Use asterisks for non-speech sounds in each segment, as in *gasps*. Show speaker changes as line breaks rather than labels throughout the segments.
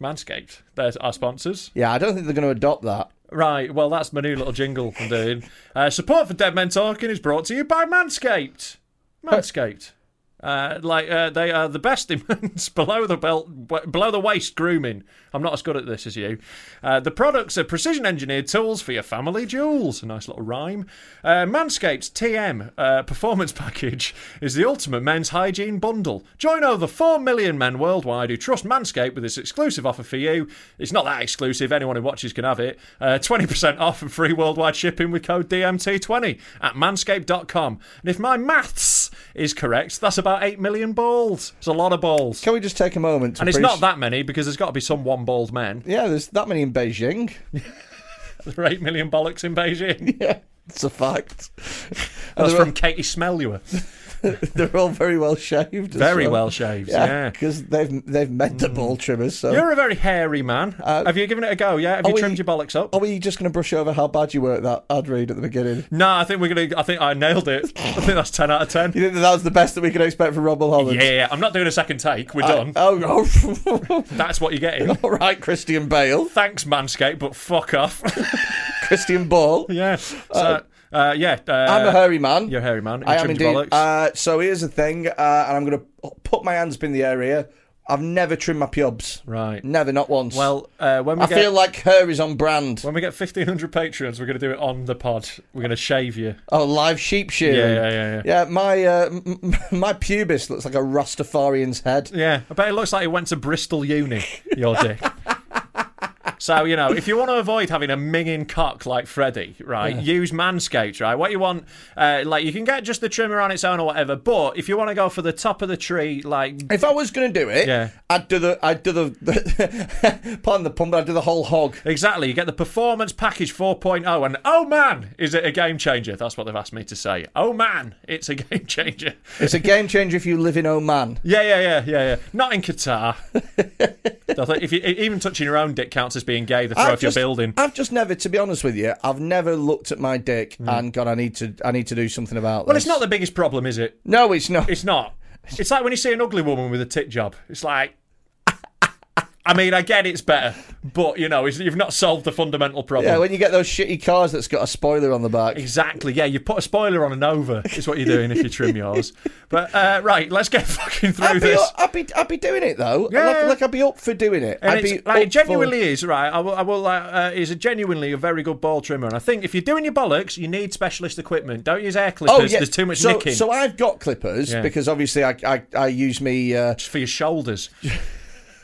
Manscaped. They're our sponsors.
Yeah, I don't think they're going to adopt that.
Right, well, that's my new little jingle I'm doing. Uh, support for Dead Men Talking is brought to you by Manscaped. Manscaped. Uh, like uh, they are the best *laughs* in men's below the belt, below the waist grooming. I'm not as good at this as you. Uh, the products are precision engineered tools for your family jewels. A nice little rhyme. Uh, Manscaped's TM uh, performance *laughs* package is the ultimate men's hygiene bundle. Join over four million men worldwide who trust Manscaped with this exclusive offer for you. It's not that exclusive. Anyone who watches can have it. Uh, Twenty percent *laughs* off and free worldwide shipping with code DMT20 at manscaped.com. And if my maths is correct, that's about eight million balls. It's a lot of balls,
Can we just take a moment? To
and it's
appreci-
not that many because there's got to be some one bald men.
Yeah, there's that many in Beijing.
*laughs*
*laughs*
There are eight million bollocks in Beijing.
Yeah, it's a fact. *laughs*
*laughs*
And
That's
they're,
from Katie Smelua.
all, they're all very well shaved. as
Very
well,
well shaved.
Yeah,
Yeah. Mm.
because they've they've meant the ball trimmers. So Uh,
You're a very hairy man. Have you given it a go? Yeah. Have
are
you
we-
trimmed your bollocks up?
are we just going to brush over how bad you were at that ad read at the beginning?
no, I think we're gonna. I think I nailed
*laughs*
it. I think that's ten out of
You
ten.
think that, that was the best that we could expect from Rob Mulholland?
Yeah, I'm not doing a second take. We're
I-
done.
oh, oh. *laughs*
That's what you're getting.
all right, Christian Bale,
Thanks, Manscaped, but fuck off. *laughs*
Christian Ball.
yeah. So, uh, yeah. Uh,
I'm a hairy man.
You're a hairy man. You
I am
trimmed your
indeed.
bollocks.
Uh, so here's the thing, uh, and I'm going to put my hands up in the area. I've never trimmed my pubs.
Right.
Never, not once.
Well, uh, when we
I
get,
feel like her is on brand.
when we get 1500 patrons, we're gonna do it on the pod. We're gonna shave you.
Oh, live sheep shearing.
Yeah, yeah, yeah,
yeah. my uh, m- *laughs* m- my pubis looks like a Rastafarian's head.
Yeah, I bet it looks like it went to Bristol Uni,
*laughs*
your dick. so, you know, if you want to avoid having a minging cock like Freddie, right, use Manscaped, right? What you want, uh, like, you can get just the trimmer on its own or whatever, but if you want to go for the top of the tree, like,
If I was going to do it,
Yeah.
I'd do the I'd do the, the *laughs* pardon the pun, but I'd do the whole hog.
Exactly. You get the performance package 4.0, and oh man, is it a game changer? That's what they've asked me to say. Oh man, it's a *laughs* game changer.
It's a game changer if you live in Oman.
Yeah, yeah, yeah, yeah, yeah. Not in Qatar. I think if you, e, even touching your own dick counts as being gay, the throw off your
just,
building.
I've just never, to be honest with you, I've never looked at my dick and gone, I need to, I need to do something about
Hmm. Well,
this.
it's not the biggest problem, is it?
No, it's not.
It's
*laughs*
not. It's like when you see an ugly woman with a tit job. It's like, *laughs* I mean, I get it's better, but you know, it's, you've not solved the fundamental problem.
yeah, when you get those shitty cars that's got a spoiler on the back.
Exactly. Yeah, you put a spoiler on a Nova. Is what you're doing if you
*laughs*
trim yours. But uh, right, let's get fucking through
I'd be,
this.
I'd be, I'd be doing it though.
Yeah.
Like, like I'd be up for doing it.
And
I'd be
it's, like,
up
it
for-
genuinely is right. I will. I will. Uh, uh, is a genuinely a very good ball trimmer. And I think if you're doing your bollocks, you need specialist equipment. Don't use air clippers. There's too much
Oh, so,
nicking.
So I've got clippers
Yeah.
because obviously I, I, I use me. Uh, *laughs*
Just for your shoulders.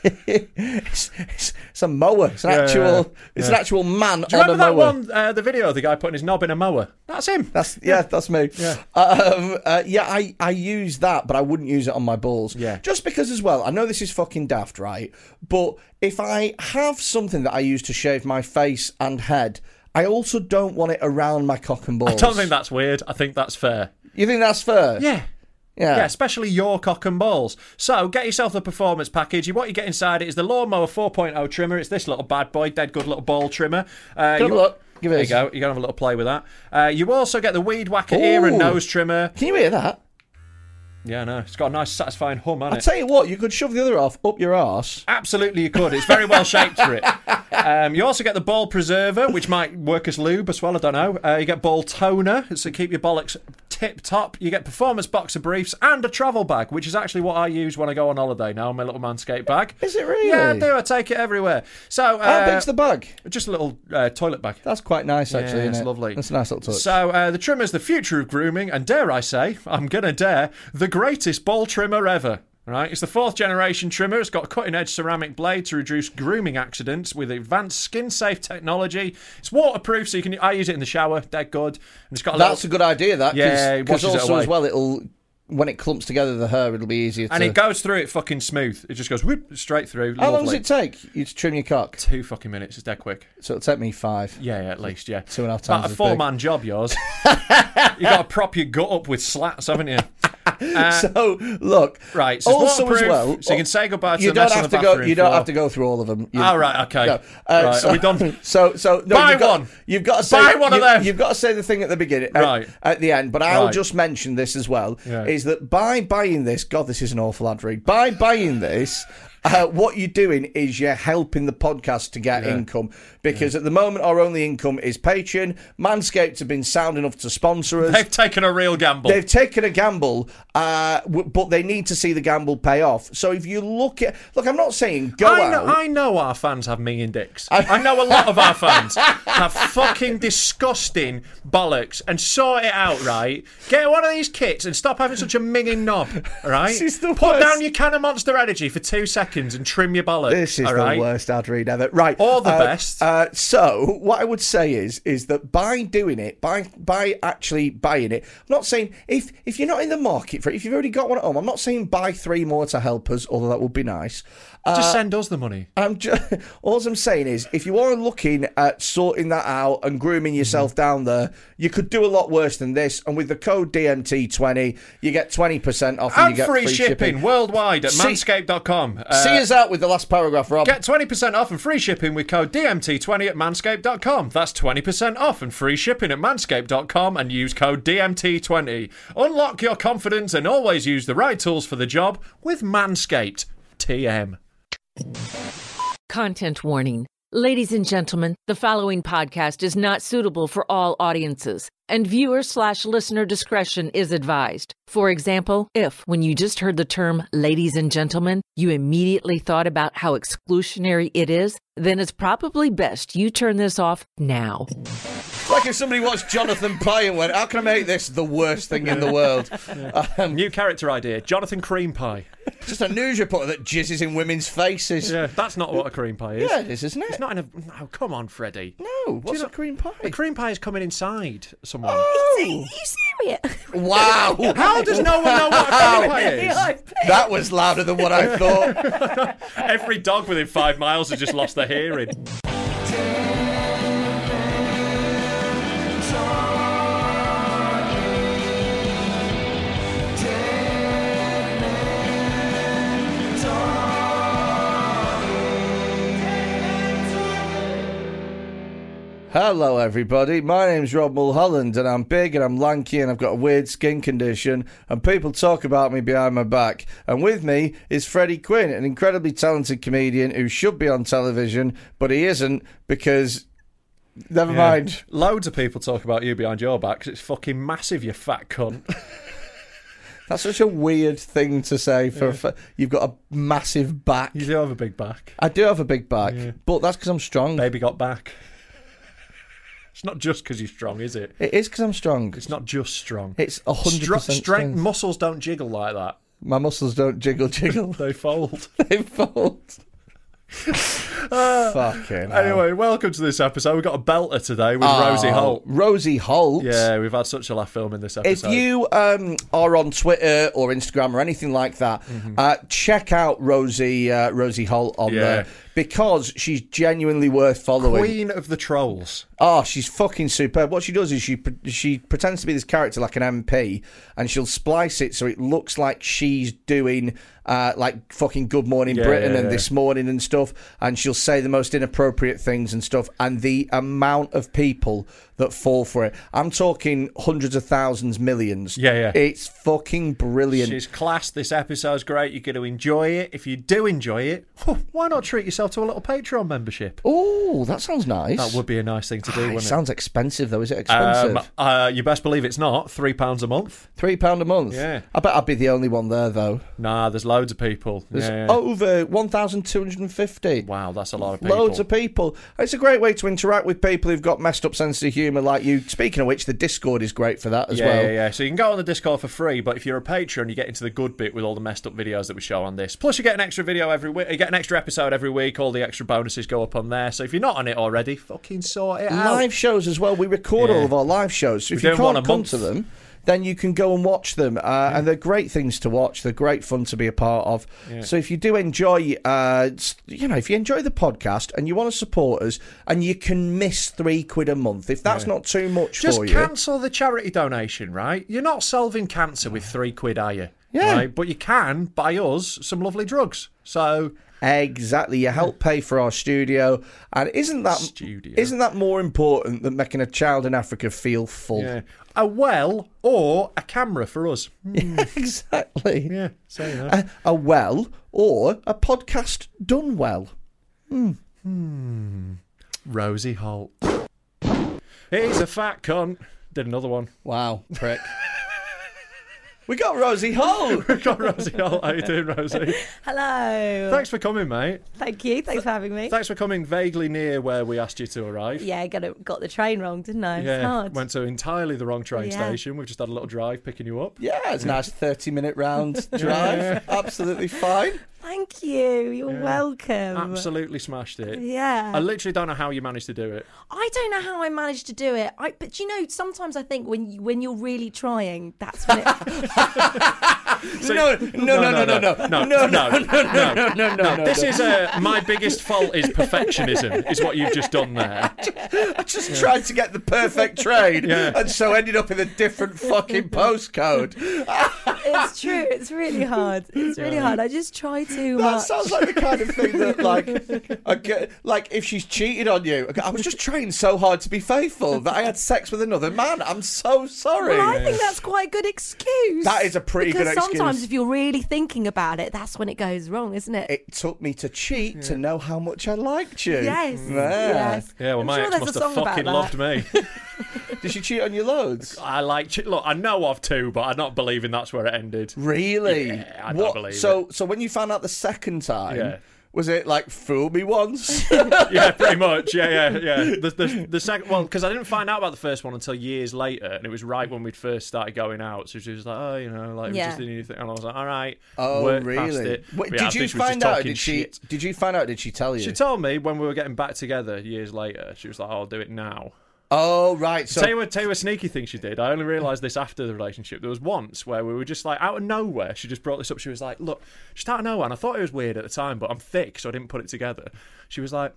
it's, it's, it's a mower. It's an
Yeah,
actual.
yeah,
It's an actual man
Do you
on a
remember that
mower.
one? Uh, the video of the guy putting his knob in a mower. That's him.
That's yeah, that's me.
Yeah.
um, uh, yeah. I I use that, but I wouldn't use it on my balls.
Yeah.
just because as well. I know this is fucking daft, right? But if I have something that I use to shave my face and head, I also don't want it around my cock and balls.
I don't think that's weird. I think that's fair.
You think that's fair?
Yeah.
Yeah.
Yeah, especially your cock and balls. So get yourself the performance package. What you get inside it is the lawnmower 4.0 trimmer. It's this little bad boy, dead good little ball trimmer. Uh,
Good
you-
luck. Give it
There
a
you go. You're gonna have a little play with that. Uh, you also get the weed whacker ear and
Ooh.
nose trimmer.
Can you hear that?
Yeah, I know. It's got a nice, satisfying hum,
I
hasn't it?
tell you what, you could shove the other half up your arse.
Absolutely, you could. It's very well shaped for it.
*laughs*
Um, you also get the ball preserver, which might work as lube as well. I don't know. Uh, you get ball toner, so keep your bollocks tip top. You get performance boxer briefs and a travel bag, which is actually what I use when I go on holiday. Now my little manscaped bag.
Is it really?
Yeah, I do. I take it everywhere. So
How
uh,
big's the bag?
just a little uh, toilet bag.
That's quite nice, actually.
Yeah,
isn't
it's
it?
lovely.
That's a nice little touch.
So uh, the trimmer's the future of grooming, and dare I say, I'm gonna dare the greatest ball trimmer ever. Right, it's the fourth generation trimmer. It's got a cutting-edge ceramic blade to reduce grooming accidents with advanced skin-safe technology. It's waterproof, so you can. I use it in the shower. Dead good. And it's got a
That's a
little,
good idea. That
Yeah, it
because
washes it
also
away.
as well, it'll when it clumps together the hair, it'll be easier.
and
to...
it goes through it fucking smooth. It just goes whoop straight through.
How long does
Lovely.
it take you to trim your cock?
Two fucking minutes. It's dead quick.
So it'll take me five.
Yeah, yeah, at least yeah.
Two and a half times
About a
as big.
four-man job,
*laughs*
yours. you got to prop your gut up with slats, haven't you?
*laughs*
Uh,
So look,
Right, so it's
also as
waterproof,
well,
so you can say goodbye to
you
the
don't
mess on
have
the
to go.
bathroom
You don't
floor.
have to go through all of them. You, Uh,
Oh, right, okay. Right, are we done?
*laughs* So, so no,
Buy
you've got,
one.
You've got to say,
Buy one of
you-
them.
You've got to say the thing at the beginning, at-
Right.
at the end. But I'll
Right.
just mention this as well:
Yeah.
is that by buying this, God, this is an awful ad read. By buying this. Uh, what you're doing is you're helping the podcast to get income because at the moment our only income is Patreon. Manscaped have been sound enough to sponsor us.
They've taken a real gamble.
They've taken a gamble, uh, w- but they need to see the gamble pay off. So if you look at, look, I'm not saying go
I know,
out.
I know our fans have mean dicks. I know a lot of our
*laughs*
fans have fucking disgusting bollocks and sort it out, right? Get one of these kits and stop having such a minging knob, all right?
This is the
Put
worst.
down your can of Monster Energy for two seconds and trim your bollocks,
this is
all
the
right?
worst ad read ever. Right,
Or the
uh,
best.
Uh, so what I would say is, is that by doing it, by by actually buying it, I'm not saying if if you're not in the market for it, if you've already got one at home, I'm not saying buy three more to help us, although that would be nice. Uh,
Just send us the money.
I'm just, *laughs* all I'm saying is, if you are looking at sorting that out and grooming yourself down there, you could do a lot worse than this. And with the code DMT20, you get 20% off and,
And
you get
free, shipping, worldwide at
See-
manscaped.com. Uh,
See us out with the last paragraph, Rob.
Get 20% off and free shipping with code DMT20 at manscaped.com. That's 20% off and free shipping at manscaped.com and use code DMT20. Unlock your confidence and always use the right tools for the job with Manscaped. TM.
Content warning. Ladies and gentlemen, the following podcast is not suitable for all audiences, and viewer slash listener discretion is advised. For example, if, when you just heard the term ladies and gentlemen, you immediately thought about how exclusionary it is, then it's probably best you turn this off now.
like if somebody watched Jonathan Pye and went, how can I make this the worst thing in the world? Um,
New character idea Jonathan Cream Pie.
just a news reporter that jizzes in women's faces.
Yeah, that's not what a cream pie is.
Yeah, it is, isn't it?
It's not in a. No, come on, Freddie.
No, what's a cream pie?
A cream pie is coming inside someone.
Oh,
You serious?
wow.
*laughs*
How does no one know what a
*laughs*
cream pie is?
That was louder than what I *laughs* thought.
Every dog within five miles has just lost their hearing.
Hello, everybody. My name's Rob Mulholland, and I'm big and I'm lanky and I've got a weird skin condition. And people talk about me behind my back. And with me is Freddie Quinn, an incredibly talented comedian who should be on television, but he isn't because. Never mind.
Loads of people talk about you behind your back 'cause it's fucking massive, you fat cunt.
That's such a weird thing to say for. a fa you've got a massive back.
*laughs* You do have a big back.
I do have a big back, but that's because I'm strong.
Baby got back. *laughs* It's not just because you're strong, is it?
It is because I'm strong.
It's not just strong.
It's 100%
Stra-
strength.
strength. Muscles don't jiggle like that.
My muscles don't jiggle, jiggle.
They *laughs* fold.
*laughs* they fold. Fucking. hell.
Anyway, welcome to this episode. We've got a belter today with Rosie
Oh,
Holt.
Rosie Holt.
Yeah, we've had such a laugh filming this
If
episode.
you um, are on Twitter or Instagram or anything like that, uh, check out Rosie uh, Rosie Holt on
Mm-hmm. Yeah.
there because she's genuinely worth following.
Queen of the Trolls.
Oh, she's fucking superb. What she does is she pre- she pretends to be this character like an MP, and she'll splice it so it looks like she's doing uh, like fucking Good Morning
Yeah,
Britain
yeah,
and
yeah.
This Morning and stuff, and she'll say the most inappropriate things and stuff. And the amount of people that fall for it, I'm talking hundreds of thousands, millions.
Yeah, yeah.
It's fucking brilliant.
She's class. This episode's great. You're going to enjoy it. If you do enjoy it, why not treat yourself to a little Patreon membership?
Oh, that sounds nice.
That would be a nice thing to do,
Ah, it
wouldn't
sounds expensive though. Is it
it?
expensive?
uh, you best believe it's not. £3 a month.
Three pound a month.
Yeah.
I bet I'd be the only one there though.
Nah, there's loads of people.
There's
Yeah, yeah.
over 1,250.
Wow, that's a lot of people.
Loads of people. It's a great way to interact with people who've got messed up sense of humour like you. Speaking of which, the Discord is great for that as
yeah,
well.
yeah, yeah. So you can go on the Discord for free, but if you're a patron, you get into the good bit with all the messed up videos that we show on this. Plus, you get an extra video every week. You get an extra episode every week. All the extra bonuses go up on there. So if you're not on it already, fucking sort it out.
Live shows as well. We record
Yeah.
all of our live shows. So if
We're
you
doing one
can't
a
come
month.
to them, then you can go and watch them. Uh, And they're great things to watch. They're great fun to be a part of. So if you do enjoy, uh, s- you know, if you enjoy the podcast and you want to support us and you can miss three quid a month, if that's not too much
Just
for you.
cancel the charity donation, right? You're not solving cancer with three quid, are you?
Yeah.
Right? But you can buy us some lovely drugs. So
Exactly. You help pay for our studio, and isn't that
Studio.
isn't that more important than making a child in Africa feel full?
yeah. a well or a camera for us.
*laughs*
Hmm,
*laughs*
exactly.
Yeah, so you know.
Uh,
A, a well or a podcast done well.
Rosie Holt. He's a fat cunt. Did another one. *laughs*
Wow, prick. *laughs* we got Rosie Holt.
We've got Rosie Holt. How you doing, Rosie?
*laughs* Hello.
Thanks for coming, mate.
Thank you. Thanks for having me.
Thanks for coming vaguely near where we asked you to arrive.
Yeah, got it, got the train wrong, didn't I? Oh, It's
Yeah,
hard.
went to entirely the wrong train
Yeah.
station. We've just had a little drive picking you up.
*laughs* yeah, it's a nice thirty-minute round drive. Absolutely fine.
Thank you. You're welcome.
Absolutely smashed it.
Yeah.
I literally don't know how you managed to do it.
I don't know how I managed to do it. I, but you know, sometimes I think when you, when you're really trying, that's
*laughs*
when it.
no, no, no, no, no, no,
no, no, no, no, no, no, no. This is uh, my biggest fault is perfectionism, is what you've just done there.
I just tried to get the perfect trade,
Yeah.
and so ended up in a different fucking postcode.
it's true. It's really hard. It's really hard. I just try too
That
much.
sounds like the kind of thing
*laughs*
that, like, I get, like if she's cheated on you, I was just trying so hard to be faithful that I had sex with another man. I'm so sorry.
Well, I think that's quite a good excuse.
That is a pretty good
because sometimes
excuse.
if you're really thinking about it, that's when it goes wrong, isn't it?
it took me to cheat to know how much I liked you.
yes.
Yeah.
Yes.
Yeah, well,
I'm
my
sure
ex
there's
must
a
have
song about
fucking
that.
loved me.
Did she cheat on you loads?
I like, chi- look, I know of two, but I'm not believing that's where it ended.
Really?
Yeah, I don't
what?
believe
so, so when you found out the second time,
Yeah.
was it like fool
*laughs*
me once?
yeah, pretty much. Yeah,
*laughs*
yeah, yeah. The, the, the second, well, because I didn't find out about the first one until years later, and it was right when we'd first started going out. So she was like, "Oh, you know, like we
Yeah.
just did new thing," and I was like, "All right."
oh,
worked
really?
Past it.
Wait,
But yeah, I think
did you
she was just
find out?
talking
Did she?
shit.
Did you find out? Did she tell you?
She told me when we were getting back together years later. She was like, "I'll do it now."
oh, right. So
tell you what, tell you a sneaky thing she did. I only realised this after the relationship. There was once where we were just like out of nowhere. She just brought this up. She was like, "Look, just out of nowhere," and I thought it was weird at the time, but I'm thick, so I didn't put it together. She was like,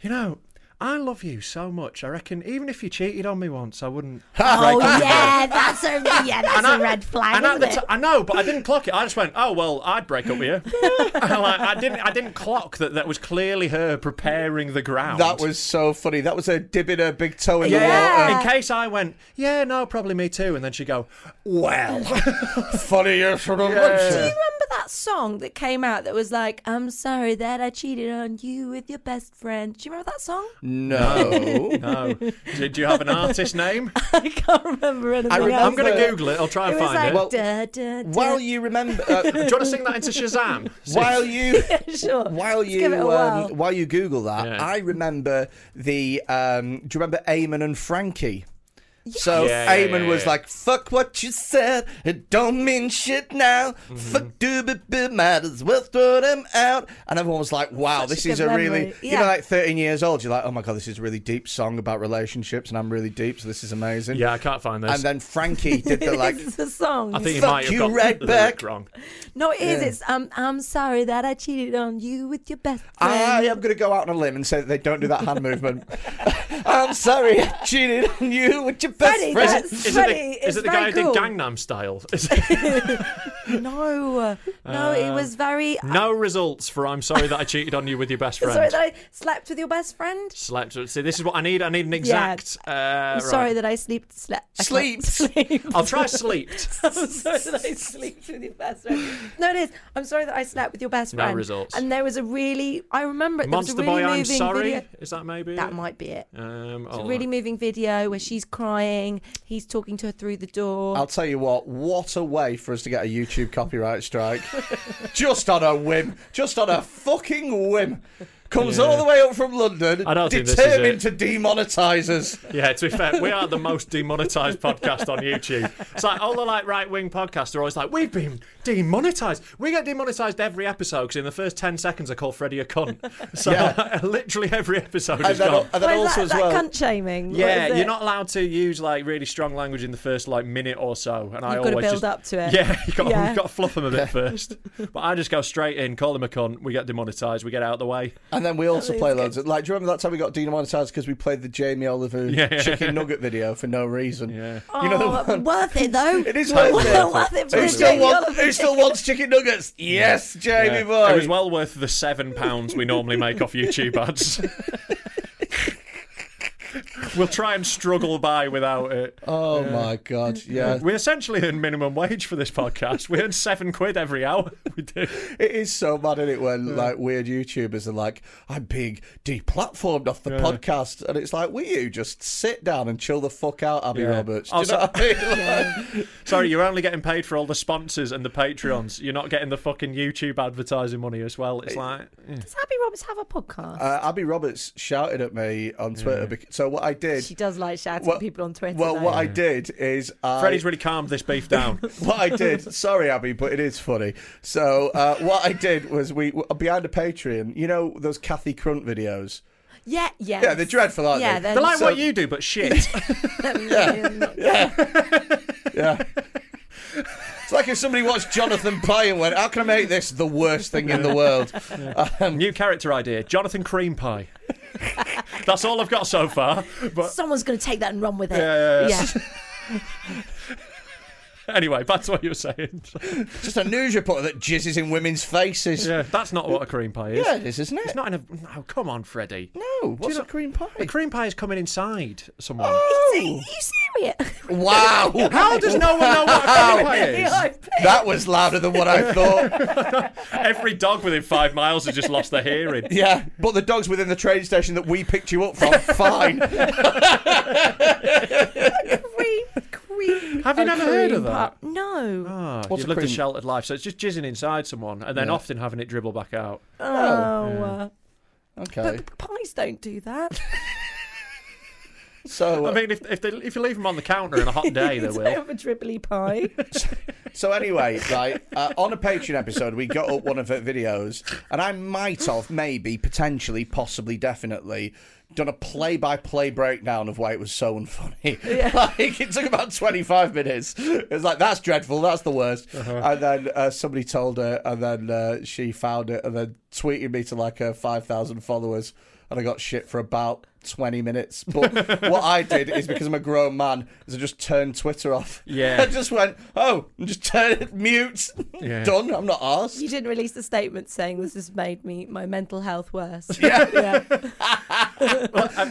"You know." I love you so much. I reckon even if you cheated on me once, I *laughs* wouldn't.
Oh
break up with you."
yeah, that's a yeah,
*laughs*
that's a red flag,
And at
isn't
the
it?
ti- I know, but I didn't clock it. I just went, "Oh well, I'd break up with you." *laughs* And, like, I didn't. I didn't clock that. That was clearly her preparing the ground.
That was so funny. That was her dipping her big toe in
Yeah.
Yeah.
In case I went, yeah, no, probably me too, and then she'd go, well,
the water. funny you should have
Do
mentioned.
you remember that song that came out that was like, "I'm sorry that I cheated on you with your best friend"? Do you remember that song?
No.
*laughs* no. Do, do you have an
*laughs*
artist name?
I can't remember anything
I remember-
else.
I'm going to
Remember-
Google it. I'll try
It
and
was
find
like,
it.
Well,
da, da, da.
While you remember,
do
uh,
you want to sing that into
*laughs*
Shazam? See-
while you.
*laughs* sure.
While
Let's give it a
you
whirl.
um, while you Google that,
Yeah.
I remember the. Um, do you remember Eamon and Frankie? So
Yeah, yeah,
Eamon
yeah,
was
yeah.
like, fuck what you said, it don't mean shit now.
Mm-hmm.
Fuck doobie boo, might as well throw them out. And everyone was like, wow,
Such a
this is a
good
really,
memory.
you know,
Yeah.
like 13 years old, you're like, oh my God, this is a really deep song about relationships and I'm really deep, so this is
*laughs*
amazing.
Yeah, I can't find this.
And then Frankie did the
*laughs*
like,
this is a song.
I think you
Fuck
might have
you,
got *laughs*
Red
the lyric
Beck.
wrong.
no, it is. It's um, I'm sorry that I cheated on you with your best friend.
I am going to go out on a limb and say that they don't do that hand movement. *laughs* I'm sorry, I cheated on you with your best
Freddie,
friend.
that's-
Is it
Freddie,
the, is
it's
it the guy
very
who
cool.
did Gangnam Style?
*laughs*
Is it- *laughs*
No, uh, no, it was very.
no results for I'm sorry that I cheated on you with your best
I'm sorry
friend.
that I slept with your best friend.
Slept. See, this is what I need. I need an exact. Uh,
I'm sorry that I sleep, slept. *laughs*
Sleeped.
Sleep.
I'll
*laughs*
try sleeped.
I'm sorry that I slept with your best friend. No, it is. I'm sorry that I slept with your best
No
friend.
results.
And there was a really, I remember it.
Monster
there was a really
Boy, I'm
moving
sorry.
Video.
Is that maybe?
That
it?
might be it.
Um,
It's
hold
a
on.
really moving video where she's crying. He's talking to her through the door.
I'll tell you what, what a way for us to get a YouTube
*laughs*
copyright strike. just on a whim. Just on a fucking whim. Comes all the way up from London,
I don't think this is
determined
it.
to demonetise us.
Yeah, to be fair, we are the most demonetised podcast on YouTube. It's like all the like right wing podcasts are always like, we've been demonetised. We get demonetised every episode because in the first ten seconds I call Freddie a cunt. *laughs* So
Yeah.
*laughs* literally every episode
And
is
then,
gone.
and then
Why is
also
that,
as
that
well.
cunt shaming. What
Yeah,
is
you're
it?
not allowed to use like really strong language in the first like minute or so, and I
You've
always
gotta build
just,
up to it.
Yeah, *laughs* you got
Yeah.
you've got to fluff them a bit first. But I just go straight in, call them a cunt, we get demonetised, we get out of the way.
And then we also play loads of. Like, do you remember that time we got demonetised because we played the Jamie Oliver
*laughs* Yeah.
chicken nugget video for no reason?
Yeah.
You know the
Oh,
one.
worth it though.
*laughs* It is
Well,
worth it.
well worth it. for
Who
the
still,
Jamie
wants,
Oliver
who still wants chicken nuggets? Yes, Jamie
Yeah.
boy.
It was well worth the seven pounds we normally make off YouTube ads. *laughs* we'll try and struggle by without it.
oh my god! Yeah,
We essentially earn minimum wage for this podcast. We earn seven quid every hour. *laughs* We do.
it is so bad, isn't it? When like weird YouTubers are like, "I'm being deplatformed off the podcast," and it's like, "Will you just sit down and chill the fuck out, Abby
Yeah.
Roberts?"
Oh,
Do you
Also-
know what I mean? Like-
Oh, *laughs* Sorry, you're only getting paid for all the sponsors and the Patreons. You're not getting the fucking YouTube advertising money as well. It's like,
Does Abby Roberts have a podcast?
Uh, Abby Roberts shouted at me on Twitter. bec- so what I did,
she does like shouting
well,
at people on Twitter.
well,
though.
what I did is, I,
Freddie's really calmed this beef
*laughs*
down.
what I did. Sorry, Abby, but it is funny. So uh, what I did was we behind a Patreon. You know those Kathy Crunt videos.
Yeah, yeah.
Yeah, they're dreadful, aren't
yeah,
they?
They're like
So-
what you do, but shit. *laughs*
*laughs* Yeah. It's like if somebody watched Jonathan Pye and went, "How can I make this the worst thing in the world?" Um,
New character idea: Jonathan Cream Pie. *laughs* That's all I've got so far. But
Someone's going to take that and run with it.
Yeah, yeah, yeah.
Yeah.
*laughs* Anyway, that's what you were saying.
*laughs* just a news reporter that jizzes in women's faces. Yeah,
yeah, that's not what a cream pie is.
it is, isn't it?
It's not in a. No, come on, Freddie.
No, what's
you
a
not-
cream pie?
A cream pie is coming inside someone.
Are you
Oh,
serious?
wow!
*laughs* How does no one know what
*laughs*
a cream pie *laughs* is?
That was louder than what
*laughs*
I thought.
Every dog within five miles has just lost their hearing.
*laughs* Yeah, but the dog's within the train station that we picked you up from. Fine.
cream, cream.
Have you
a
never heard
cream
of that?
pie. No.
Ah,
What's
you've
a
lived a
cream-
sheltered life, so it's just jizzing inside someone and then often having it dribble back out.
oh. uh,
Okay.
But pies don't do that.
*laughs* So,
I mean, if if, they, if you leave them on the counter on a hot day, they
It's
*laughs*
will.
a bit of a dribbly pie.
so anyway, right uh, on a Patreon episode, we got up one of her videos, and I might have, maybe, potentially, possibly, definitely, done a play-by-play breakdown of why it was so unfunny. *laughs* like it took about twenty-five minutes. It was like that's dreadful, that's the worst. And then uh, somebody told her, and then uh, she found it, and then tweeted me to like her five thousand followers. and I got shit for about 20 minutes. But what I did is because I'm a grown man, is I just turned Twitter off.
Yeah.
*laughs* I just went, oh, and just *laughs* turn it mute.
Yeah.
Done. I'm not arsed.
you didn't release a statement saying this has made me my mental health worse.
I've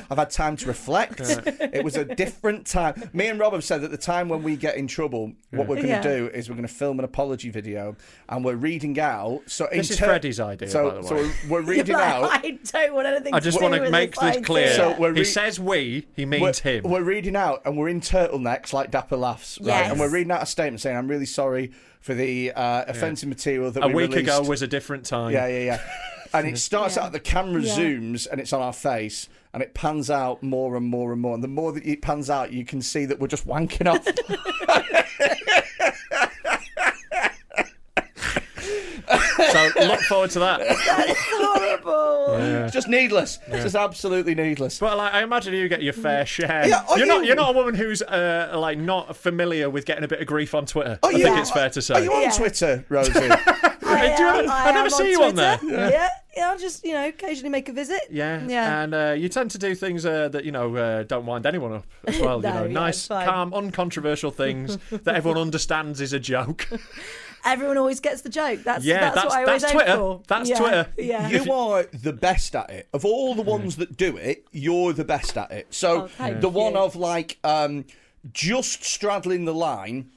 had time to reflect. It was a different time. Me and Rob have said that the time when we get in trouble, what we're going to
Yeah.
do is we're going to film an apology video and we're reading out. So
This
in
is
tur-
Freddie's idea,
So,
by the
so
way.
we're- we're
*laughs*
reading
You're like,
out.
I don't want anything
I just
to do
want to
with
make
this
this clear.
So we're
he
re-
says we, he means
we're,
him.
we're reading out and we're in turtlenecks like Dapper Laughs, right?
Yes.
And we're reading out a statement saying, I'm really sorry for the uh, offensive material that
a
we
week ago
released."
was a different
*laughs*
time.
Yeah, yeah, yeah. and it starts
Yeah.
out. The camera
Yeah.
zooms, and it's on our face, and it pans out more and more and more. And the more that it pans out, you can see that we're just wanking
*laughs*
off.
So
*laughs*
look forward to that.
Horrible.
It's just needless. It's just absolutely needless.
But like, I imagine you get your fair share.
Yeah, are
you're not
you?
you're not a woman who's uh, like not familiar with getting a bit of grief on Twitter. I think it's fair to say.
Oh, Are you on
Yeah.
Twitter, Rosie?
*laughs* I,
Hey, do you
am-
ever-
I
*laughs* I never
am
see you on there.
Twitter. Yeah. yeah, I'll just you know occasionally make a visit.
Yeah,
yeah.
and uh, you tend to do things uh, that you know uh, don't wind anyone up
*laughs*
as well. you
No,
know,
yeah,
nice,
it's fine.
calm,
*laughs*
uncontroversial things that everyone understands is a joke.
Everyone always gets the joke. That's
Yeah,
that's,
that's-
what I always
that's
aim
Twitter.
for.
That's
yeah.
Twitter. Hmm.
Yeah.
You are the best at it. Of all the ones that do it, you're the best at it. So
Oh, thank
the one
you.
of like um, just straddling the line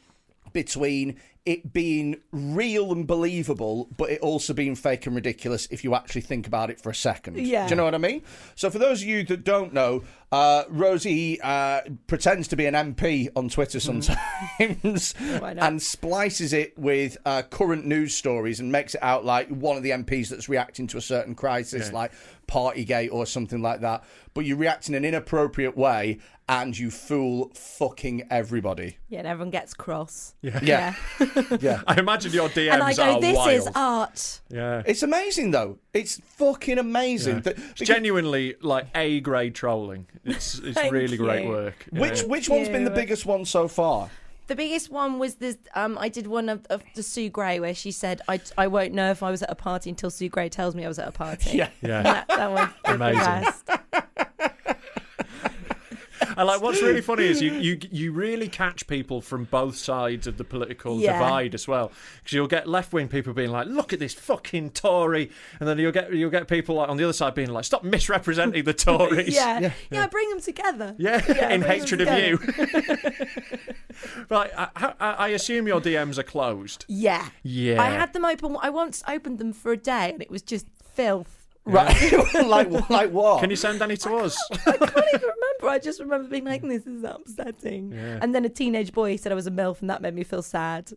between it being real and believable, but it also being fake and ridiculous if you actually think about it for a second.
Yeah.
Do you know what I mean? So for those of you that don't know, uh, Rosie uh, pretends to be an MP on Twitter sometimes and splices it with uh, current news stories and makes it out like one of the MPs that's reacting to a certain crisis, like Partygate or something like that. But you react in an inappropriate way and you fool fucking everybody.
Yeah, and everyone gets cross. Yeah.
Yeah. *laughs* Yeah.
*laughs* I imagine your
*laughs*
DMs
And I go,
are
this
wild.
is art.
yeah.
It's amazing though. It's fucking amazing. That-
It's genuinely like A grade trolling. It's it's
Thank
really great
you.
work. Yeah.
Which which one's been the biggest one so far?
The biggest one was this. Um, I did one of, of the Sue Gray where she said, I, "I won't know if I was at a party until Sue Gray tells me I was at a party."
Yeah.
*laughs* Yeah.
that, that was the
Amazing.
best.
And like, what's really
*laughs*
funny is you you you really catch people from both sides of the political
Yeah.
divide as well, because you'll get left wing people being like, "Look at this fucking Tory," and then you'll get you'll get people like on the other side being like, "Stop misrepresenting the
*laughs*
Tories."
Yeah. yeah, Bring them together.
*laughs* Yeah, in
bring them
hatred of
together.
you.
*laughs*
*laughs* right, I, I, I assume your DMs are closed.
Yeah.
Yeah.
I had them open. I once opened them for a day, and it was just filth.
Right. *laughs* like like what?
Can you send any to us?
*laughs* I can't even remember. I just remember being like, "This is upsetting." And then a teenage boy said I was a milf, and that made me feel sad.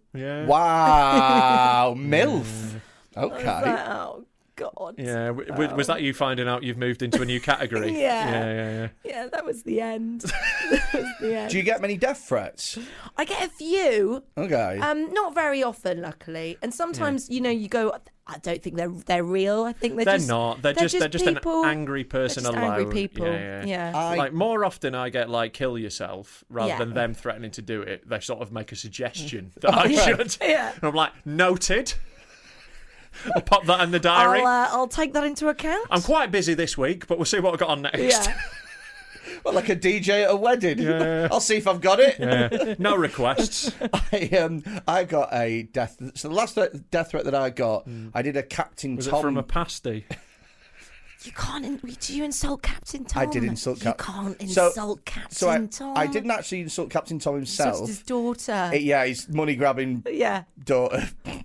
*laughs*
yeah.
Wow, *laughs* MILF.
I was
Okay.
like, "Oh God."
Yeah, w- w- was that you finding out you've moved into a new
*laughs*
category?
Yeah.
yeah, yeah, yeah.
Yeah, that was the end. *laughs* that was the end.
Do you get many death threats?
I get a few,
Okay.
um, not very often, luckily. And sometimes, you know, you go, I don't think they're they're real. I think they're,
They're
just
not. They're just- they're just an
people-
angry person
they're just
alone.
Angry people.
Yeah,
Yeah.
yeah.
I-
like more often, I get like kill yourself rather
Yeah.
than them threatening to do it. They sort of make a suggestion that I should,
Yeah.
and I'm like noted. *laughs* I'll pop that in the diary.
I'll, uh, I'll take that into account.
I'm quite busy this week, but we'll see what I got on
*laughs*
next.
yeah.
well, like a DJ at a wedding. *laughs* I'll see if I've got it.
*laughs* Yeah. no requests.
I um, I got a death. So the last threat, death threat that I got, I did a Captain
Hmm. Was
Tom.
it from a pasty?
You can't. In- do you insult Captain Tom?
I did insult
Captain. You
Cap-
can't
So-
insult Captain
so I,
Tom.
I didn't actually insult Captain Tom
Insulted
himself.
his daughter.
yeah, his money grabbing
yeah.
daughter. *laughs*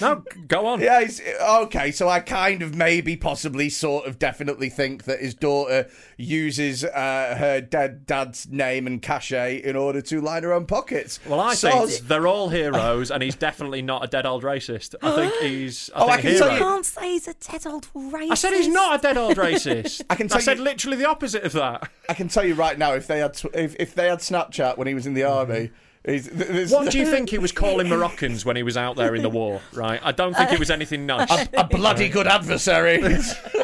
No, g- go on.
Yeah, he's, okay. So I kind of, maybe, possibly, sort of, definitely think that his daughter uses uh, her dead dad's name and cachet in order to line her own pockets.
Well, I
So
think they're all heroes, and he's definitely not a dead old racist. I think he's. I
Oh,
think
I can tell
hero.
you-
Can't say he's a dead old racist.
I said he's not a dead
*laughs*
old racist.
I can tell
I said
you-
literally the opposite of that.
*laughs* I can tell you right now, if they had, tw- if, if they had Snapchat when he was in the army, he's, th- there's-
Mm-hmm. What do you think he was calling Moroccans when he was out there in the war? Right? I don't think it was anything nice.
Uh, a
*laughs*
bloody good adversary.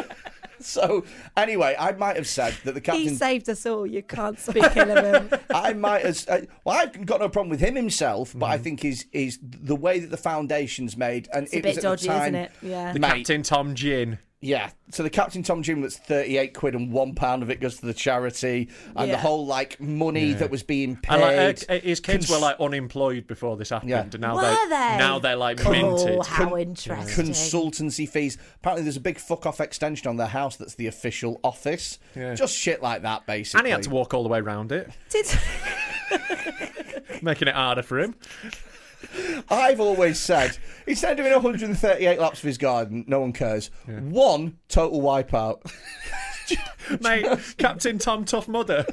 *laughs* so anyway, I might have said that the
He
captain.
saved us all. You can't speak ill of him.
*laughs* I might as uh, well. I've got no problem with him himself, but
Mm-hmm.
I think is is the way that the foundation's made, and
It's
it
a bit
was at the
dodgy,
time-
isn't it? Yeah.
the
mate.
Captain Tom Gin.
Yeah. So the Captain Tom Jim that's 38 quid and one pound of it goes to the charity and the
Yeah.
whole like money that was being paid.
And like, uh, his kids
Cons-
were like unemployed before this happened,
Yeah.
and now
Were
they,
they?
now they're like
Oh,
minted.
how interesting.
consultancy fees. Apparently there's a big fuck off extension on their house that's the official office. Just shit like that basically.
And he had to walk all the way round it, *laughs*
Did-
making it harder for him.
*laughs* I've always said instead of doing 138 laps of his garden, no one cares. One total wipeout. *laughs*
Mate, Captain Tom Tough Mudder.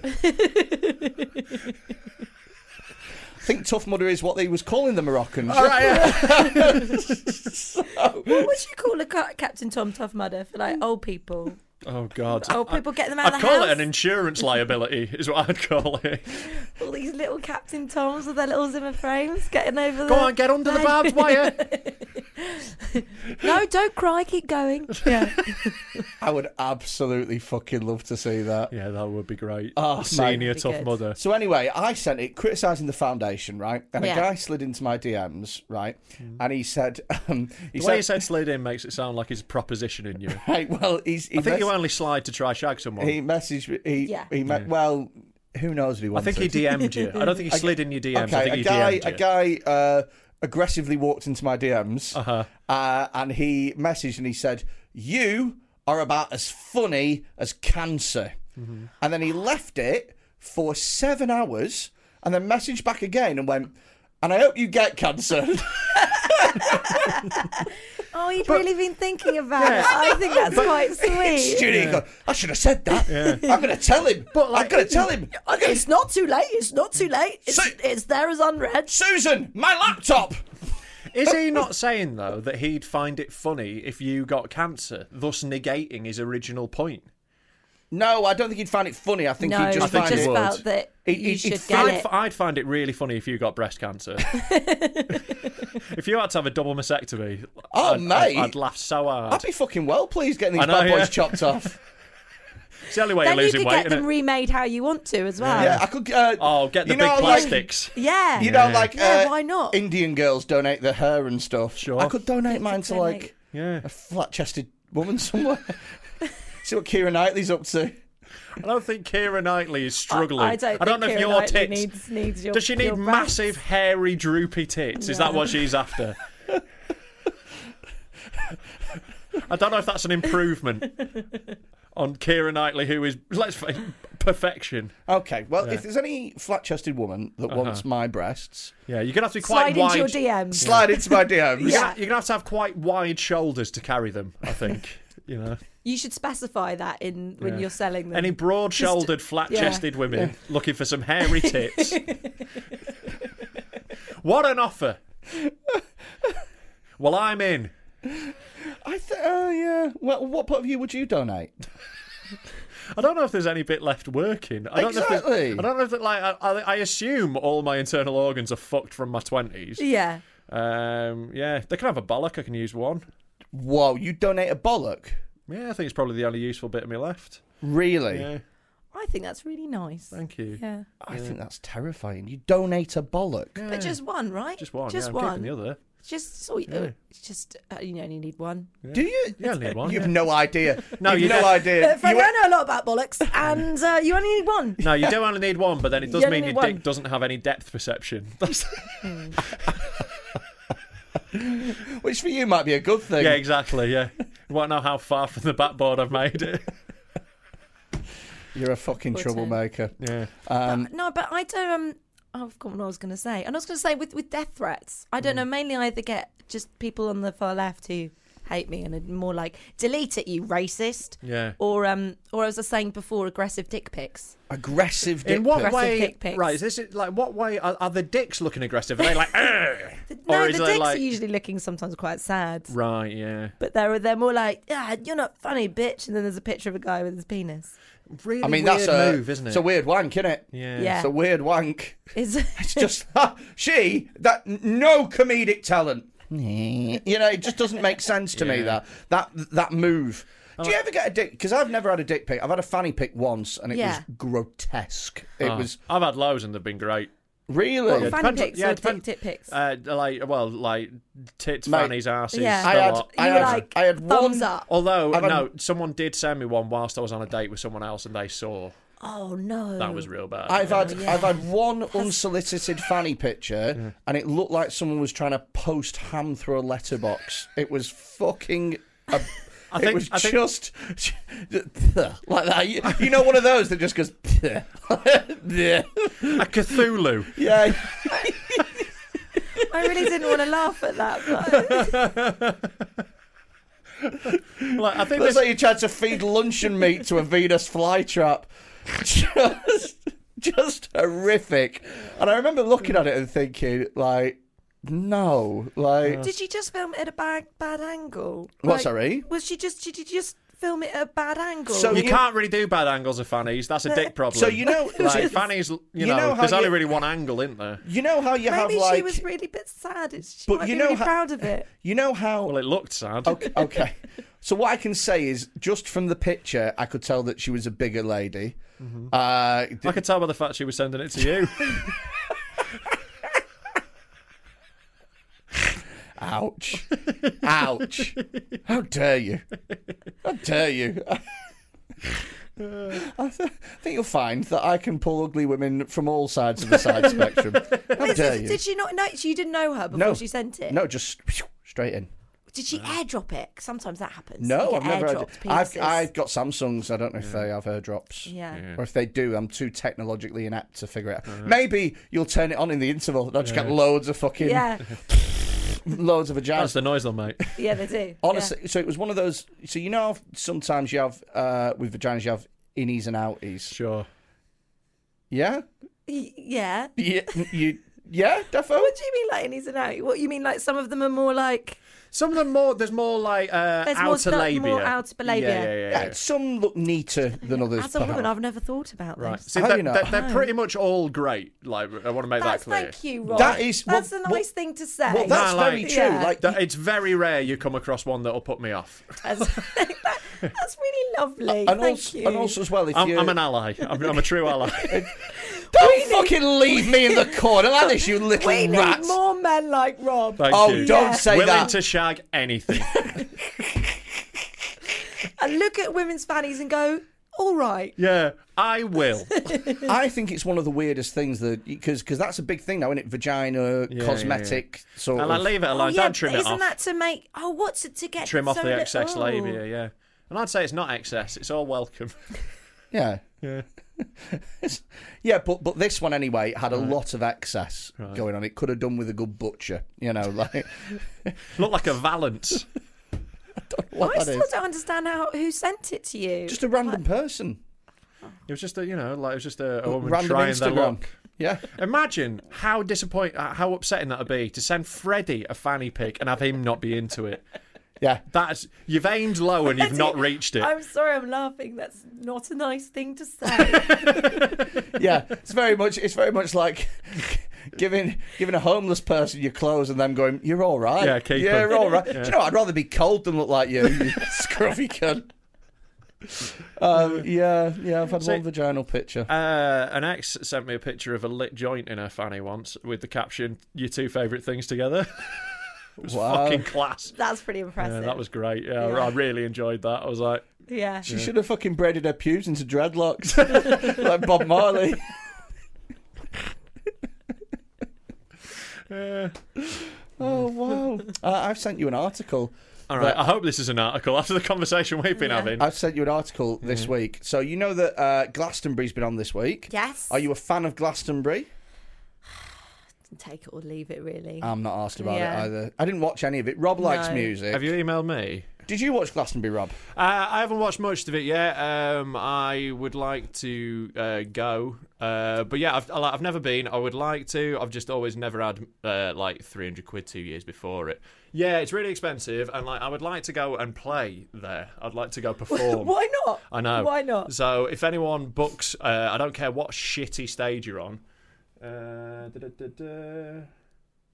think tough mudder is what they was calling the Moroccans.
All right, yeah.
*laughs*
What would you call a ca- Captain Tom Tough Mudder for like old
*laughs*
people?
Oh God.
Old people get them out
I'd
of the
call
house.
it an insurance liability, is what I'd call it.
*laughs*
All these little Captain Toms with their little Zimmer frames getting over.
Go
the-
on, get under the barbed wire.
No, don't cry. Keep
*laughs*
going. Yeah.
I would absolutely fucking love to see that.
Yeah, that would be great.
Uh, Oh, mate.
Senior
Be
tough
good.
mother.
So anyway, I sent it criticising the foundation, right? And
Yeah.
a guy slid into my DMs, right? And he said, um,
Mm. The
he said,
way you said slid in makes it sound like he's propositioning you.
*laughs* Hey, well, he's, he,
I think
mess-
you only slide to try shag someone.
he messaged me. He,
Yeah.
he me- well, who knows what he
I
wanted?
think he DM'd you. I don't think he slid in your DMs. I
*laughs* Okay,
think he
a guy,
DM'd you.
a guy uh, aggressively walked into my DMs,
Uh-huh.
uh and he messaged and he said, "You are about as funny as cancer,"
Mm-hmm.
and then he left it for seven hours, and then messaged back again and went, "And I hope you get cancer." *laughs*
Oh, you'd really been
*laughs*
thinking about it. I think that's quite sweet.
Judy, go, I should have said that. I'm going to tell him. I'm going to tell him. I'm gonna...
It's not too late. It's not too late. It's,
So-
it's there as unread.
Susan, my laptop.
Is
*laughs*
he not saying though that he'd find it funny if you got cancer, thus negating his original point?
No, I don't think he'd find it funny. I think
no,
he'd
I
just
think
find
he
just
it.
would.
felt that
It-
you
it-
should
it's
get
I'd,
it.
f- I'd find it really funny if you got
*laughs*
breast cancer. if you had to have a double mastectomy,
Oh,
I'd,
mate.
I'd, I'd laugh so hard.
I'd be fucking well pleased getting
I
these
know,
bad boys
yeah.
chopped off.
It's the only way
Then
you're
you
losing
could
weight.
get them
innit?
remade how you want to *laughs* as well.
yeah, I could. Uh,
oh, get the
you
big
know, like-
plastics.
Yeah.
you know, like
Yeah,
uh,
why not?
Indian girls donate their hair and stuff.
Sure.
I could donate mine
could
to
donate.
like
Yeah.
a flat-chested woman somewhere. *laughs* See what Kira Knightley's up to.
I don't think Kira Knightley is struggling.
I don't think
know if
Keira
your
Knightley
tits.
needs- needs your-
Does she
your
need
breasts.
massive, hairy, droopy tits? Is that what she's after? I don't know if that's an improvement on Kira Knightley, who is let's face it, perfection.
Okay, well, if there's any flat-chested woman that wants my breasts,
Yeah, you're gonna have to be Uh-huh. quite
Slide into
wide.
your DMs.
slide into my DMs.
You're, gonna, you're gonna have to have quite wide shoulders to carry them. I think. You know,
You should specify that in when
Yeah.
you're selling them.
any
Um,
broad-shouldered, flat-chested women looking for some hairy
*laughs*
tits. what an offer! Well, I'm in.
I th- uh, yeah. Well, what part of you would you donate?
I don't know if there's any bit left working. I don't Know if
Exactly.
there's- I don't know if that, like I, I I assume all my internal organs are fucked from my twenties.
Yeah.
Um, yeah, they can have a bollock. I can use one.
Whoa, you donate a bollock?
Yeah, I think it's probably the only useful bit of me left.
Really?
Yeah,
I think that's really nice.
thank you.
Yeah.
I think that's terrifying. You donate a bollock.
Yeah.
But just one, right?
Just one.
Just
yeah, I'm
one.
keeping the other.
Just so you, uh, it's just uh, you only need one.
Do you? Uh,
Yeah, I need one,
You've
yeah.
no idea.
No,
You've
you
no
don't.
idea.
Uh, Frank,
You-
I know a lot about
*laughs*
bollocks, and uh, you only need one.
No, you do only need one, but
*laughs*
then it does
You only
mean your
need one.
dick doesn't have any depth perception. *laughs* That's
which for you might be a good thing.
yeah, exactly. Yeah, you won't know how far from the backboard I've made *laughs* it.
You're a fucking
Poor
troublemaker.
Yeah.
No, but I don't. Um, oh, I've forgotten what I was going to say. And I was going to say with with death threats. I
Mm.
don't know. Mainly, I either get just people on the far left who hate me and are more like delete it, you racist.
Yeah.
Or um, or as I was saying before, aggressive dick pics.
Aggressive. Dick
In what
pic.
Aggressive
way?
dick pics.
Right, is this like what way are, are the dicks looking aggressive? Are they *laughs* like, "Argh"?
No,
or
the
is
dicks
they like,
are usually looking sometimes quite sad.
right? Yeah,
But they're they're more like, ah, you're not funny, bitch. And then there's a picture of a guy with his penis.
really.
I mean,
weird
that's a
move, isn't it?
It's a weird wank, isn't it?
Yeah.
Yeah.
It's a weird wank.
Is
*laughs* It's just she that no
*laughs*
comedic talent. You know, it just doesn't make sense to me that that that move. Do you ever get a dick? Because I've never had a dick pic. I've had a fanny pic once, and it
Yeah.
was grotesque. It
Oh,
was
I've had loads and they've been great.
really.
What, fanny
Depends on-
pics
yeah,
or
depend-
dick tit pics?
Uh, like, well, like tits,
Mate,
fannies, asses.
Yeah.
the
I had,
lot.
I
You
had,
like
I had
thumbs
one.
up.
Although,
I've had-
no, someone did send me one whilst I was on a date with someone else, and they saw
oh no,
that was real bad.
I've
yeah.
had I've had one unsolicited fanny picture, and it looked like someone was trying to post ham through a letterbox. It was fucking. A,
I
it
think-
was
I think-
just *laughs* like that. You, you know, one of those that just goes. *laughs*
a
*laughs*
Cthulhu.
yeah,
I really didn't want to laugh at that. But
Like, I think this,
looks like you tried to feed luncheon meat to a Venus flytrap. *laughs* Just, just horrific. And I remember looking at it and thinking, like, no, like,
Did she just film it at a bad bad angle?
What, sorry?
Was she just? Did she just film it at a bad angle?
So
You
you-
can't really do bad angles of fannies. That's a dick problem.
*laughs* So you know-
like fannies, you,
You
know,
know how
there's only
you-
really one angle, isn't there?
you know how you have
Maybe
like,
she was really a bit sad. It's- She
But
might
you
be
know
really
how-
proud of it.
*laughs* you know how
Well, it looked sad.
okay, okay. So what I can say is, just from the picture, I could tell that she was a bigger lady.
Mm-hmm.
Uh, d-
I could tell by the fact she was sending it to
*laughs*
you.
ouch, ouch! How dare you? How dare you? *laughs* I, th- I think you'll find that I can pull ugly women from all sides of the
*laughs*
side spectrum. How
Wait,
dare
did,
you?
did she not know? You didn't know her before she sent it.
No, just straight in.
Did she airdrop it? 'Cause Sometimes that happens.
No,
You get
I've never. Heard,
airdropped
I've
penises.
I've got Samsungs. I don't know if they have airdrops.
Yeah. Yeah.
Or if they do, I'm too technologically inapt to figure it out. Maybe you'll turn it on in the interval, and I just get loads of fucking
yeah,
*laughs* loads of vagina.
That's the noise they'll make.
yeah, they do.
Honestly, so it was one of those. So you know, how sometimes you have uh, with vaginas, you have innies and outies.
Sure.
Yeah,
yeah. Y- yeah.
yeah, you, yeah, defo.
What do you mean, like, and he's an out? What you mean, like, some of them are more like
Some of them more. There's more like uh,
There's
outer
more stuff-
labia.
more outer labia.
Yeah, yeah, yeah. yeah.
Yeah, some look neater than others.
As a woman,
perhaps.
I've never thought about
Right.
this.
See,
How
they're,
you know?
they're, they're pretty much all great. Like, I want to make
That's,
that clear.
thank you, Rob.
That is-
that's
well,
a nice
well-
thing to say.
well, that's
Nah, like-
very true.
Yeah.
Like
That- it's very rare you come across one that'll put me off.
That's, that- *laughs* that's really lovely.
and
Thank
also,
you.
and also as well, if
I'm,
you
I'm an ally. I'm, I'm a true
*laughs*
ally.
Don't fucking leave me in the corner like this, you little
we need
rat.
more men like Rob.
Thank
Oh,
you.
don't say
Willing
that.
to shag anything.
*laughs* And look at women's fannies and go, all right.
yeah,
*laughs*
I will.
I think it's one of the weirdest things that because because that's a big thing now, isn't it? Vagina,
yeah, yeah.
cosmetic sort
And I
of.
leave it alone.
Oh, yeah,
don't trim
but
it
isn't
off.
that to make? Oh, what's it to get?
trim off
so
the
little-
excess
oh.
labia, yeah. And I'd say it's not excess, it's all welcome. *laughs*
*laughs*
yeah. Yeah. yeah, but but this one anyway had a lot of excess going on. It could have done with a good butcher, you know, *laughs* like
Look like a valance.
what
Oh, I
that
still
is.
don't understand how who sent it to you.
Just a random person,
It was just a, you know, like it was just a, a woman
random
trying their
Instagram.
luck.
Yeah,
Imagine how disappointing, how upsetting that would be to send Freddie a fanny pic and have him not be into it.
yeah.
That's you've aimed low and you've not reached it.
I'm sorry, I'm laughing. That's not a nice thing to say.
yeah, it's very much. It's very much like *laughs* giving giving a homeless person your clothes and them going, "You're all right."
Yeah, keep
Yeah,
'em."
you're all right.
Yeah.
Do you know? what? I'd rather be cold than look like you, you *laughs* scruffy
*laughs*
cunt. Um, yeah, yeah. I've had
So-
one vaginal picture.
Uh, an ex sent me a picture of a lit joint in her fanny once with the caption, Your two favourite things together. *laughs* it was
Wow.
fucking class.
That's pretty impressive.
Yeah, that was great. Yeah, I really enjoyed that. I was like,
yeah.
she should have fucking braided her pubes into dreadlocks *laughs* like Bob Marley.
eh.
Oh wow! Uh, I've sent you an article.
All right,
But-
I hope this is an article after the conversation we've been having.
I've sent you an article this week. So you know that uh, Glastonbury's been on this week.
Yes.
Are you a fan of Glastonbury?
*sighs* Take it or leave it, really.
I'm not asked about
Yeah.
it either. I didn't watch any of it. Rob likes
No.
music.
Have you emailed me?
Did you watch Glastonbury, Rob?
Uh, I haven't watched much of it yet. Um, I would like to uh, go, uh, but yeah, I've, I- I've never been. I would like to. I've just always never had uh, like three hundred quid two years before it. Yeah, it's really expensive, and like I would like to go and play there. I'd like
*laughs*
to go perform.
Why not?
I know.
Why not?
So if anyone books, uh, I don't care what shitty stage you're on. Uh, da-da-da-da.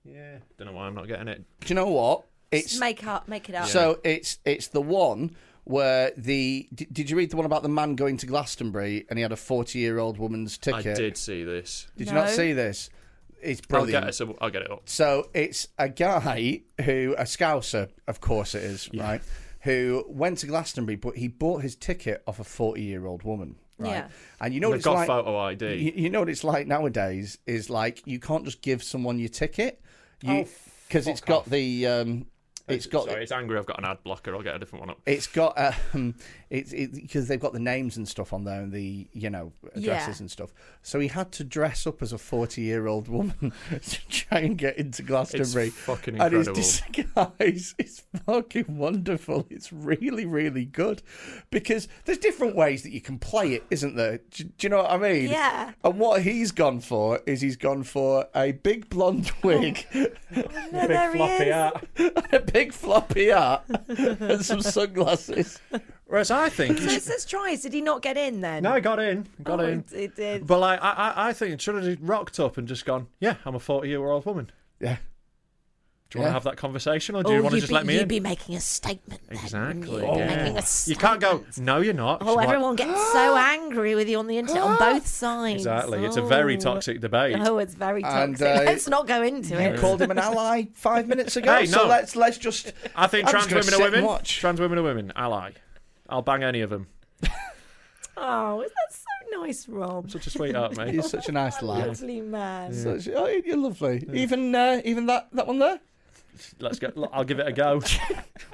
Yeah, don't know why I'm not getting it.
Do you know what?
Just *laughs*
It's
make up, make it up.
so it's it's the one where the d- did you read the one about the man going to Glastonbury and he had a forty year old woman's
I
ticket?
did see this.
Did you not
No.
see this? It's
I'll get,
brilliant.
it, so I'll get it up.
So it's a guy who, a scouser, of course it is, right? Who went to Glastonbury, but he bought his ticket off a 40 year old woman, right?
Yeah.
And you know what
They've
it's
got
like.
photo ID.
You, you know what it's like nowadays is like you can't just give someone your ticket. You,
Oh,
Because it's
fuck
got
off.
the. Um,
It's got
Sorry, it's angry. I've got an ad blocker. I'll get a different one up.
It's got um, it's because they've got the names and stuff on there and the you know addresses
Yeah.
and stuff. So he had to dress up as a forty-year-old woman *laughs* to try and get into Glastonbury.
fucking
and his
incredible.
disguise *laughs* is fucking wonderful. It's really really good because there's different ways that you can play it, isn't there? Do, do you know what I mean?
Yeah.
And what he's gone for is he's gone for a big blonde wig.
Oh. No, there he is.
*laughs* a big floppy hat and
*laughs*
some sunglasses.
Whereas I think
So it says tries. Did he not get in then?
no, I got in, got
Oh,
in.
it- it did.
But like, I, I, I think it should have just rocked up and just gone. Yeah, I'm a 40 year old woman.
Yeah.
Do you want
Yeah.
to have that conversation, or do
Oh,
you want to
you'd
just
be,
let me
you'd
in?
be making a statement. then, wouldn't
Exactly.
you?
yeah.
Making a
You can't go.
statement.
No, you're not. She's
Oh,
like,
everyone gets *gasps* so angry with you on the internet on *gasps* both sides.
Exactly. It's a very
Oh.
toxic debate.
Oh, it's very
And,
toxic.
uh,
Let's not go into
You
it.
called him an ally five minutes ago.
Hey,
So
no.
let's let's just.
I think
I'm
trans
just gonna
women
sit
are
and
women.
Watch.
Trans women are women. Ally. I'll bang any of them.
Oh, is that so nice, Rob?
Such a sweetheart, mate.
You're such a nice lad.
Lovely man.
Such- oh, you're lovely. Even uh, even that that one there.
Let's go. look, I'll give it
*laughs*
a go.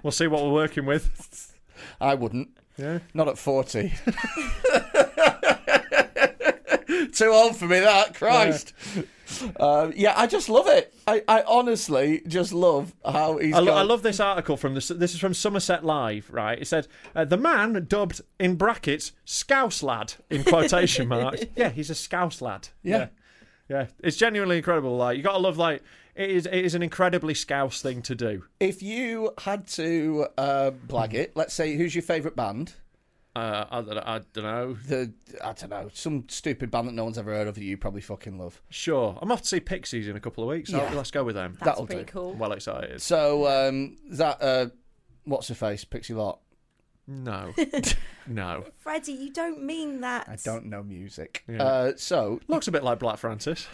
we'll see what we're working with.
I wouldn't.
Yeah.
Not at forty. *laughs* Too old for me, that Christ. Um, yeah, I just love it. I, I honestly just love how he's.
I, lo-
gone-
I love this article from this. This is from Somerset Live, right? It said uh, the man dubbed in brackets "scouse lad" in
*laughs*
quotation marks. yeah, he's a scouse lad.
Yeah.
yeah, Yeah. It's genuinely incredible. Like you got to love. Like it is. It is an incredibly scouse thing to do.
If you had to uh, blag it, let's say who's your favourite band?
Uh, I, don't know.
The I don't know, some stupid band that no one's ever heard of that you probably fucking love.
Sure, I'm off to see Pixies in a couple of weeks. So
Yeah.
let's go with them.
That's
That'll
pretty
do.
I'm
cool.
well excited.
So um, that uh, what's her face? Pixie Lot. *laughs*
No, no.
Freddie, you don't mean that.
I don't know music.
Yeah.
Uh, so
Looks a bit like Black Francis.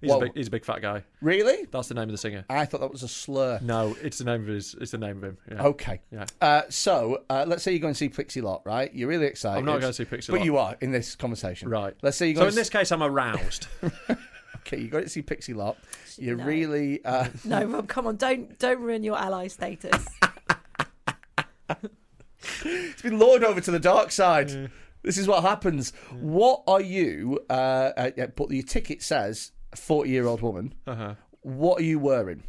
He's
Whoa.
a big. He's a big fat guy.
really,
That's the name of the singer.
I thought that was a slur.
No, it's the name of his. It's the name of him. Yeah.
Okay.
Yeah.
Uh, so uh, let's say you go and see Pixie Lot, right? You're really excited.
I'm not going to see Pixie
but
Lot.
you are in this conversation,
Right.
Let's say you go.
So
and
in this case, I'm
*laughs*
aroused.
okay, you go to see Pixie Lot. You're
No.
really. Uh,
No, Rob, come on, don't don't ruin your ally status.
*laughs* It's been lured over to the dark side. This is what happens. What are you? Uh, uh, yeah, but your ticket says forty-year-old woman.
uh-huh.
What are you wearing?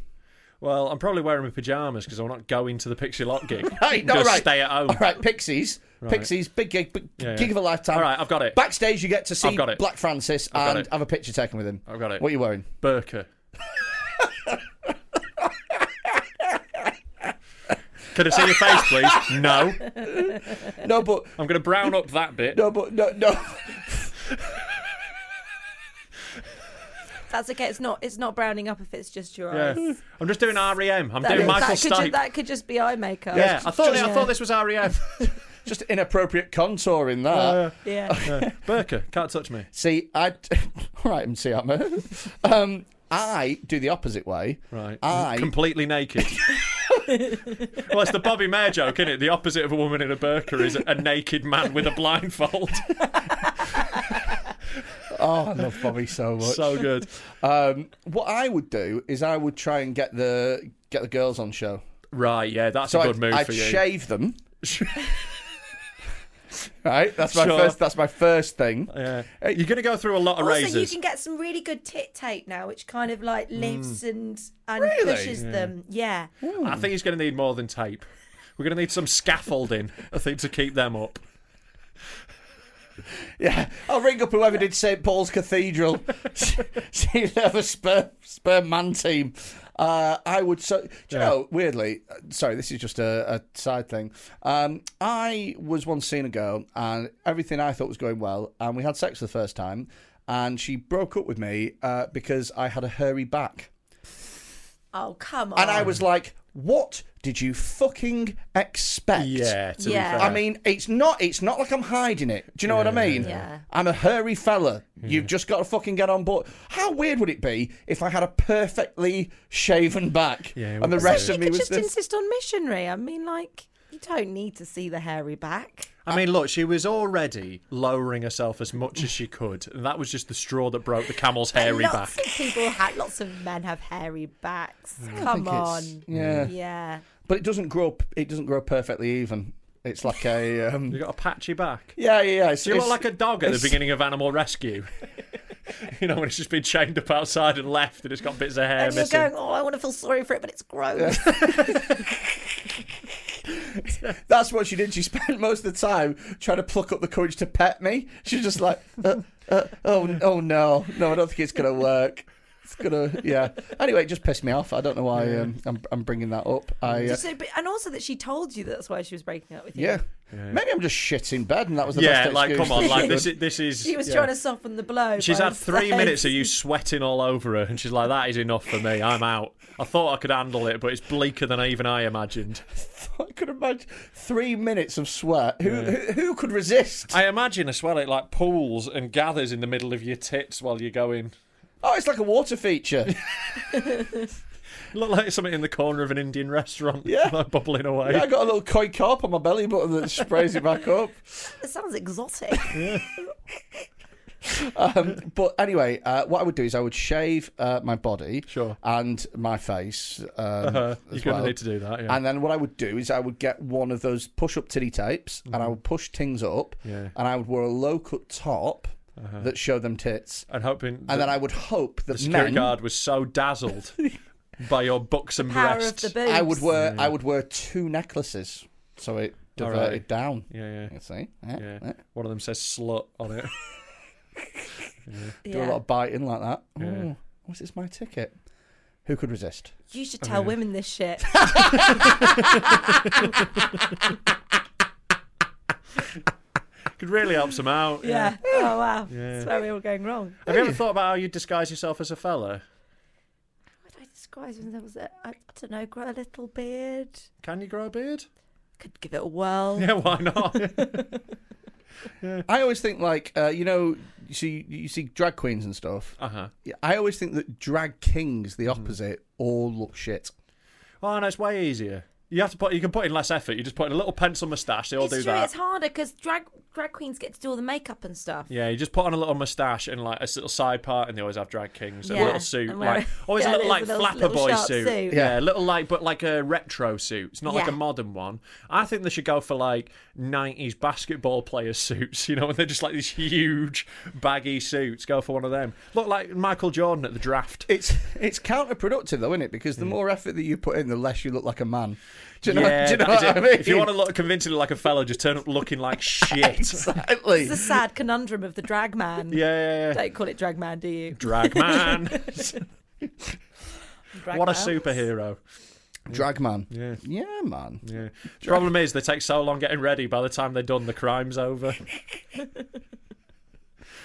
Well, I'm probably wearing my pajamas because I'm not going to the Pixie Lot gig.
Hey,
I'm
no,
gonna
*laughs* right.
stay at home.
All right, Pixies. Pixies, big gig, big
Yeah, yeah.
gig of a lifetime.
All right, I've got it.
Backstage, you get to see
I've got it.
Black Francis
I've got
and
it.
have a picture taken with him.
I've got it.
What are you wearing? *laughs*
Burka. Can I see your face, please? No.
No, but
I'm going to brown up that bit.
no, but no, no.
That's okay. It's not it's not browning up if it's just your
Yeah.
eyes.
*laughs* I'm just doing REM. I'm
That,
doing
that
Michael
could ju-
Stipe.
that could just be eye makeup.
Yeah, I thought
just-
I thought this was E REM.
Just inappropriate contour in that.
Uh,
Yeah.
*laughs*
*laughs*
Burka, can't touch me.
See, I *laughs* all right, MC Hammer. *laughs* Um, I do the opposite way.
Right.
I
Completely *laughs* naked. well, it's the Bobby Mayer joke, isn't it? The opposite of a woman in a burqa is a naked man with a *laughs* blindfold.
oh, I love Bobby so much.
so good.
Um, what I would do is I would try and get the get the girls on show.
Right, yeah, that's
So
a
I
good
would
move
I'd
for you.
shave them. right, that's my
Sure.
first. That's my first thing.
yeah. You're going to go through a lot of
Also, you
razors.
can get some really good tit tape now, which kind of like lifts and and
Really?
pushes them. Yeah.
I think he's going to need more than tape. We're going to need some scaffolding, I think, to keep them *laughs* up.
Yeah, I'll ring up whoever did St Paul's
*laughs*
Cathedral. See if they have a spur spur man team. Uh, I would so. Do you
Yeah.
know? Weirdly, uh, sorry, this is just a, a side thing. Um, I was once seeing a girl, and everything I thought was going well, and we had sex for the first time, and she broke up with me uh, because I had a hairy back,
Oh come on.
and I was like, "What did you fucking expect?"
Yeah, to
Yeah.
be fair.
I mean, it's not. It's not like I'm hiding it. Do you know what I mean?
Yeah.
I'm a hairy fella.
Hmm.
You've just got to fucking get on board. How weird would it be if I had a perfectly shaven back
Yeah, it
and the
would be
rest
you
of me
could
was
just
this?
insist on missionary. I mean, like You don't need to see the hairy back.
I mean, look, she was already lowering herself as much as she could, and that was just the straw that broke the camel's
*laughs*
hairy
lots
back.
Of people have, lots of men have hairy backs.
I
Come
think it's-
on.
Yeah.
Yeah.
But it doesn't grow. p- It doesn't grow perfectly even. It's like a. Um, *laughs*
You got a patchy back.
yeah, yeah, yeah. It's,
So you look
it's-
like a dog at the
it's-
beginning of Animal Rescue. *laughs* you know, when it's just been chained up outside and left, and it's got bits of hair
and you're
missing.
going, oh, I want to feel sorry for it, but it's gross.
*laughs* That's what she did. She spent most of the time trying to pluck up the courage to pet me. She's just like, uh, uh, oh, oh no, no, I don't think it's gonna work. It's gonna, yeah. Anyway, it just pissed me off. I don't know why um, I'm, I'm bringing that up. I, uh,
So, but, and also that she told you that's why she was breaking up with you.
yeah. Maybe I'm just shit in bed, and that was the
yeah,
best
like
excuse
come on,
that
like
she *laughs*
this
would-
is this is.
She was
yeah.
trying to soften the blow.
She's
by
had three
upstairs.
minutes of you sweating all over her, and she's like, "That is enough for me. I'm out. I thought I could handle it, but it's bleaker than even I imagined.
*laughs* I could imagine three minutes of sweat. Who who, who could resist?
I imagine as well it like pools and gathers in the middle of your tits while you're going.
oh, it's like a
*laughs*
water feature.
Look like something in the corner of an Indian restaurant, *laughs*
Yeah.
like bubbling away.
yeah, I got a little koi carp on my belly button that sprays it
*laughs*
back up.
It sounds exotic.
Um, but anyway, uh, what I would do is I would shave uh, my body
Sure.
and my face. Um,
Uh, *laughs* you're
as
gonna
well.
need to do that, yeah.
And then what I would do is I would get one of those push-up titty tapes and I would push things up
Mm-hmm. Yeah.
and I would wear a low-cut top that showed them tits.
and hoping. that
And then I would hope
the
that
security
men,
guard was so
*laughs*
dazzled by your buxom
Power
breasts.
of the boobs.
I would wear I would wear two necklaces so it
All
diverted
right.
down.
Oh, Yeah, yeah,
You see,
yeah.
yeah. yeah.
One of them says "slut" on
*laughs*
it.
do a
Yeah.
lot of biting like that.
Yeah.
Oh, was this my ticket? Who could resist?
You should tell women this shit.
Could really help some out.
Yeah. Oh wow.
Yeah.
That's where we were going wrong.
Have you ever thought about how you disguise yourself as a fella?
What would I describe when there was a, I, I don't know, grow a little beard.
Can you grow a beard? *laughs*
Could give it a whirl.
Yeah, why
*laughs*
not?
I always think like uh, you know, you see you see drag queens and stuff.
uh huh.
Yeah, I always think that drag kings,
Mm-hmm.
the opposite, all look shit.
Oh no, it's way easier. You have to put. You can put in less effort. You just put in a little pencil moustache. They all
it's
do
true.
that.
It's harder because drag drag queens get to do all the makeup and stuff.
Yeah, you just put on a little moustache and like a little side part, and they always have drag kings. and A
Yeah,
little suit,
and wear
like
a- *laughs*
always
yeah,
a little
it
like
is, with a
flapper
little
boy
sharp
suit.
suit.
Yeah. a little like but like a retro suit. It's not like a
Yeah.
modern one. I think they should go for like '90s basketball player *laughs* suits. You know, and they're just like these huge baggy suits. Go for one of them. Look like Michael Jordan at the draft.
It's it's counterproductive though, isn't it? Because the more effort that you put in, the less you look like a man. Do you know? *laughs*
yeah,
do you know
that is
what I
it.
mean?
If you want to look convincingly like a fellow, just turn up looking
*laughs*
like shit.
exactly.
It's a sad conundrum of the drag man.
Yeah, yeah, yeah.
Don't call it drag man, do you?
Drag man.
Drag
what a
man.
*laughs* superhero.
Drag man.
Yeah.
Yeah, man.
Yeah. Problem is, they take so long getting ready. By the time they're done, the crime's
*laughs*
over.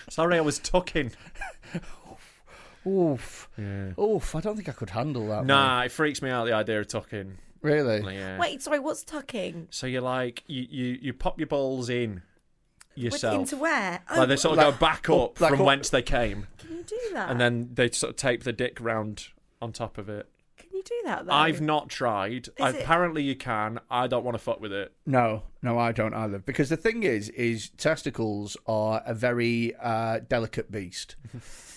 Sorry, I was tucking.
Oof. Oof. I don't think I could handle that. man.
Nah, it freaks me out the idea of tucking.
Really?
Like, yeah.
Wait, sorry, what's tucking?
So you're like you you, you pop your balls in
With,
yourself.
into where? Oh,
like they sort of
Like-
go back up
like
from
up-
whence they came,
can you do that?
and then they sort of tape the dick round on top of it.
can you do that? Though?
I've not tried.
Oh. Is it-
Apparently, you can. I don't want to fuck with it.
No, no, I don't either. Because the thing is, is testicles are a very uh,
*laughs*
delicate beast,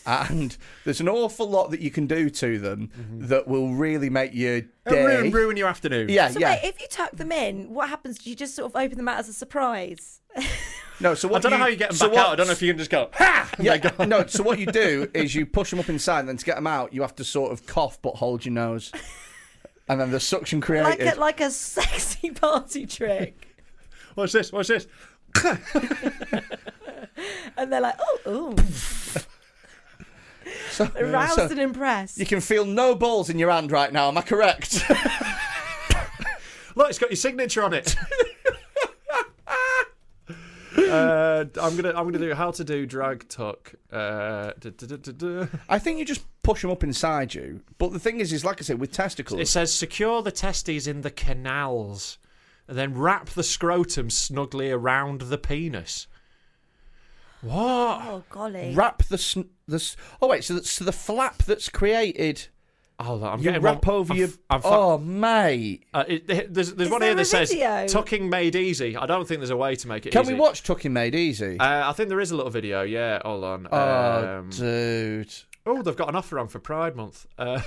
and there's an awful lot that you can do to them
Mm-hmm.
that will really make your
It'll
day.
ruin, ruin your afternoon.
Yeah,
So
yeah.
wait, if you tuck them in, what happens? Do you just sort of open them out as a surprise?
no, so
I
what
don't know how you get them back out. I don't know if you can just go ha. and
Yeah,
they go-
*laughs* no. So what you
*laughs*
do is you push them up inside, and then to get them out, you have to sort of cough but hold your nose, and then the suction
Like
created.
a, like a sexy party trick.
What's this? What's this?
And they're like, oh, ooh,
so,
aroused
so
and impressed.
you can feel no balls in your hand right now. Am
*laughs*
I correct?
Look, it's got your signature on it. *laughs* uh, I'm gonna I'm gonna do how to do drag tuck. Uh, duh, duh, duh, duh, duh.
I think you just push them up inside you. But the thing is, is like I said, with testicles,
It says secure the testes in the canals, and then wrap the scrotum snugly around the penis. What?
oh, golly.
wrap the sn- the. s- Oh wait, so the, so the flap that's created
Hold on, I'm
You
getting
wrap
one-
over
I'm
your.
f- I'm fu-
oh, mate.
Uh, it, there's there's
Is
one
there a
here that says
video?
tucking made easy. I don't think there's a way to make it.
Can
easy.
we watch Tucking Made Easy?
Uh, I think there is a little video. Yeah, hold on.
oh,
Um,
dude.
oh, they've got an offer on for Pride Month.
*laughs*
Uh,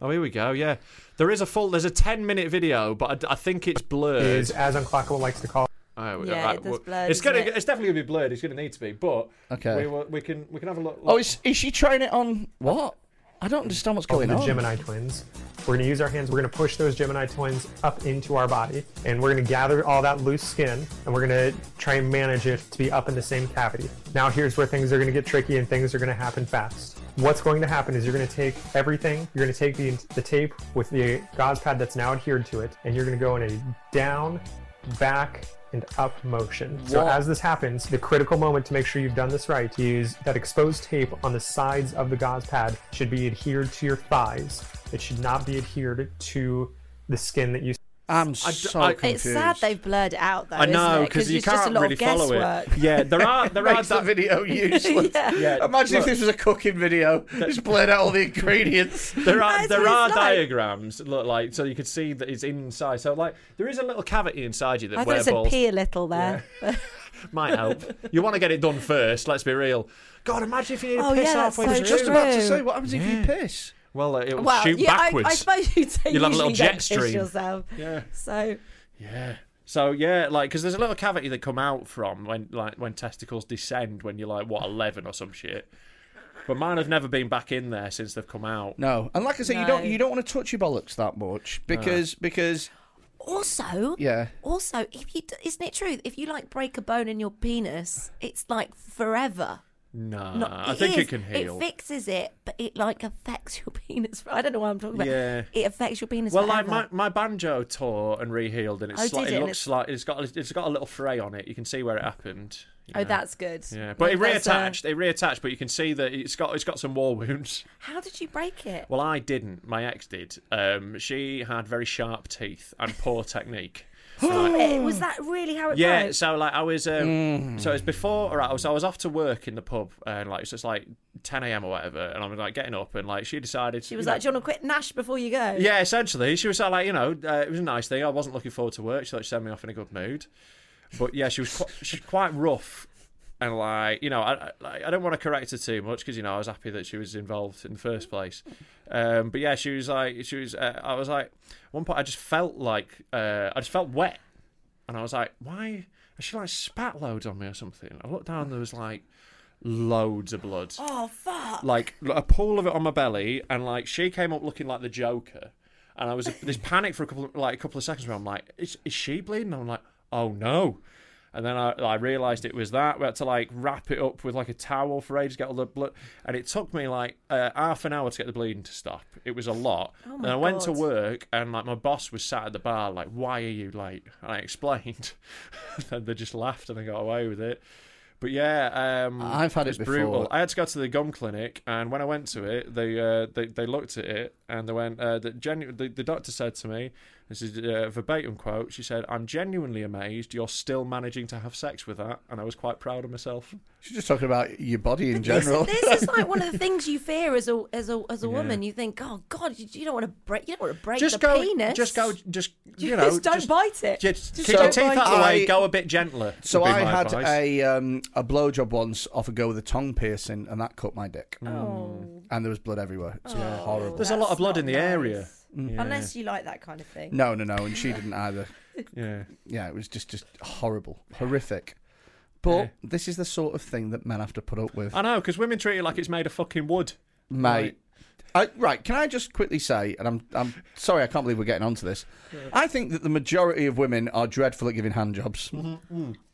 oh, here we go. Yeah, there is a full. There's a ten minute video, but I, I think it's blurred.
as Unclockable likes to call.
Oh,
Yeah,
right,
it does
well,
blurred,
it's
isn't
gonna.
it?
It's definitely gonna be blurred. It's gonna need to be. But
Okay.
we, will- we can we can have a look.
Oh, is, is she trying it on what? I don't understand what's going
the
on.
Gemini twins. We're going to use our hands. We're going to push those Gemini twins up into our body, and we're going to gather all that loose skin, and we're going to try and manage it to be up in the same cavity. Now, here's where things are going to get tricky, and things are going to happen fast. What's going to happen is you're going to take everything. You're going to take the the tape with the gauze pad that's now adhered to it, and you're going to go in a down, back. And up motion. So
Whoa.
as this happens, the critical moment to make sure you've done this right is that exposed tape on the sides of the gauze pad should be adhered to your thighs. It should not be adhered to the skin that you.
I'm so
I- It's
confused.
It's sad
*laughs*
they've blurred it out though.
I know
because
because you
it's just a
can't
lot
really
of
follow
guesswork.
it. *laughs* Yeah, there
*laughs*
are there are
Makes the
that,
*laughs* video useless.
Yeah,
Imagine
look.
if this was a cooking video. Just blurred out all the ingredients.
there are
That's
there
what
are
it's like.
diagrams that look like so you could see that it's inside. So like there is a little cavity inside you that
I thought
where
it said
balls
pee a little there.
might help. You want to get
*laughs*
it done first. Let's be real. God, imagine if you need to
Oh,
piss
yeah, that's
halfway
so
through.
Just about to
True.
say, what happens if you piss?
Well, uh, it'll
well,
shoot
yeah, I-
backwards.
I, suppose you'd say
You'll have a little
usually
jet
don't piss
stream.
yourself.
Yeah.
So
Yeah. So yeah, like because there's a little cavity that come out from when like when testicles descend when you're like what eleven or some shit. But mine have never been back in there since they've come out.
No. And like I say, you don't you don't want to touch your bollocks that much because because
also,
yeah.
also, if you d- isn't it true if you like break a bone in your penis, it's like forever.
No,
Not-
I think
is.
it can heal.
It fixes it, but it like affects your penis. I don't know what I'm talking about.
Yeah.
It affects your penis.
well, like my,
forever.
my banjo tore and rehealed, and it's
Oh, did
sli-
it?
it
And it's-
looks like it's got it's got a little fray on it. You can see where it happened. you
Oh,
know.
that's good.
yeah. But it
Well, that's, uh,
reattached. It reattached, but you can see that it's got it's got some war wounds.
How did you break it?
Well, I didn't. My ex did. Um, she had very sharp teeth and
*gasps*
poor technique. Like-
It- was that really how it Mm.
Yeah,
broke?
so like I was, um, so it's before, or I was, I was off to work in the pub, and like so it's like 10 a.m. or whatever, and I'm like getting up, and like she decided
She was
you
like, "Do you want to quit Nash before you go?"
know- yeah, essentially, she was sort of like, you know, uh, it was a nice thing. I wasn't looking forward to work. She like sent me off in a good mood, but yeah, she was qu- she's quite rough, and like you know, I I- like, I don't want to correct her too much because you know I was happy that she was involved in the first place, um, but yeah, she was like she was. Uh, I was like, at one point I just felt like uh, I just felt wet. And I was like, why? And she like spat loads on me or something. I looked down, there was like loads of blood.
Oh fuck!
Like a pool of it on my belly. And like she came up looking like the Joker. And I was this panic for a couple of, like a couple of seconds where I'm like, is, is she bleeding? And I'm like, oh no. And then I, I realised it was that. We had to like wrap it up with like a towel for ages, get all the blood. And it took me like uh, half an hour to get the bleeding to stop. It was a lot.
Oh
and
my
I went to
God.
work and like my boss was sat at the bar like, why are you late? And I explained. and they just laughed and I got away with it. But yeah, um,
I've had
was
it
brutal.
before.
I had to go to the gum clinic, and when I went to it, they uh, they, they looked at it and they went. Uh, the, genu- the the doctor said to me, "This is a verbatim quote." She said, "I'm genuinely amazed you're still managing to have sex with that," and I was quite proud of myself.
She's just talking about your body in
But this-
general.
This, is like one of the things you fear as a as a as a woman. You think, oh God, you, you don't want to break. You don't want to break
just
the
go,
penis. *laughs*
just go, just you know,
Just don't bite it.
Just,
Just
keep
don't
your teeth
bite
out of the
it.
way.
I-
Go a bit gentler.
*laughs* So
would be
I
my
had
advice.
a um, a blowjob once off a go with a tongue piercing, and that cut my dick, and there was blood everywhere. It's horrible.
Mm.
Mm.
There's a lot
Oh.
of
That's
blood
not
in the
nice.
area. Yeah.
Unless you like that kind of thing.
No, no, no, and she didn't either.
yeah.
Yeah, it was just just horrible, horrific. But
Yeah.
this is the sort of thing that men have to put up with,
I know because women treat it like it's made of fucking wood.
mate. I, right, can I just quickly say, and I'm I'm sorry, I can't believe we're getting onto this. I think that the majority of women are dreadful at giving handjobs.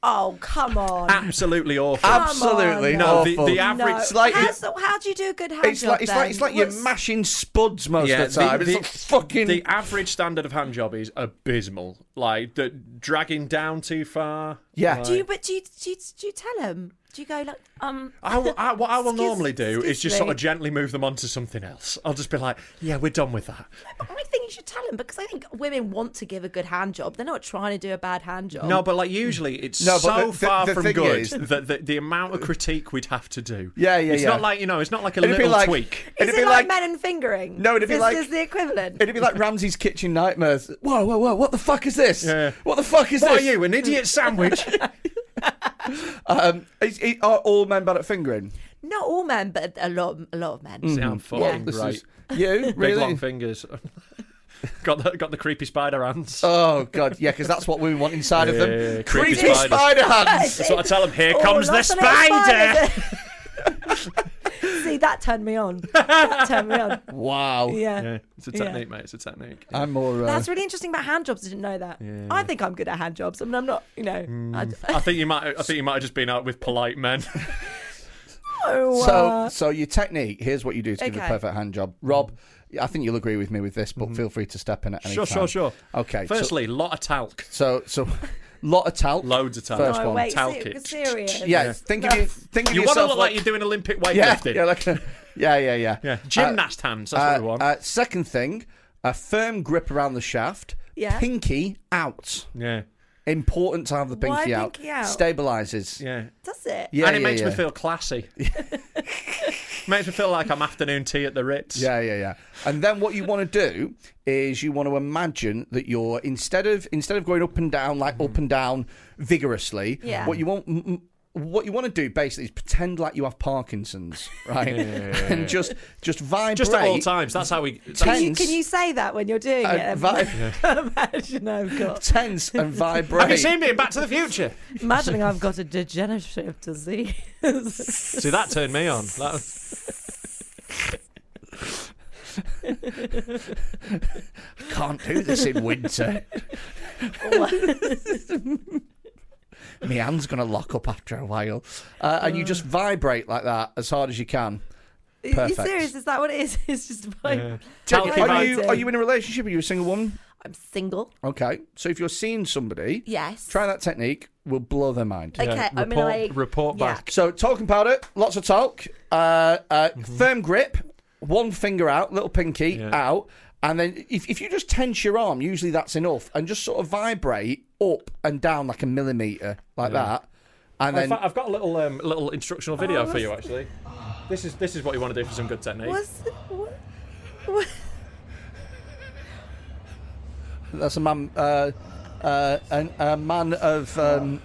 Oh come on.
Ah, Absolutely awful.
Absolutely
on.
No, the-
awful.
the
no.
average-
It's like-
How's the- how do you do a good hand
It's like it's like it's like you're mashing spuds most of the time. it's like fucking
the average standard of hand job is abysmal. Like the dragging down too far.
yeah.
Do you? But do you, do you? Do you tell him? Do you go like um?
I will- I-
*laughs*
what I will
Excuse-
normally do is
excuse
just sort of
me.
gently move them on to something else. I'll just be like, "Yeah, we're done with that."
I think you should tell him because I think women want to give a good hand job. They're not trying to do a bad hand job.
No, Um, but like usually it's
No, but
so
the- the-
far
the
from
thing
good
is-
that the, the amount of critique we'd have to do.
Yeah, yeah,
It's
yeah.
not like you know, it's not like a
It'd be
little
like-
tweak.
is
it'd
it
be
like,
like-
men and fingering?
No, it'd be
this
like-
is the equivalent.
It'd be like Ramsey's Kitchen Nightmares. Whoa, whoa, whoa! What the fuck is this?
Yeah.
What the fuck is
What are
this?
you, an idiot *laughs* sandwich?
Um, is, is- are all men bad at fingering? Mm-hmm.
not all men, but a lot, of, a lot of men.
Sound fucking
This
right.
is- you
Big long
really?
fingers. *laughs* got the got the creepy spider hands.
Oh god, yeah, because that's what women want inside of
Yeah,
them.
creepy
Creepy,
spiders.
spider hands.
That's what I tell them. Here
Oh,
comes the
lots of
spider.
little
*laughs*
spiders. See, that turned me on. That turned me on.
Wow.
Yeah.
Yeah, it's a
Yeah.
technique, mate. It's a technique.
I'm more. Uh,
That's really interesting about hand jobs. I didn't know that. I think I'm good at hand jobs. I mean, I'm not, you know. I, *laughs*
I think you might. I think you might have just been out with polite men.
oh,
so,
uh,
so your technique. Here's what you do to give a
Okay.
perfect hand job, Rob. I think you'll agree with me with this, but feel free to step in at any
Mm-hmm. *laughs* sure, sure,
time.
sure.
Okay. so-
Firstly, lot of talc.
so so, lot of talc.
Loads of talc.
First
no,
one.
wait,
Talc
se-
it.
serious.
yeah, Think of you. Think of
You want to
yourself
look like, you're doing Olympic
yeah,
weightlifting.
yeah, like a, yeah, yeah, yeah.
Yeah,
Uh,
gymnast hands. That's what we want.
uh, second thing, a firm grip around the shaft.
Yeah.
Pinky out.
yeah,
Important to have the
Why
pinky out.
pinky out?
Stabilizes.
yeah.
Does it?
*laughs* Yeah,
and it
yeah,
makes me
*laughs* yeah.
feel classy. *laughs* makes me feel like I'm afternoon tea at the Ritz.
Yeah, yeah, yeah. And then what you want to do is you want to imagine that you're instead of instead of going up and down like up and down vigorously,
Yeah.
what you want m- m- what you want to do basically is pretend like you have Parkinson's, *laughs* right? and just just vibrate.
Just at all times. That's how we. that's-
Can you,
Tense.
can you say that when you're doing
Uh,
it?
vi-
Imagine I've got.
*laughs* Tense
*laughs*
and vibrate.
Have you seen me in Back to the Future?
Imagining I've got a degenerative disease.
See, that turned me on. That was-
Can't do this in winter. *laughs* My hand's going to lock up after a while. Uh, and you just vibrate like that as hard as you can.
Are you
Perfect.
serious? Is that what it is? *laughs* It's just like
Talc
Like,
him out.
Are you, are you in a relationship? Are you a single woman?
I'm single.
Okay. So if you're seeing somebody,
Yes.
try that technique. Will blow their mind.
Okay,
Yeah,
I mean,
report-
like
report
yeah.
back.
So talking powder, lots of talk, uh, uh, firm grip, one finger out, little pinky
Mm-hmm. Yeah.
out, and then if, if you just tense your arm, usually that's enough, and just sort of vibrate up and down like a millimeter, like that, and Oh,
In
then
fact, I've got a little um, little instructional video for you actually. This is this is what you want to do for some good technique.
What's what? what?
that's a man, uh, uh, an, a man of um,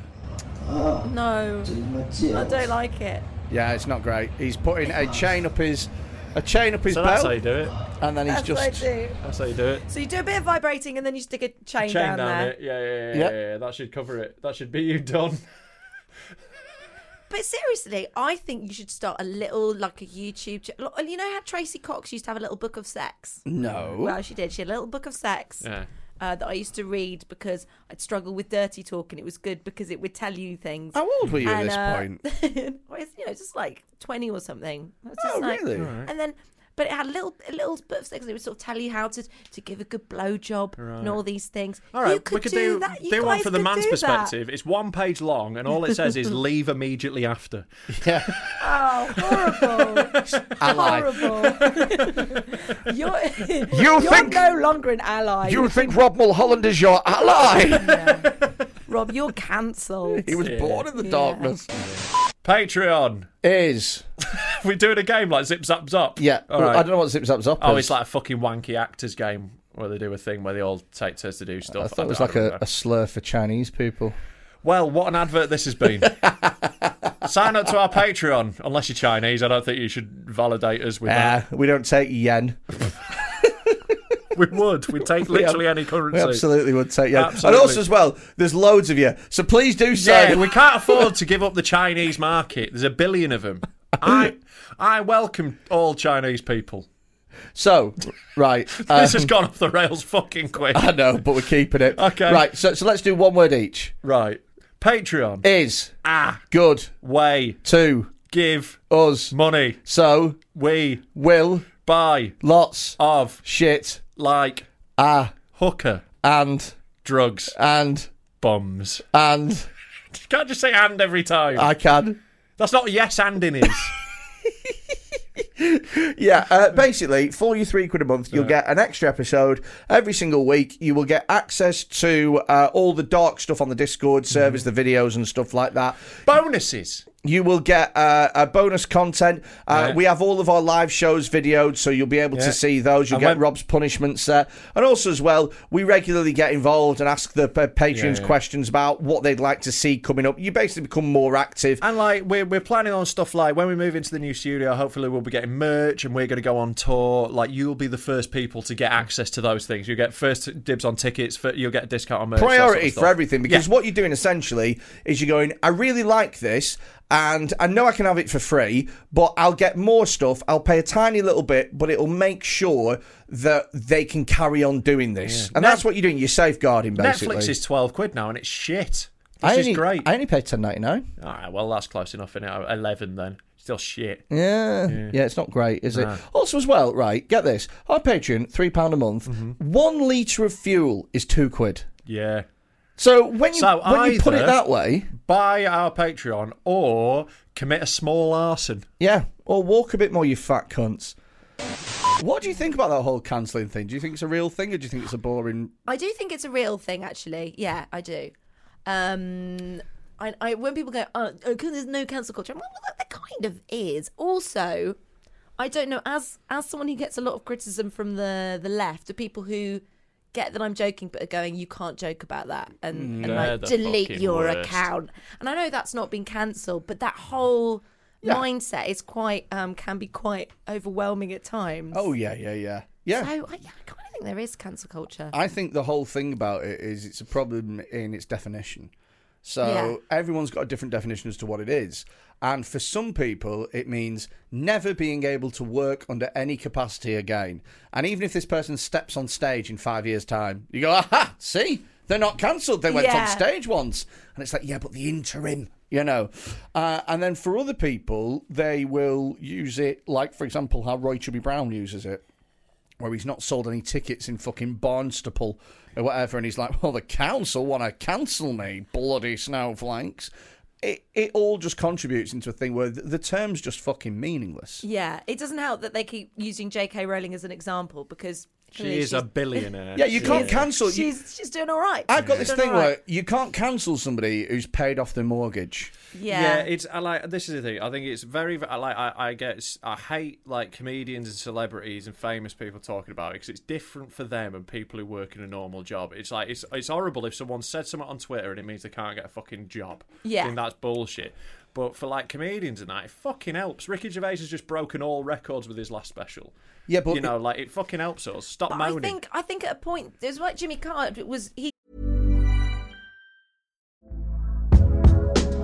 No, I don't like it.
yeah, it's not great. He's putting a chain up his. A chain up his
so that's how
belt,
you do it.
and then he's
That's what I
just
do.
That's how you do it.
So you do a bit of vibrating and then you stick a chain,
Chain down,
there.
it. Yeah yeah yeah,
Yep.
yeah, yeah. That should cover it. That should be you done.
But seriously, I think you should start a little like a YouTube. Ch- like, you know how Tracy Cox used to have a little book of sex?
no.
Well, she did. She had a little book of sex.
Yeah.
Uh, that I used to read because I'd struggle with dirty talk, and it was good because it would tell you things.
How old were you at
And,
this
uh,
point?
*laughs* well, it's, you know, just like twenty or something. I was just
Oh,
like-
really?
And then, but it had a little, a little bit of sex, and it would sort of tell you how to to give a good blowjob and all these things.
All right,
you could
we could do
that. You
do one
guys
for the
could
man's
do that.
perspective. It's one page long, and all it says
*laughs*
is leave immediately after.
Yeah.
Oh, horrible! horrible. *laughs* you're
You
you are
think-
no longer an ally,
You think Rob Mulholland is your ally? *laughs*
Rob. You're cancelled.
he was born in the darkness.
Patreon.
Is
We're doing a game like Zip Zap Zop.
yeah.
All
Well,
right.
I don't know what zips up zop.
Oh,
is.
it's like a fucking wanky actors game where they do a thing where they all take turns to do stuff.
I thought it was
don't-
like
don't
a,
remember.
a slur for Chinese people.
Well, what an advert this has
*laughs*
been. Sign up to our Patreon. Unless you're Chinese, I don't think you should validate us with
Ah,
that.
we don't take yen.
We would. We'd take literally any currency.
*laughs* We absolutely would take yen.
Absolutely.
And also as well, there's loads of you, so please do sign.
Yeah, we can't afford to give up the Chinese market. There's a billion of them. I I welcome all Chinese people.
So, right.
*laughs*
uh,
This has gone off the rails fucking quick.
*laughs* I know, but we're keeping it.
Okay.
Right. So, so let's do one word each.
Right. Patreon.
Is
Ah.
good
Way.
to
Give.
us.
Money.
So
We.
will
Buy.
lots
Of.
shit
Like.
ah
Hooker.
and
Drugs.
and
Bums.
and
You can't just say and every time.
I can.
That's not yes and in is.
yeah, uh, basically, for your three quid a month, you'll get an extra episode every single week. You will get access to uh, all the dark stuff on the Discord
Mm-hmm.
servers, the videos and stuff like that.
Bonuses.
You will get uh, a bonus content. Uh,
Yeah.
We have all of our live shows videoed, so you'll be able
Yeah.
to see those. You'll
And
get
when-
Rob's punishments there. And also, as well, we regularly get involved and ask the uh, patrons
Yeah, yeah.
questions about what they'd like to see coming up. You basically become more active.
And like we're we're planning on stuff like when we move into the new studio, hopefully we'll be getting merch and we're going to go on tour. Like you'll be the first people to get access to those things. You get first dibs on tickets. For, you'll get a discount on merch. that sort of
priority
stuff.
for everything because
Yeah.
what you're doing essentially is you're going, I really like this, and I know I can have it for free, but I'll get more stuff. I'll pay a tiny little bit, but it'll make sure that they can carry on doing this. And that's what you're doing. You're safeguarding, basically.
Netflix is twelve quid now, and it's shit. This
I
is
only,
great.
I only paid ten ninety nine.
All right, well that's close enough. In eleven then, still shit.
Yeah. yeah, it's not great, is it? Also, as well, right? Get this: our Patreon, three pound a month.
Mm-hmm.
One liter of fuel is two quid.
Yeah.
So when you
So
when you put it
either-
that way,
Buy our Patreon or commit a small arson.
yeah, or walk a bit more, you fat cunts.
What do you think about that whole cancelling thing? Do you think it's a real thing or do you think it's a boring.
I do think it's a real thing, actually. Yeah, I do. Um, I, I when people go, oh, oh, 'cause there's no cancel culture. Well, well, there kind of is. Also, I don't know. As as someone who gets a lot of criticism from the the left, the people who get that I'm joking, but are going, you can't joke about that, and, and
They're
like
Mm. the
delete
fucking
your
worst.
account. And I know that's not been cancelled, but that whole mindset is quite um can be quite overwhelming at times.
Oh, yeah, yeah, yeah. Yeah.
So I, yeah, I kind of think there is cancel culture.
I think the whole thing about it is it's a problem in its definition. So
Yeah.
everyone's got a different definition as to what it is. And for some people, it means never being able to work under any capacity again. And even if this person steps on stage in five years' time, you go, aha, see, they're not cancelled. They went
Yeah.
on stage once. And it's like, yeah, but the interim, you know. Uh, and then for other people, they will use it, like, for example, how Roy Chubby Brown uses it where he's not sold any tickets in fucking Barnstaple or whatever, and he's like, "Well, the council want to cancel me, bloody snowflakes." It it all just contributes into a thing where the, the term's just fucking meaningless.
Yeah, it doesn't help that they keep using J.K. Rowling as an example because
She is a
*laughs*
billionaire.
Yeah, you can't cancel. You,
she's she's doing all right.
I've got
She's
this
doing
thing
all
where
right.
you can't cancel somebody who's paid off their mortgage.
Yeah.
yeah,
it's I like this is the thing. I think it's very I like I, I get I hate like comedians and celebrities and famous people talking about it because it's different for them and people who work in a normal job. It's like it's it's horrible if someone said something on Twitter and it means they can't get a fucking job.
Yeah.
I think that's bullshit. But for like comedians and that, it fucking helps. Ricky Gervais has just broken all records with his last special.
Yeah, but
you know, like it fucking helps us. Stop
But
moaning.
I think I think at a point it was like Jimmy Carr it was he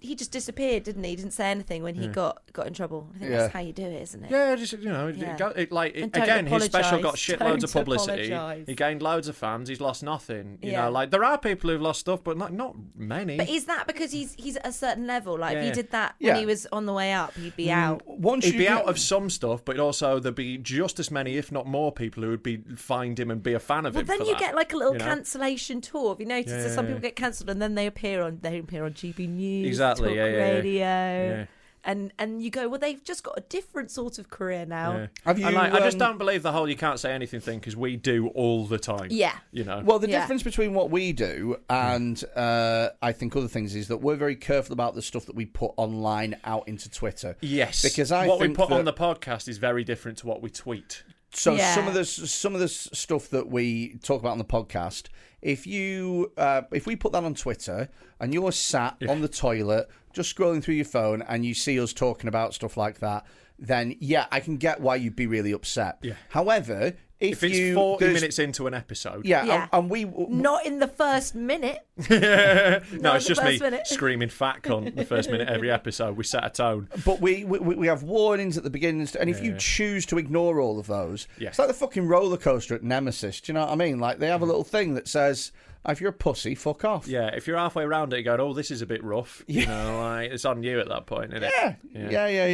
he just disappeared, didn't he? He didn't say anything when he got got in trouble. I think
Yeah.
that's how you do it, isn't it?
Yeah, just you know, it-
Yeah.
It, go- it, like it-
And don't
again, his special got
apologise.
shitloads of
Don't
*laughs* publicity.
apologise.
He gained loads of fans. He's lost nothing. You
Yeah.
know, like there are people who've lost stuff, but not not many.
But is that because he's he's at a certain level? Like if
Yeah.
he did that
Yeah. Mm.
when he was on the way up, he'd be out.
Once
He'd
you
be
get-
out of some stuff, but also there'd be just as many, if not more, people who would be find him and be a fan of
Well,
him.
then
for
you
that,
get like a little
you know?
cancellation tour. Have you noticed that some people get cancelled and then they appear on they appear on GB News,
Exactly,
Talk
yeah, yeah, yeah.
Radio,
Yeah.
and and you go, well, they've just got a different sort of career now.
Yeah.
Have
And,
you,
like, I just
um,
don't believe the whole you can't say anything thing because we do all the time.
Yeah.
You know.
Well, the
Yeah.
difference between what we do and uh, I think other things is that we're very careful about the stuff that we put online out into Twitter.
yes.
because I
what we
think
put on
that-
the podcast is very different to what we tweet.
So
Yeah.
some of the some of the s- stuff that we talk about on the podcast, if you uh, if we put that on Twitter and you're sat on the toilet just scrolling through your phone and you see us talking about stuff like that, then yeah, I can get why you'd be really upset.
Yeah.
However, if,
If it's
you,
40
there's-
minutes into an episode.
yeah,
Yeah.
And, and we
Not in the first minute.
*laughs* No, it's
the
just me
first minute.
screaming fat cunt the first
*laughs*
minute every episode. We set a tone.
But we, we we have warnings at the beginning, and st- and if you choose to ignore all of those,
Yeah.
it's like the fucking roller coaster at Nemesis. Do you know what I mean? Like they have a little thing that says, "If you're a pussy, fuck off."
Mm. Yeah, if you're halfway around it, going, "Oh, this is a bit rough," you know, like it's on you at that point, isn't
yeah,
it?
yeah, yeah,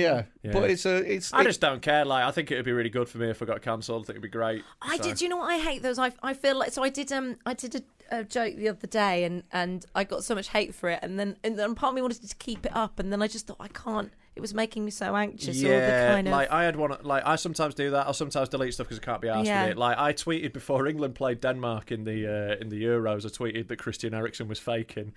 yeah. But it's a it's.
I
it-
just don't care. Like, I think it would be really good for me if I got cancelled. I think it'd be great.
I
So-
did. You know what? I hate those. I, I feel like so. I did. Um, I did a, a joke the other day, and and I got so much hate for it, and then and then part of me wanted to keep it up, and then I just thought I can't. It was making me so anxious. all the kind of
like I had one. Like I sometimes do that. I sometimes delete stuff because I can't be asked
Yeah.
with it. Like I tweeted before England played Denmark in the uh, in the Euros. I tweeted that Christian Eriksen was faking.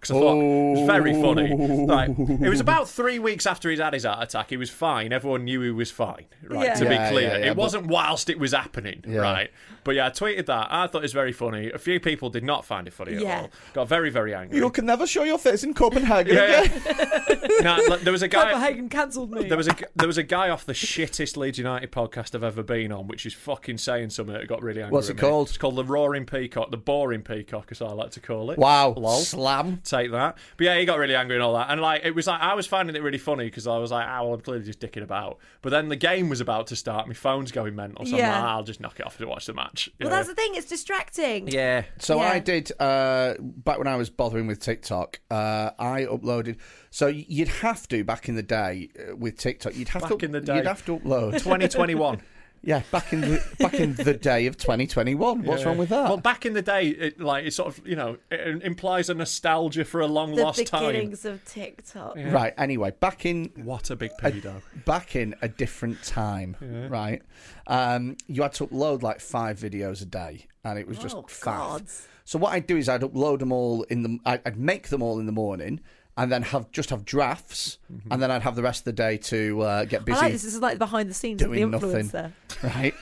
Because I thought it was very funny. Like, it was about three weeks after he'd had his heart attack. He was fine. Everyone knew he was fine. Right.
Yeah.
To
Yeah,
be clear,
yeah, yeah,
it
but-
wasn't whilst it was happening. Right. But yeah, I tweeted that. I thought it was very funny. A few people did not find it funny
Yeah.
at all. Got very
*laughs*
very angry.
you can never show your face in Copenhagen.
Yeah. *laughs*
again.
No, like, there was a guy.
Copenhagen cancelled me.
There was a there was a guy off the shittest Leeds United podcast I've ever been on, which is fucking saying something that got really angry.
What's
at
it
me.
called?
It's called the Roaring Peacock, the Boring Peacock, as I like to call it.
Wow,
lol.
slam.
Take that. But yeah, he got really angry and all that, and like it was like I was finding it really funny because I was like, oh, well, I'm clearly just dicking about. But then the game was about to start, my phone's going mental, so
Yeah.
I'm like, I'll just knock it off to watch the match.
well, that's the thing. It's distracting.
yeah.
So
Yeah.
I did uh, back when I was bothering with TikTok. Uh, I uploaded. So you'd have to back in the day uh, with TikTok. You'd have
Back
to.
in the day.
You'd have
*laughs*
to
*laughs*
upload.
2021.
yeah, back in the back in the day of 2021. What's wrong with that?
Well, back in the day, it like it sort of you know it implies a nostalgia for a long
The
lost time.
beginnings of TikTok.
Right. Anyway, back in
What a big pedo.
back in a different time, right? Um, you had to upload like five videos a day, and it was just
Oh,
fab.
gods.
So what I'd do is I'd upload them all in the. I- I'd make them all in the morning, and then have just have drafts,
Mm-hmm.
and then I'd have the rest of the day to uh, get
I
busy
like this. This is like behind the scenes of the
doing nothing.
influencer.
*laughs* Right.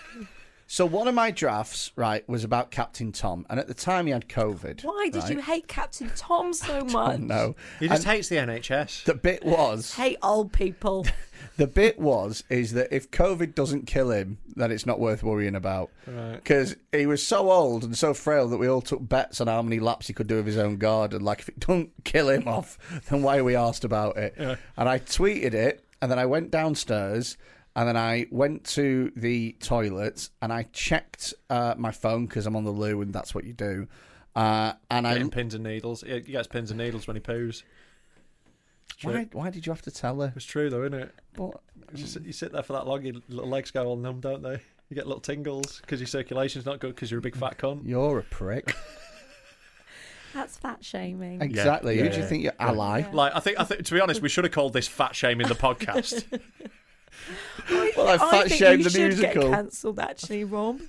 So one of my drafts, right, was about Captain Tom, and at the time he had COVID.
Why did
right? *laughs*
you hate Captain Tom so much?
Oh, no.
He just hates the NHS.
The bit was
Hate old people.
The bit was is that if COVID doesn't kill him, then it's not worth worrying about. Because he was so old and so frail that we all took bets on how many laps he could do of his own garden. Like if it don't kill him off, *laughs* then why are we asked about it? And I tweeted it, and then I went downstairs. And then I went to the toilet and I checked uh, my phone because I'm on the loo and that's what you do. Uh, and I
Getting pins and needles. He he gets pins and needles when he poos.
why, why did you have to tell her?
It's true though, isn't it?
But-
You sit- you sit there for that long, your little legs go all numb, don't they? You get little tingles because your circulation's not good because you're a big fat cunt.
You're a prick.
That's fat shaming.
Exactly. Who do you think you're ally?
Like I think, I think to be honest, we should have called this fat shaming the podcast.
*laughs* Well, I fat
think
shamed
you
the
should
musical.
Get cancelled, actually, Rob.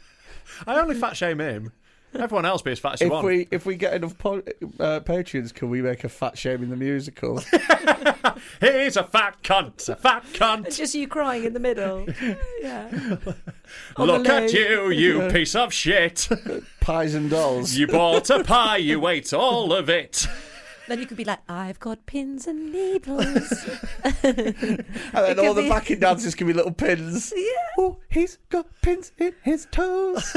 I only fat shame him. Everyone else be as fat as you
If
want.
we if we get enough po- uh, patrons, can we make a fat shaming
*laughs*
the musical?
He's a fat cunt, a fat
It's
cunt.
just you crying in the
*laughs*
middle. yeah. On the
Look at
loo. *laughs*
you,
*laughs*
you piece of shit.
Pies and dolls.
You bought a pie, you ate all of it. *laughs*
Then you could be like, I've got pins and needles. it
and then all
could
the
be-
backing dancers can be little pins.
Yeah.
Oh, he's got pins in his
*laughs*
toes.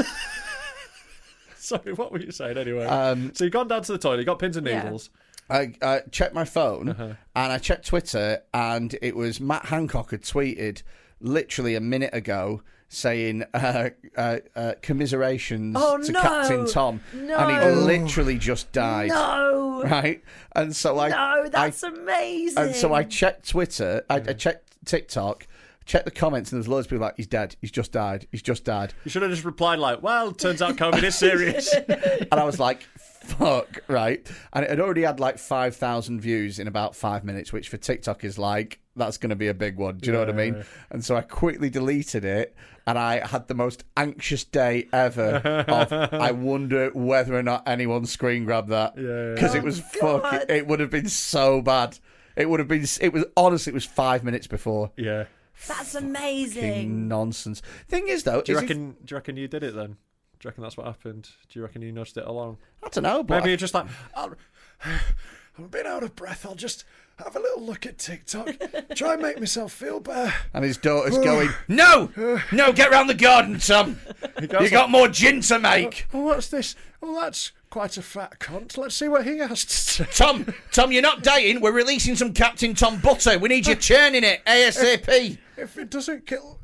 Sorry, what were you saying anyway?
Um,
so you've gone down to the toilet, you got pins and
Yeah.
needles.
I uh, checked my phone and I checked Twitter, and it was Matt Hancock had tweeted literally a minute ago saying uh, uh, uh, commiserations
Oh,
to
no.
Captain Tom,
No.
and he literally just died.
No.
Right, and so I
No,
I
that's amazing.
And so I checked Twitter, I, I checked TikTok, checked the comments, and there's loads of people like, he's dead, he's just died, he's just died. *laughs*
You should have just replied like, "Well, turns out COVID is serious."
And I was like, fuck, right? And it had already had like 5,000 views in about five minutes, which for TikTok is like, that's going to be a big one. Do you know what I mean? And so I quickly deleted it and I had the most anxious day ever
*laughs*
of I wonder whether or not anyone screen grabbed that.
yeah.
Because it was
Oh, God.
fucking, it would have been so bad. It would have been, it was honestly, it was five minutes before.
Yeah.
That's
Fucking
amazing.
nonsense. Thing is, though,
Do you
is if-
reckon? Do you reckon you did it then? Do you reckon that's what happened? Do you reckon you nudged it along?
I don't know, but
Maybe you're just like, I'll, I'm a bit out of breath. I'll just have a little look at TikTok, try and make myself feel better.
And
*sighs*
his daughter's going, No! No, get round the garden, Tom! you got more gin to make!
Oh, what's this? Oh, that's quite a fat cunt. Let's see what he has to say.
Tom, Tom, you're not dating. We're releasing some Captain Tom Butter. We need you churning it ASAP.
If it doesn't *laughs* kill.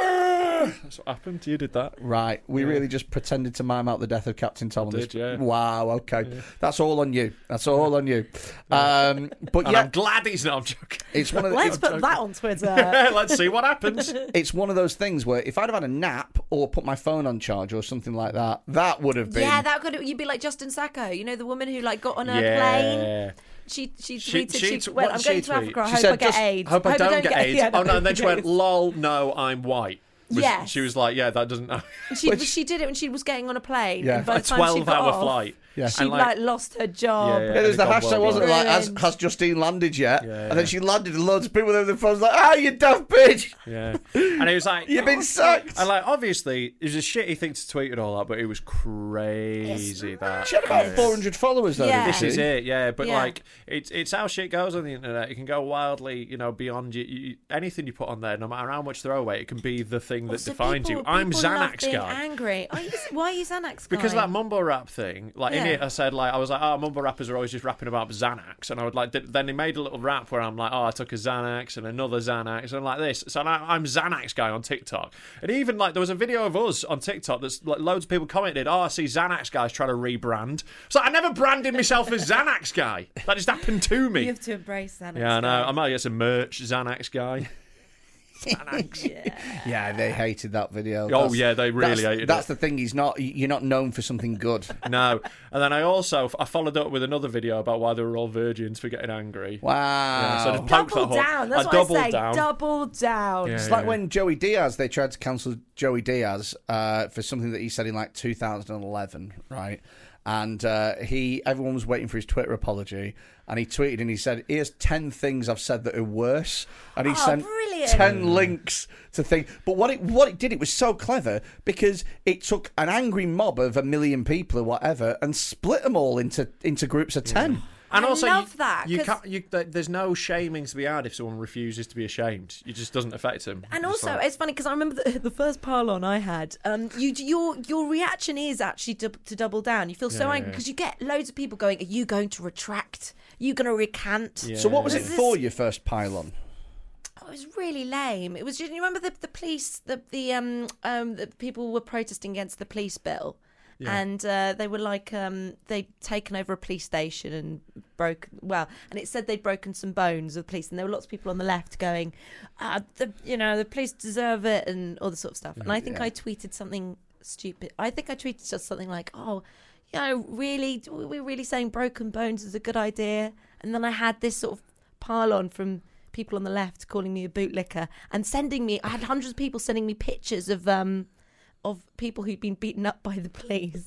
That's what happened. You did that.
Right, we really just pretended to mime out the death of Captain Tom. on
Did,
this.
yeah.
Wow, okay. That's all on you. That's all on you. Um,
*laughs*
but
And
yeah,
I'm glad he's not. I'm joking. *laughs*
it's one of the,
Let's put that on Twitter.
Let's see what
*laughs*
happens.
it's one of those things where if I'd have had a nap or put my phone on charge or something like that, that would have been
yeah, that could you'd be like Justin Sacco, you know the woman who like got on her plane.
Oh,
She she
She-
tweeted
she
she,
t-
went,
what
I'm
did
going
she
to
tweet?
Africa. I
She
hope
said,
I get
"Just
AIDS.
Hope I don't get AIDS.
Yeah,
oh no!
hope
And
I
then she
don't
went,
*laughs*
get
"Lol, no, I'm white." Was-
Yes.
She was like, "Yeah, that doesn't."
AIDS." She she did it when she was getting on a plane.
Yeah.
And by
a
the time she got
twelve-hour
off,
flight.
Yeah.
She
And,
like, lost her job.
Yeah,
Yeah, there's
and
the
it got
hashtag, wasn't it?
worldwide.
Like, has,
Brilliant.
has Justine landed yet?
Yeah,
And then
yeah.
she landed, and loads of people over the phones like, "Ah, you daft bitch!
Yeah, *laughs* and it was like "Oh,
You've been sacked."
And like, obviously, it was a shitty thing to tweet and all that, but it was crazy that.
She had about
Yeah.
400 followers though.
Yeah.
didn't
This
she?
is it, yeah. But
Yeah.
like, it's it's how shit goes on the internet. It can go wildly, you know, beyond you, you, anything you put on there, no matter how much throwaway. It can be the thing that
So
defines you.
people-
I'm
people love
Xanax
being
guy.
Angry. Are you, why are you Xanax guy?
Because of that mumble rap thing, like in
Yeah.
it, I said like I was like, oh, mumble rappers are always just rapping about Xanax, and I would like th- then they made a little rap where I'm like, oh, I took a Xanax and another Xanax and like this. So now I'm Xanax guy on TikTok, and even like there was a video of us on TikTok that's like loads of people commented, oh, I see Xanax guys trying to rebrand. So I never branded myself as Xanax guy. That just happened to
you
me.
have to embrace Xanax.
Yeah, I know.
guy.
I might get some merch, Xanax guy. Xanax.
Yeah, they hated that video.
Oh, yeah, they really
that's,
hated
That's
it.
the thing. He's not. You're not known for something good.
No, and then I also I followed up with another video about why they were all virgins for getting angry.
Wow.
Yeah, so I just poked
Double
that hole.
down. That's
I
what
doubled
I say.
down.
Double down.
Yeah,
It's
yeah,
like
yeah.
when Joey Diaz, they tried to cancel Joey Diaz uh, for something that he said in like 2011, right? And uh, he, everyone was waiting for his Twitter apology, and he tweeted and he said, "Here's ten things I've said that are worse," and he
Oh,
sent
brilliant.
ten links to things. But what it what it did, it was so clever because it took an angry mob of a million people or whatever and split them all into into groups of ten.
And
I
also,
love
you,
that,
You
'cause-
can't, you, th- there's no shaming to be had if someone refuses to be ashamed. It just doesn't affect them.
And
It's
also,
like-
it's funny because I remember the, *laughs* the first parlon I had. Um, you your your reaction is actually to, to double down. You feel so angry because you get loads of people going, "Are you going to retract? Are you going to recant?"
So what was it
This is-
for your first pylon?
Oh, it was really lame. It was. You remember the the police, the the um um the people were protesting against the police bill, and uh, they were like um they'd taken over a police station and broke well, and it said they'd broken some bones of the police, and there were lots of people on the left going, uh, the you know the police deserve it and all the sort of stuff. And I think I tweeted something stupid. I think I tweeted just something like, oh. You know, really, we're really saying broken bones is a good idea. And then I had this sort of pylon from people on the left calling me a bootlicker and sending me. I had hundreds of people sending me pictures of um of people who'd been beaten up by the
*laughs*
police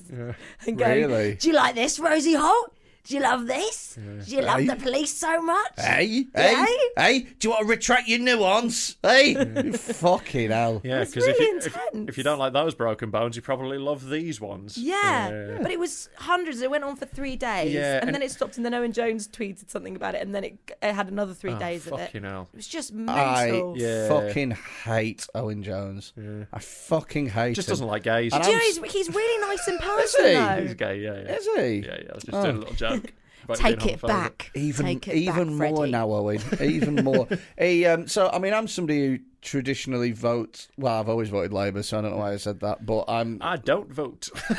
and going,
Really?
"Do you like this, Rosie Holt? Do you love this? Do you love
Hey.
the police so much?"
Hey,
Yeah.
hey, hey, do you want to retract your nuance? Hey, fucking hell.
yeah,
it's
because if,
really
you- if,
intense.
if you don't like those broken bones, you probably love these ones.
Yeah. but it was hundreds. It went on for three days,
uh, Yeah,
and,
and-
then it stopped. And then Owen Jones tweeted something about it, and then it, it had another three
Oh,
days of it.
fucking hell.
It was just
I
mental.
Yeah.
fucking hate Owen Jones. I fucking hate
Just
him.
doesn't like gays.
And
Do you
I'm
know
s-
he's, he's really nice in
he?
person
He's
though.
gay, yeah, yeah.
Is he?
Yeah, yeah. I was just
Oh.
doing a little joke. about being
Take it
homophobic.
back.
even
Take it
even
back,
more
Freddie.
now, Owen.
*laughs*
Even more. he, um, so I mean, I'm somebody who traditionally votes. Well, I've always voted Labour, so I don't know why I said that. But I'm.
I don't vote
*laughs*
*laughs*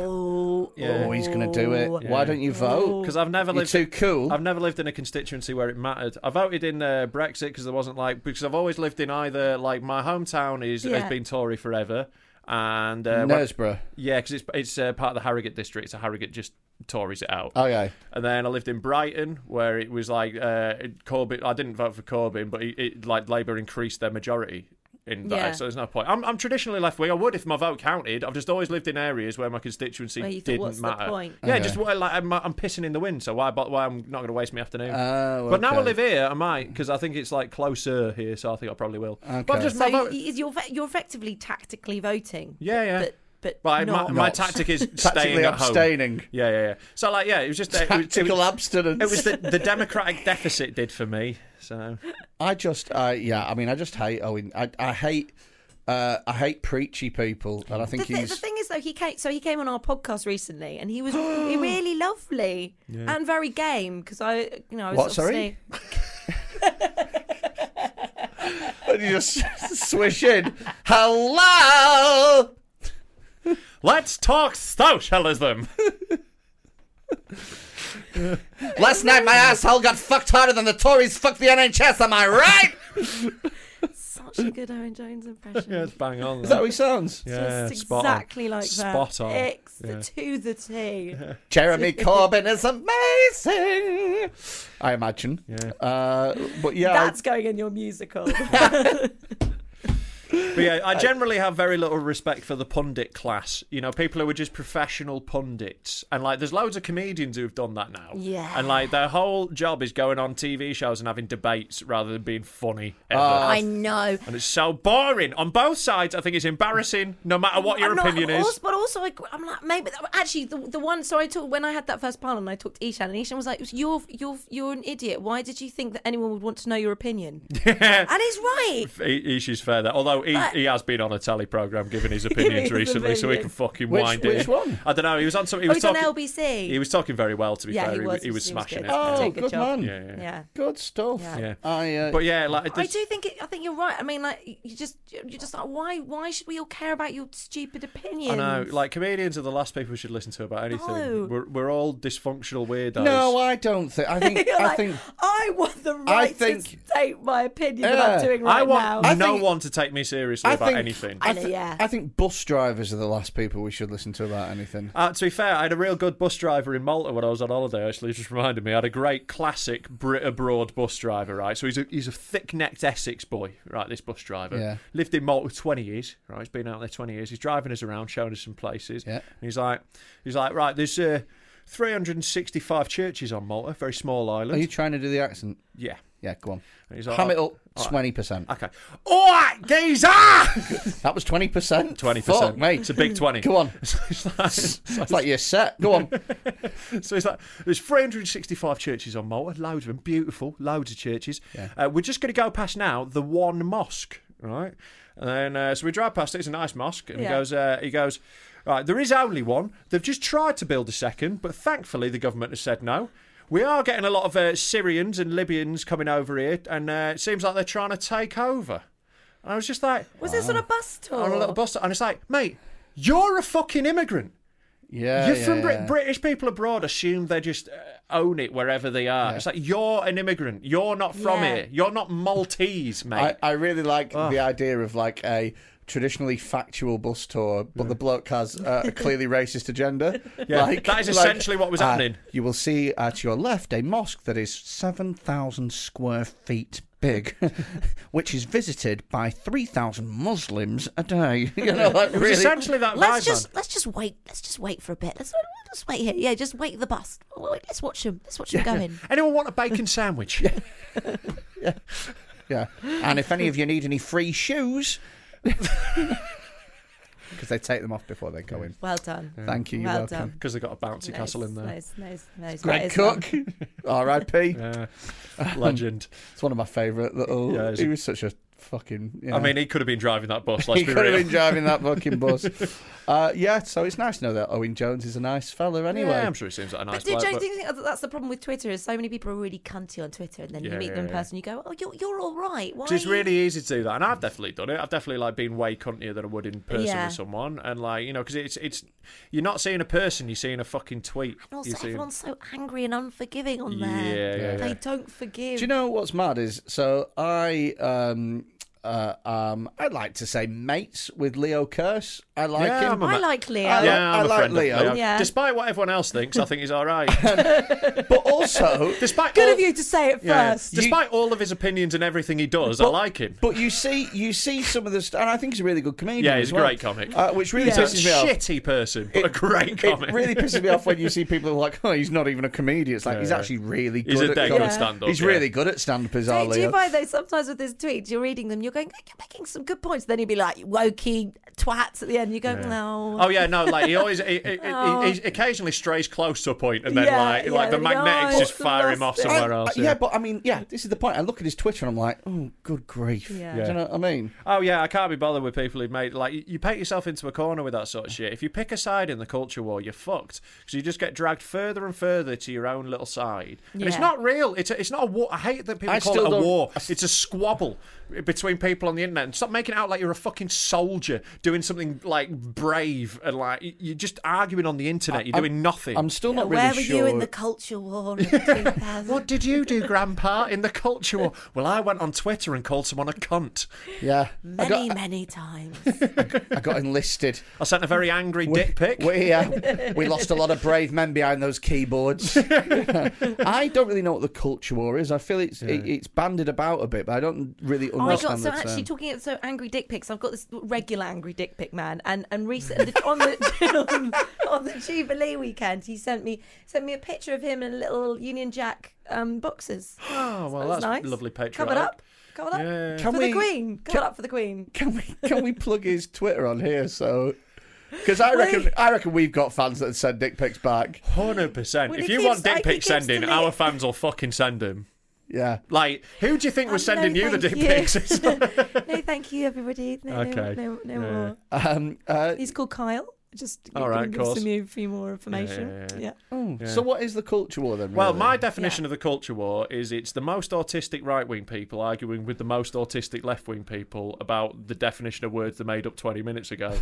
Oh,
Oh, he's going to do it. Why don't you vote?
because I've never
You're
lived.
too cool.
I've never lived in a constituency where it mattered. I voted in uh, Brexit because there wasn't like because I've always lived in either like my hometown is
Yeah.
has been Tory forever, And uh, when-
Knaresborough.
yeah, because it's it's uh, part of the Harrogate district, so Harrogate just Tories it out.
Okay.
And then I lived in Brighton, where it was like uh, Corbyn. I didn't vote for Corbyn, but it, it like Labour increased their majority in that,
Yeah.
so there's no point. I'm, I'm traditionally left wing. I would if my vote counted. I've just always lived in areas where my constituency
Where you thought,
didn't
"What's the
matter.
point?"
Yeah,
Okay.
just what, like I'm, I'm pissing in the wind, so why? But why I'm not going to waste my afternoon.
Oh,
But now I
okay.
live here, I might because I think it's like closer here, so I think I probably will. But I'm
Okay.
just
So
my vote.
you- you're ve- you're effectively tactically voting.
Yeah, yeah.
But but
Right, my,
not.
my tactic is staying
*laughs* Tactically
at home.
abstaining.
Yeah, yeah, yeah. So like, yeah, it was just uh, it was- it
Tactical
was,
abstinence.
It was the, the democratic deficit did for me. So
I just, uh, yeah, I mean, I just hate Owen. I, I hate, uh, I hate preachy people, and
*laughs*
I
the,
think
thi-
he's.
the thing is though he came so he came on our podcast recently and
*gasps*
he was re- really lovely and very game because I you know I was
What,
obviously-
*laughs* and you just swish in. Hello.
let's talk
*laughs*
socialism.
Last night my asshole got fucked harder than the Tories fucked the NHS. Am I right?
such a good Owen Jones impression.
yeah, *laughs* it's bang on.
Is that how he sounds?
yeah,
Just
spot on.
exactly like that.
Spot on.
Ex-
Yeah.
To the
*laughs*
T. *laughs*
Jeremy Corbyn is amazing. I imagine.
Yeah.
Uh, but yeah, I-
That's going in your
*laughs*
musical. *laughs*
But yeah, I generally have very little respect for the pundit class. You know, people who are just professional pundits, and like, there's loads of comedians who've done that now.
Yeah.
and like their whole job is going on TV shows and having debates rather than being funny. Ever.
Ah.
I know.
and it's so boring on both sides. I think it's embarrassing, no matter what your
I'm not-
opinion is.
also- but also, I, am like maybe actually the, the one. So I talked when I had that first panel, and I talked to Ishan, and Ishan was like, "You're you're you're an idiot. Why did you think that anyone would want to know your
*laughs*
opinion?" and he's right.
He, he- she's fair there. Although he,
But-
he has been on a telly program giving
*laughs*
his
Giving
opinions
his
recently, so we can
opinion.
fucking
Which-
wind it.
which
in.
one?
I don't know. He was on some. He
Oh,
was
he's on
talking,
LBC.
He was talking very well. To be
Yeah,
fair,
he was.
he was
He was
smashing
good.
it.
He
oh,
did a
good,
good job.
man.
Yeah, yeah.
Yeah.
Good stuff.
Yeah.
Yeah.
I, uh,
But yeah, like
I
there's-
do think it, I think you're right. I mean, like you just you're just like why why should we all care about your stupid opinion?
I know, like comedians are the last people we should listen to about anything.
No.
We're, we're all dysfunctional weirdos.
No, I don't think. I
*laughs*
think.
You're
I
like,
think.
I want the right to
think-
state my opinion that
Yeah.
I'm doing right
I
now.
want
I
no
think-
one to take me seriously
I
about
think,
anything.
I,
I know,
thi-
yeah.
I think bus drivers are the last people we should listen to about anything.
Uh, to be fair, I had a real good bus driver in Malta when I was on holiday. Actually, it just reminded me, I had a great classic Brit abroad bus driver. Right, so he's a he's a thick-necked Essex boy. Right, this bus driver
Yeah.
lived in Malta twenty years. Right, he's been out there twenty years. He's driving us around, showing us some places.
Yeah.
And he's like, he's like, right, there's uh, 365 churches on Malta, very small
Are
island.
you trying to do the accent?
yeah.
Yeah, go on.
And he's like,
Ham it
"Oh,
up twenty percent.
Okay. All right, geezer.
That was twenty percent.
Twenty
Fuck
percent,
mate.
It's a big twenty.
Go on.
So *laughs* it's like-
It's like you're set. Go on.
*laughs* So it's like there's 365 churches on Malta, loads of them, beautiful, loads of churches. Uh, we're just going to go past now the one mosque, right? And then uh, so we drive past it. It's a nice mosque, and he
Yeah.
goes, uh, he goes, right. There is only one. They've just tried to build a second, but thankfully the government has said no. We are getting a lot of uh, Syrians and Libyans coming over here, and uh, it seems like they're trying to take over. And I was just like,
Was this on a bus tour?
on Oh. a little bus, and it's like, mate, you're a fucking immigrant.
Yeah.
You're
yeah,
from Brit-
Uh, yeah.
British people abroad assume they just uh, own it wherever they are. It's like you're an immigrant. You're not from
Yeah.
here. You're not Maltese, mate. Ah.
I, I really *laughs* like the idea of like a traditionally factual bus tour, but the bloke has uh,
*laughs*
a clearly racist agenda.
Mm. Yeah,
*laughs* Like-
that is
like,
essentially what was
uh,
happening.
you will see at your left a mosque that is 7,000 square feet big, *laughs* which is visited by 3,000 Muslims a day. *laughs* you know, like
It's
really.
essentially that
Let's
vibe,
just
man.
let's just wait. Let's just wait for a bit. Let's just wait here. Yeah, just wait the bus. Oh, wait, Let's watch them. Let's watch them go in.
Anyone want a bacon
*laughs*
sandwich?
Yeah. And if any of you need any free shoes, *laughs* because they take them off before they go in.
Well done.
Thank you. You're
well
welcome.
done.
Because they got a bouncy
Nice,
castle in there.
Nice, nice, nice. That
Greg
is well-
Cook, *laughs* R.I.P.
Yeah. Legend.
It's one of my favourite little.
Yeah, it's-
he was such a fucking. Yeah.
I mean, he could have been driving that
*laughs*
bus. Let's
he
be
could have
real.
been driving that
*laughs*
fucking bus. uh, yeah, so it's nice to know that Owen Jones is a nice fella. Anyway,
Yeah, I'm sure he seems like a nice
But do you
bloke,
do you
but-
think that- that's the problem with Twitter? Is so many people are really cunty on Twitter, and then
Yeah,
you meet them in
yeah, yeah.
person, you go, "Oh, you're you're all right." Why?
Because it's
are you-"
really easy to do that, and I've definitely done it. I've definitely like been way cuntier than I would in person
Yeah.
with someone, and like you know, because it's it's you're not seeing a person, you're seeing a fucking tweet.
And also,
You're seeing-
everyone's so angry and unforgiving on
Yeah,
there.
yeah,
they
yeah.
don't forgive.
Do you know what's mad is so I um uh, um, I like to say mates with Leo Curse. I like
Yeah,
him.
I'm a
I
ma-
like Leo.
I like-
yeah, I'm a
like
friend of
Leo.
Leo.
Yeah.
Despite what everyone else thinks, I think he's all right.
*laughs* But
*laughs*
also,
Despite
Good
all,
of
Oh,
you to say it
yeah,
first.
Despite all of his opinions and everything he does, I like him.
but you see, you see some of the, st- and I think he's a really good comedian.
Yeah, he's
as
a
well,
great comic.
uh, which really
He's a
pisses me off.
shitty person, but a great *laughs* comic.
It really pisses me
*laughs*
off when you see people who are like, oh, he's not even a comedian. It's like he's actually really good.
He's a
at
dead
comedy.
good stand-up,
He's
yeah.
really good at stand-up. Is
Do, do you find though sometimes with his tweets, you're reading them, you're going, you're making some good points. Then he'd be like, wokey twats at the end. You go, no.
Oh yeah, no, like he always, he, he,
*laughs*
he, he occasionally strays close to a point, and then
Oh. Yeah,
like,
yeah,
like the
then he
magnetics
goes,
just fire him off
"Lost it."
somewhere else.
yeah. but I mean, yeah, this is the point. I look at his Twitter and I'm like, oh, good grief.
Yeah.
Do you know what I mean?
Oh yeah, I can't be bothered with people who've made like you- you paint yourself into a corner with that sort of shit. If you pick a side in the culture war, you're fucked because you just get dragged further and further to your own little side. And it's
Yeah.
not real. It's a, it's not a war. I hate that people
I
call
still
it a
don't-
war. It's a squabble between people on the internet. And stop making it out like you're a fucking soldier doing something like brave and like y- you're just arguing on the internet. You're doing nothing.
I'm still not
Where
really
were
sure.
you in the culture war
*laughs*
in 2000?
What did you do, Grandpa, in the culture war? Well, I went on Twitter and called someone a cunt.
yeah, I
Many,
got,
many times.
I got enlisted.
I sent a very angry *laughs* dick pic. *laughs*
We uh, we lost a lot of brave men behind those keyboards. I don't really know what the culture war is. I feel it's it, it's banded about a bit, but I don't really
I
understand
got Oh so
the term.
actually talking at so angry dick pics. I've got this regular angry dick pic man, and and recently on the *laughs* on the Jubilee weekend, he sent me sent me a picture of him in little Union Jack um, boxes.
*gasps* Oh, well, that's
nice.
lovely
Covered
patriotic.
up, covered up
Yeah.
for
Can
the
we-
Queen. Covered up for the Queen.
Can we can we plug his Twitter on here? So, because I reckon
Wait.
I reckon we've got fans that have sent dick pics back.
Hundred percent.
Well,
If
he
you
keeps-
want
I- he
dick pics
keeps
sending,
deleting-
our fans will fucking
*laughs*
send them.
Yeah,
Like, who do you think was
Um, no,
sending you the dick
thank
pics?
you. *laughs*
It's like-
No, thank you, everybody. No,
Okay.
no, no, no
Yeah.
more.
Um, uh,
He's called Kyle. Just
All
gonna
right, of
give us
course.
some a few more information.
yeah, yeah.
yeah.
So what is the culture war then?
well,
really?
my definition of the culture war is it's the most autistic right wing people arguing with the most autistic left wing people about the definition of words they made up twenty minutes ago.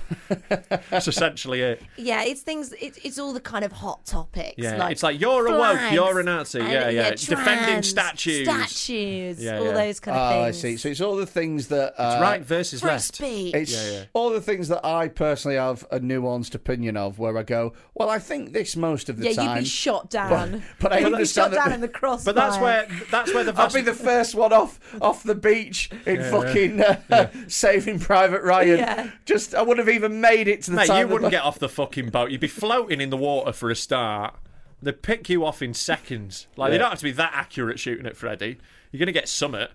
That's
*laughs*
essentially it.
Yeah, it's things. It, it's all the kind of hot topics.
Yeah,
like
it's like, you're a woke,
flags
you're a Nazi,
and,
yeah, yeah, defending
trans,
statues.
statues,
Yeah,
all
yeah.
those kind
Oh,
of
I
things.
see. So it's all the things that uh,
It's right versus
Free
left.
speech.
It's
Yeah, yeah.
all the things that I personally have a nuanced opinion of, where I go, well, I think this most of the
yeah, *laughs*
time.
you'd be shot down.
*laughs* but I
you'd be shot
understand that-
down in the crossfire.
But that's where
*laughs*
that's where the
I'll
vast
be the first one off off the beach in fucking uh, *laughs* Saving Private Ryan.
Yeah.
Just I wouldn't have even made it to
*laughs*
the
Mate,
time.
you
that-
wouldn't get off the fucking boat. You'd be floating in the water for a start. They'd pick you off in seconds. Like, they don't have to be that accurate shooting at Freddy. You're going to get summit.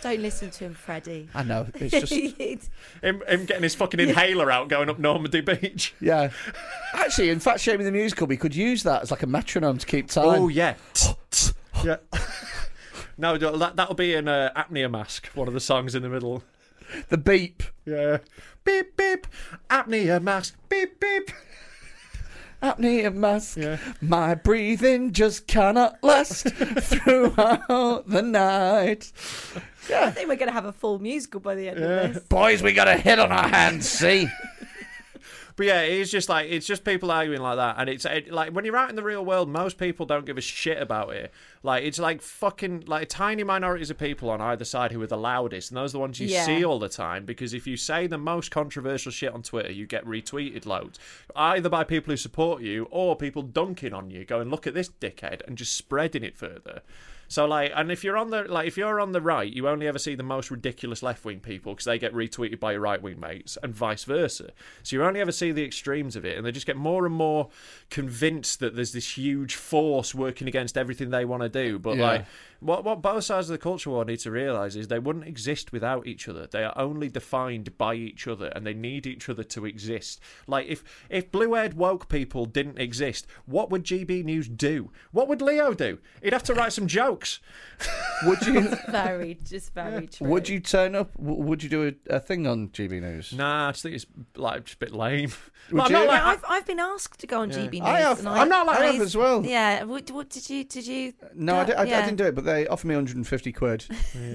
Don't listen to him, Freddie.
I know.
*laughs*
It's just
It's-
Him, him getting his fucking inhaler out going up Normandy Beach.
yeah. *laughs* Actually, in fact, Shaming the Musical, we could use that as like a metronome to keep time.
Oh, yeah. yeah. *laughs* No, that, that'll be in uh, Apnea Mask, one of the songs in the middle.
The beep.
Yeah. Beep, beep. Apnea Mask. Beep, beep.
apnea mask.
Yeah.
My breathing just cannot *laughs* last throughout the night.
I think we're going to have a full musical by the end of this.
Boys, we got a hit on our hands, see?
But yeah, it's just like it's just people arguing like that, and it's it, like when you're out in the real world, most people don't give a shit about it. Like it's like fucking like tiny minorities of people on either side who are the loudest, and those are the ones you
Yeah.
see all the time. Because if you say the most controversial shit on Twitter, you get retweeted loads, either by people who support you or people dunking on you, going look at this dickhead, and just spreading it further. So like, and if you're on the like, if you're on the right, you only ever see the most ridiculous left wing people because they get retweeted by your right wing mates, and vice versa. So you only ever see the extremes of it, and they just get more and more convinced that there's this huge force working against everything they want to do. But
Yeah.
like, what what both sides of the culture war need to realize is they wouldn't exist without each other. They are only defined by each other, and they need each other to exist. Like if if blue haired woke people didn't exist, what would GB News do? What would Leo do? He'd have to write some jokes.
Would you
Very, just very true.
would you turn up? w- Would you do a, a thing on GB News?
Nah, I just think it's like just a bit lame.
Would
Like,
you?
I'm not
Yeah,
like,
I've, I've been asked to go on GB News.
I have-
and
I'm not like- I have
always-
as well.
Yeah. What, what did you? Did you?
No, I, di- I, I didn't do it, but they offered me 150 quid.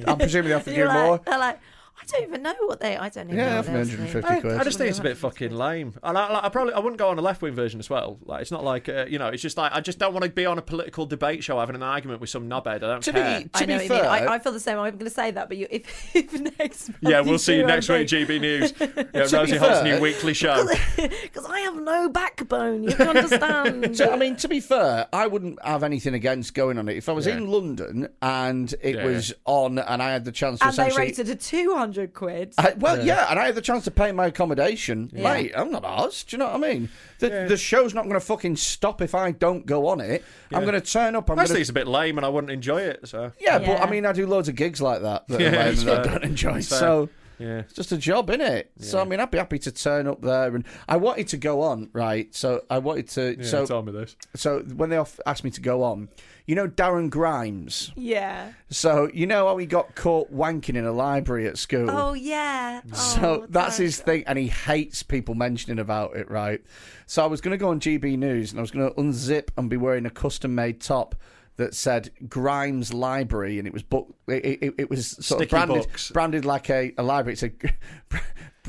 I'm presuming they offered you
like,
more.
They're like, I don't even know what they. I don't even
Yeah,
know.
I
what
think
they're
150
saying.
I, I just think it's a bit fucking lame, and I, like, I probably I wouldn't go on a left wing version as well. Like it's not like uh, you know, it's just like I just don't want to be on a political debate show having an argument with some knobhead. I don't
To be-
care.
to
I know
be
what you mean.
fair-
I, I feel the same. I'm going to say that, but you, *laughs* if, if next. Month
yeah, we'll see you
do,
next
I'm
week, GB *laughs* News. Yeah,
To be
Rosie Hunt's
fair-
new weekly show.
Because I *laughs* have no backbone. You can
*laughs*
understand.
So, I mean, to be fair, I wouldn't have anything against going on it. If I was in London and it
Yeah.
was on and I had the chance to
and they
essentially.
rated a 200 quid.
I, well, yeah. and I had the chance to pay my accommodation. Mate, I'm not arsed. Do you know what I mean? The, the show's not going to fucking stop if I don't go on it. I'm going to turn up. I'm
I just
gonna-
think it's a bit lame, and I wouldn't enjoy it. So
yeah, but
Yeah.
I mean, I do loads of gigs like
*laughs*
that that,
Yeah,
are lame
it's
that I
fair.
don't enjoy.
It's fair.
So
yeah,
it's just a job, innit? it? So I mean, I'd be happy to turn up there, and I wanted to go on, right? So I wanted to.
yeah
so
tell me this.
so when they off- asked me to go on, you know Darren Grimes.
yeah.
So you know how he got caught wanking in a library at school.
Oh, yeah.
So
Oh,
that's
darn.
his thing, and he hates people mentioning about it, right? So I was going to go on GB News and I was going to unzip and be wearing a custom made top that said Grimes Library, and it was book, it, it, it was sort
Sticky
of branded,
books.
branded like a, a library. It said *laughs*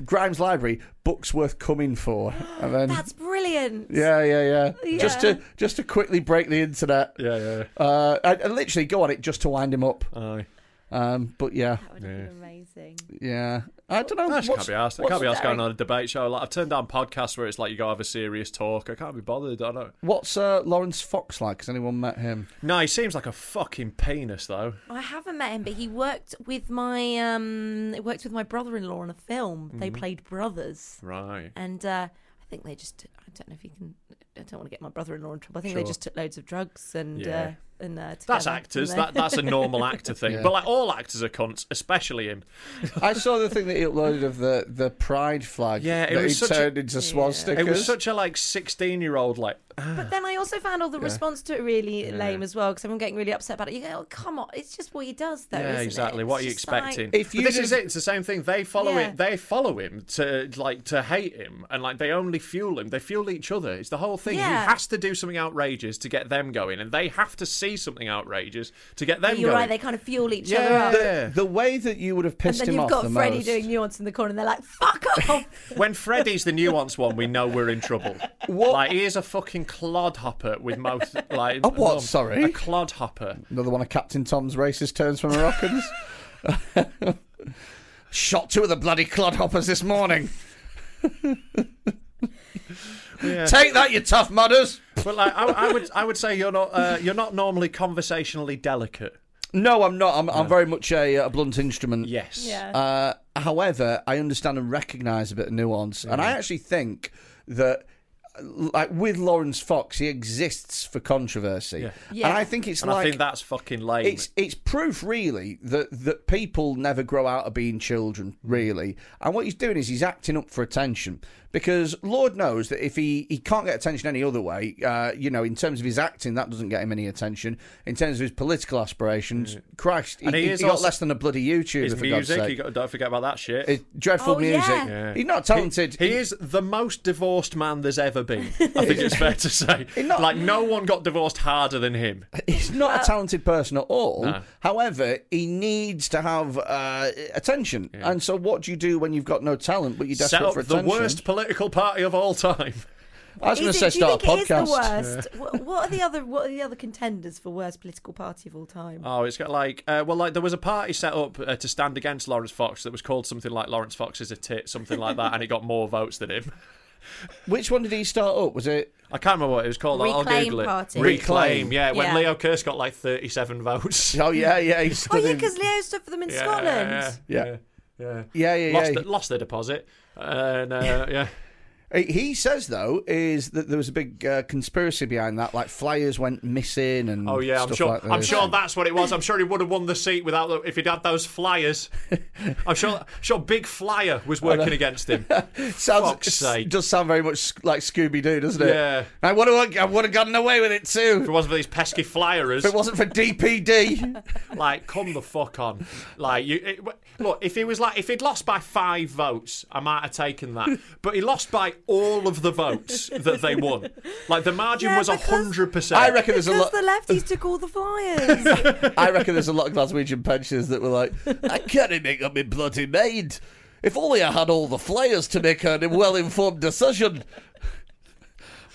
Grimes Library, books worth coming for, and then
That's brilliant.
yeah, yeah, yeah, just
Yeah.
to just to quickly break the internet.
Yeah, yeah.
Uh, I, I literally go on it just to wind him up.
Aye.
Um, but yeah,
That would have been amazing.
yeah, I don't know.
I just
what's-
can't be asked. I
what's-
can't be asked going on a debate show. Like I've turned down podcasts where it's like you got to have a serious talk. I can't be bothered. I don't.
What's uh, Lawrence Fox like? Has anyone met him?
No, he seems like a fucking penis though.
I haven't met him, but he worked with my um, he worked with my brother-in-law on a film. They played brothers,
Mm-hmm. Right.
and uh, I think they just I don't know if you can. I don't want to get my brother-in-law in trouble. I think they
Sure.
just took loads of drugs and
Yeah.
uh, and uh,
That's
together, and
actors.
they-
That that's
*laughs*
a normal actor thing.
Yeah.
But like all actors are cunts, especially him.
I saw the thing that he uploaded of the, the pride flag.
Yeah, it
that
was
he
such a-
turned into swaz stickers.
It was such a like sixteen year old like
But then I also found all the response to it really lame as well because everyone getting really upset about it. You go, oh, come on, it's just what he does, though.
yeah
isn't
exactly
It?
what
It's
are you
just like-
expecting.
If
But
you
this
did-
is it. It's the same thing. They follow
Yeah.
him. They follow him to like to hate him and like they only fuel him. They fuel each other. It's the whole thing.
Yeah.
He has to do something outrageous to get them going, and they have to see something outrageous to get them
You're
going.
right. They kind of fuel each
Yeah.
other up.
the, the way that you would have
and
pissed
then
him
you've
off
got
the
Freddie
most
doing nuance in the corner, and they're like, "Fuck off!"
*laughs*
When Freddy's the nuanced one, we know we're in trouble.
What-
Like he is a fucking clodhopper with mouth
*laughs*
like
A what,
um,
sorry?
a clodhopper.
another one of Captain Tom's racist turns for Moroccans. *laughs* Shot two of the bloody clodhoppers this morning. Take that, you tough mudders.
But like, I, I would, I would say you're not, uh, you're not normally conversationally delicate.
No, I'm not. I'm, I'm very much a, a blunt instrument.
Yes.
Yeah.
Uh, however, I understand and recognise a bit of nuance, and I actually think that. Like with Lawrence Fox, he exists for controversy,
Yeah.
and I think it's
And
like
I think that's fucking lame.
it's it's proof really that that people never grow out of being
Mm.
children really and what he's doing is he's acting up for attention because lord knows that if he he can't get attention any other way uh, you know in terms of his acting that doesn't get him any attention in terms of his political aspirations christ he,
And he
he-
is
he got
also-
less than a bloody youtuber
His
for god's
music.
sake
You got, don't forget about that shit.
It's dreadful
Oh,
music
yeah.
Yeah.
he's not talented
He, he is the most divorced man there's ever been. I
*laughs*
think it's fair to say.
not-
like no one got divorced harder than him.
He's not
Uh,
a talented person at all. However, he needs to have uh, attention. And so, what do you do when you've got no talent but you're desperate
Set up
for
the
attention?
worst political party of all time. *laughs*
I was going
Is
to
it-
say
do you
start a
think it is the
podcast.
worst? What, what are the other What are the other contenders for worst political party of all time?
Oh, it's got like uh, well, like there was a party set up uh, to stand against Lawrence Fox that was called something like Lawrence Fox is a tit, something like that, and it got more votes than him.
Which one did he start up? Was it?
I can't remember what it was called. I'll- I'll
Reclaim
Google it.
Party.
Reclaim, yeah. When
Yeah.
Leo Kirst got like 37 votes.
Oh yeah, yeah. He
oh
stood
yeah,
in-
because Leo stood for them in Scotland.
Yeah.
*laughs* Yeah.
yeah, yeah,
Lost,
yeah.
the, lost their deposit. And, uh, yeah.
He- He says though is that there was a big uh, conspiracy behind that, like flyers went missing and
Oh, yeah. I'm
stuff
sure.
like
I'm
this.
sure that's what it was. I'm sure he would have won the seat without the, if he'd had those
*laughs*
flyers. I'm sure. Sure, Big Flyer was working against him.
*laughs* Sounds,
Fuck's sake.
does sound very much sc- like Scooby Doo, doesn't it?
Yeah.
I would have, I would have gotten away with it
If it
too
wasn't for these pesky flyerers,
if it wasn't
*laughs*
for DPD.
like, come the fuck on. Like, you it, look. If he was like, if he'd lost by five votes, I might have taken that. But he lost by all of the votes that they won. Like the margin was was hundred percent.
I reckon there's a
because
lot.
the lefties took all the
*laughs*
flyers.
I reckon there's a lot of Glaswegian pensioners that were like, I can't make up my bloody mind. If only I had all the flyers to make a well-informed decision.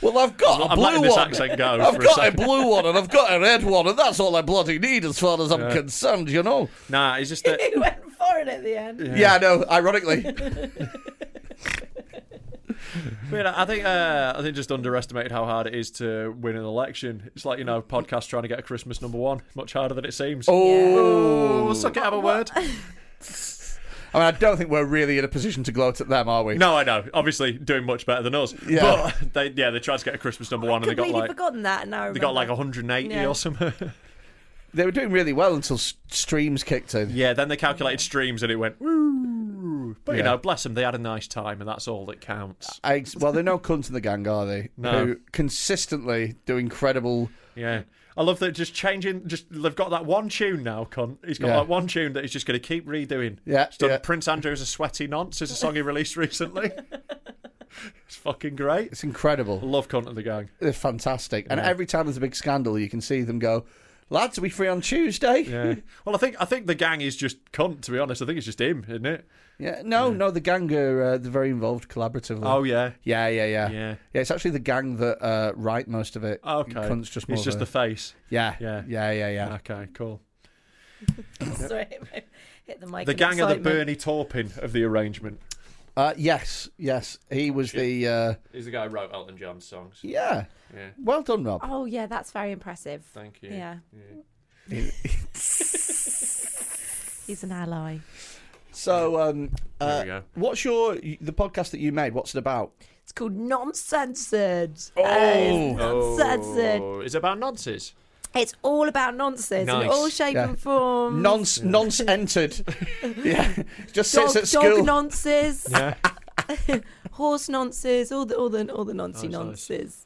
Well, I've got a
I'm
blue
letting this
one.
accent go
I've
for a
got a,
second.
blue one and I've got a red one, and that's all I bloody need as far as I'm concerned, you know.
Nah, it's just
*laughs*
that
he went for it at the end.
Yeah, I know. Ironically,
I, mean, I think uh, I think just underestimated how hard it is to win an election. It's like you know, podcast trying to get a Christmas number one, much harder than it seems.
oh,
Oh, suck it, have a word.
I mean, I don't think we're really in a position to gloat at them, are we?
No, I know. Obviously, doing much better than us.
Yeah.
But they, yeah, they tried to get a Christmas number one, and they got
Completely
like
forgotten that. and Now I
they got like
remember.
180
Yeah.
or something.
They were doing really well until s- streams kicked in.
*laughs* yeah. Then they calculated streams, and it went woo. But you
Yeah.
know, bless them, they had a nice time, and that's all that counts.
I, well, they're no cunts in the gang, are they?
No.
Who consistently do incredible.
Yeah. I love that just changing just they've got that one tune now, cunt. He's got
Yeah.
that one tune that he's just gonna keep redoing.
Yeah,
He's done
yeah.
Prince Andrew's a sweaty nonce is a song he released *laughs* recently. it's fucking great.
It's incredible.
Love cunt of the gang.
They're fantastic. And every time there's a big scandal, you can see them go, lads, are we free on Tuesday?
*laughs* Yeah. well I think I think the gang is just cunt, to be honest. I think it's just him, isn't it?
*laughs* Yeah, no, no, the gang are uh, they're very involved collaboratively.
Oh yeah.
yeah, yeah, yeah,
Yeah. Oh,
It's actually the gang that uh, write most of it.
Okay.
Cunts just more
it's
of
just
a-
the face.
yeah,
Yeah.
yeah, yeah, yeah, yeah.
Okay, cool.
Sorry, hit the mic.
The
in
gang are the
excitement.
Bernie Taupin of the arrangement.
Uh, yes, yes, he was the uh,
He's the guy who wrote Elton John's songs.
yeah.
Yeah.
Well done, Rob.
Oh yeah, that's very impressive.
Thank you.
Yeah. He's an ally.
*laughs* So, um,
There
uh,
we go.
what's your the podcast that you made? What's it about?
It's called Nonsensored.
Oh.
Nonsensored.
Oh, is it about nonsense?
It's all about nonsense in
Nice.
all shape
Yeah.
and form.
Nonce, nonce entered.
*laughs*
yeah, just
dog,
sits at
dog
school.
nonces,
Yeah.
*laughs* horse nonces, all the all the all the noncy
Oh, Nice,
nonces.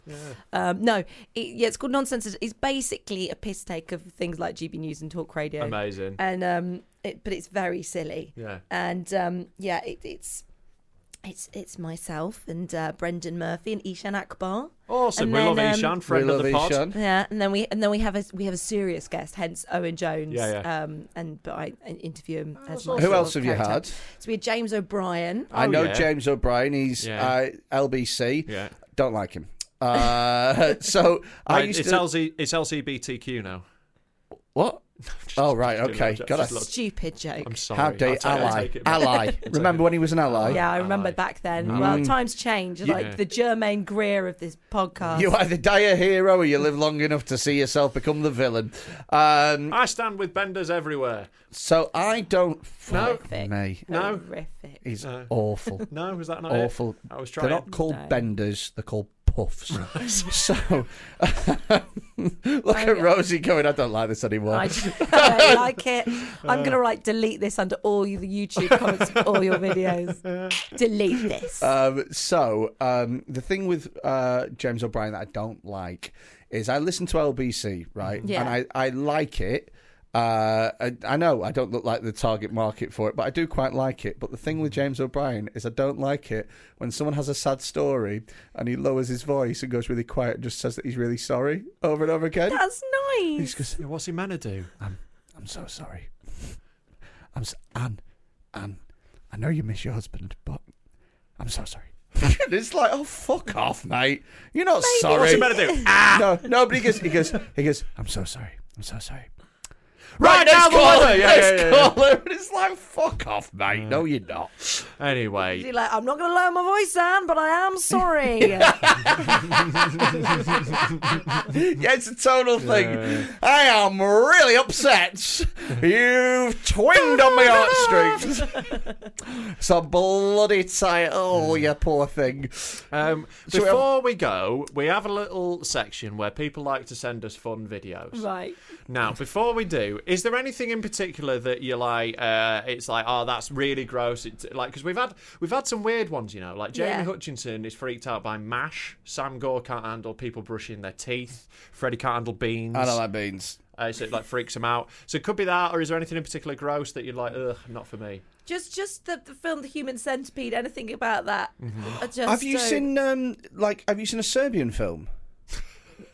Um, no, it, yeah, it's called Nonsense. It's basically a piss take of things like GB News and Talk Radio.
Amazing.
And um, it, but it's very silly.
Yeah.
And um, yeah, it, it's it's it's myself and uh, Brendan Murphy and Ishan Akbar.
Awesome.
And
we love
then, um,
Ishan, friend
we
of
love
the pod.
Ishan.
Yeah, and then we and then we have a we have a serious guest, hence Owen Jones.
Yeah, yeah.
Um, and but I I interview him. as my
Who
sort
else
of
have you
character.
had?
So we had James O'Brien.
I
Oh,
know
yeah.
James O'Brien. He's
Yeah.
uh, LBC.
Yeah.
Don't like him. Uh, *laughs* so I
Right,
used
it's,
to.
LZ, it's LCBTQ now.
what? Oh right,
*laughs* just
okay.
kidding,
God, I-
just love-
Stupid joke.
I'm sorry.
how dare
I'll take- I'll
ally?
take it back.
Ally. Remember when he was an ally?
yeah, I remember
Aye.
back then. Well, times change. Like
Mm. Yeah.
the Germaine Greer of this podcast.
You either die a hero or you live long enough to see yourself become the villain. Um,
I stand with benders everywhere.
so I don't.
No.
Fuck me.
No.
Horrific.
He's awful.
No, was that not it?
awful.
I was
They're
trying.
not called
No.
benders. They're called puffs. *laughs* so look at Rosie going. I don't like this anymore.
I just don't like it. I'm going to write delete this
*laughs*
under all the YouTube comments, of all your videos. delete this.
Um, so um, the thing with uh, James O'Brien that I don't like is I listen to LBC, right?
Yeah.
And I, I like it. Uh, I, I know I don't look like the target market for it, but I do quite like it. But the thing with James O'Brien is I don't like it when someone has a sad story and he lowers his voice and goes really quiet and just says that he's really sorry over and over again.
That's
He
nice.
just goes,
Yeah, what's he meant to do?
I'm so sorry. *laughs* I'm s Anne, Anne, I know you miss your husband, but I'm so sorry. *laughs* it's like, oh, fuck off, mate. You're not sorry.
What's he meant to do? Ah,
No, no, but he goes, he goes, he goes, I'm so sorry. I'm so sorry.
right now, the weather. Yeah,
*laughs*
yeah,
Let's
yeah, yeah.
call her. And it's like, fuck off, mate. No, you're not.
*laughs* Anyway,
You're like, I'm not going to lower my voice, Anne, but I am sorry.
*laughs* Yeah, it's a total thing. I am really upset. You've twinned on my heartstrings. it's a bloody tie. Oh, you poor thing.
um,
Shall we have-
before we go, we have a little section where people like to send us fun videos.
right.
Now, before we do, do. Is there anything in particular that you like? Uh, it's like, oh, that's really gross. It's like because we've had we've had some weird ones, you know. Like Jamie
Yeah.
Hutchinson is freaked out by mash. Sam Gore can't handle people brushing their teeth. Freddie can't handle beans.
I don't like beans.
Uh, so it like freaks him out. So it could be that, or is there anything in particular gross that you're like, ugh, not for me?
Just, just the, the film, The Human Centipede. Anything about that?
Mm-hmm.
I just
Have you
don't-
seen um like Have you seen a Serbian film?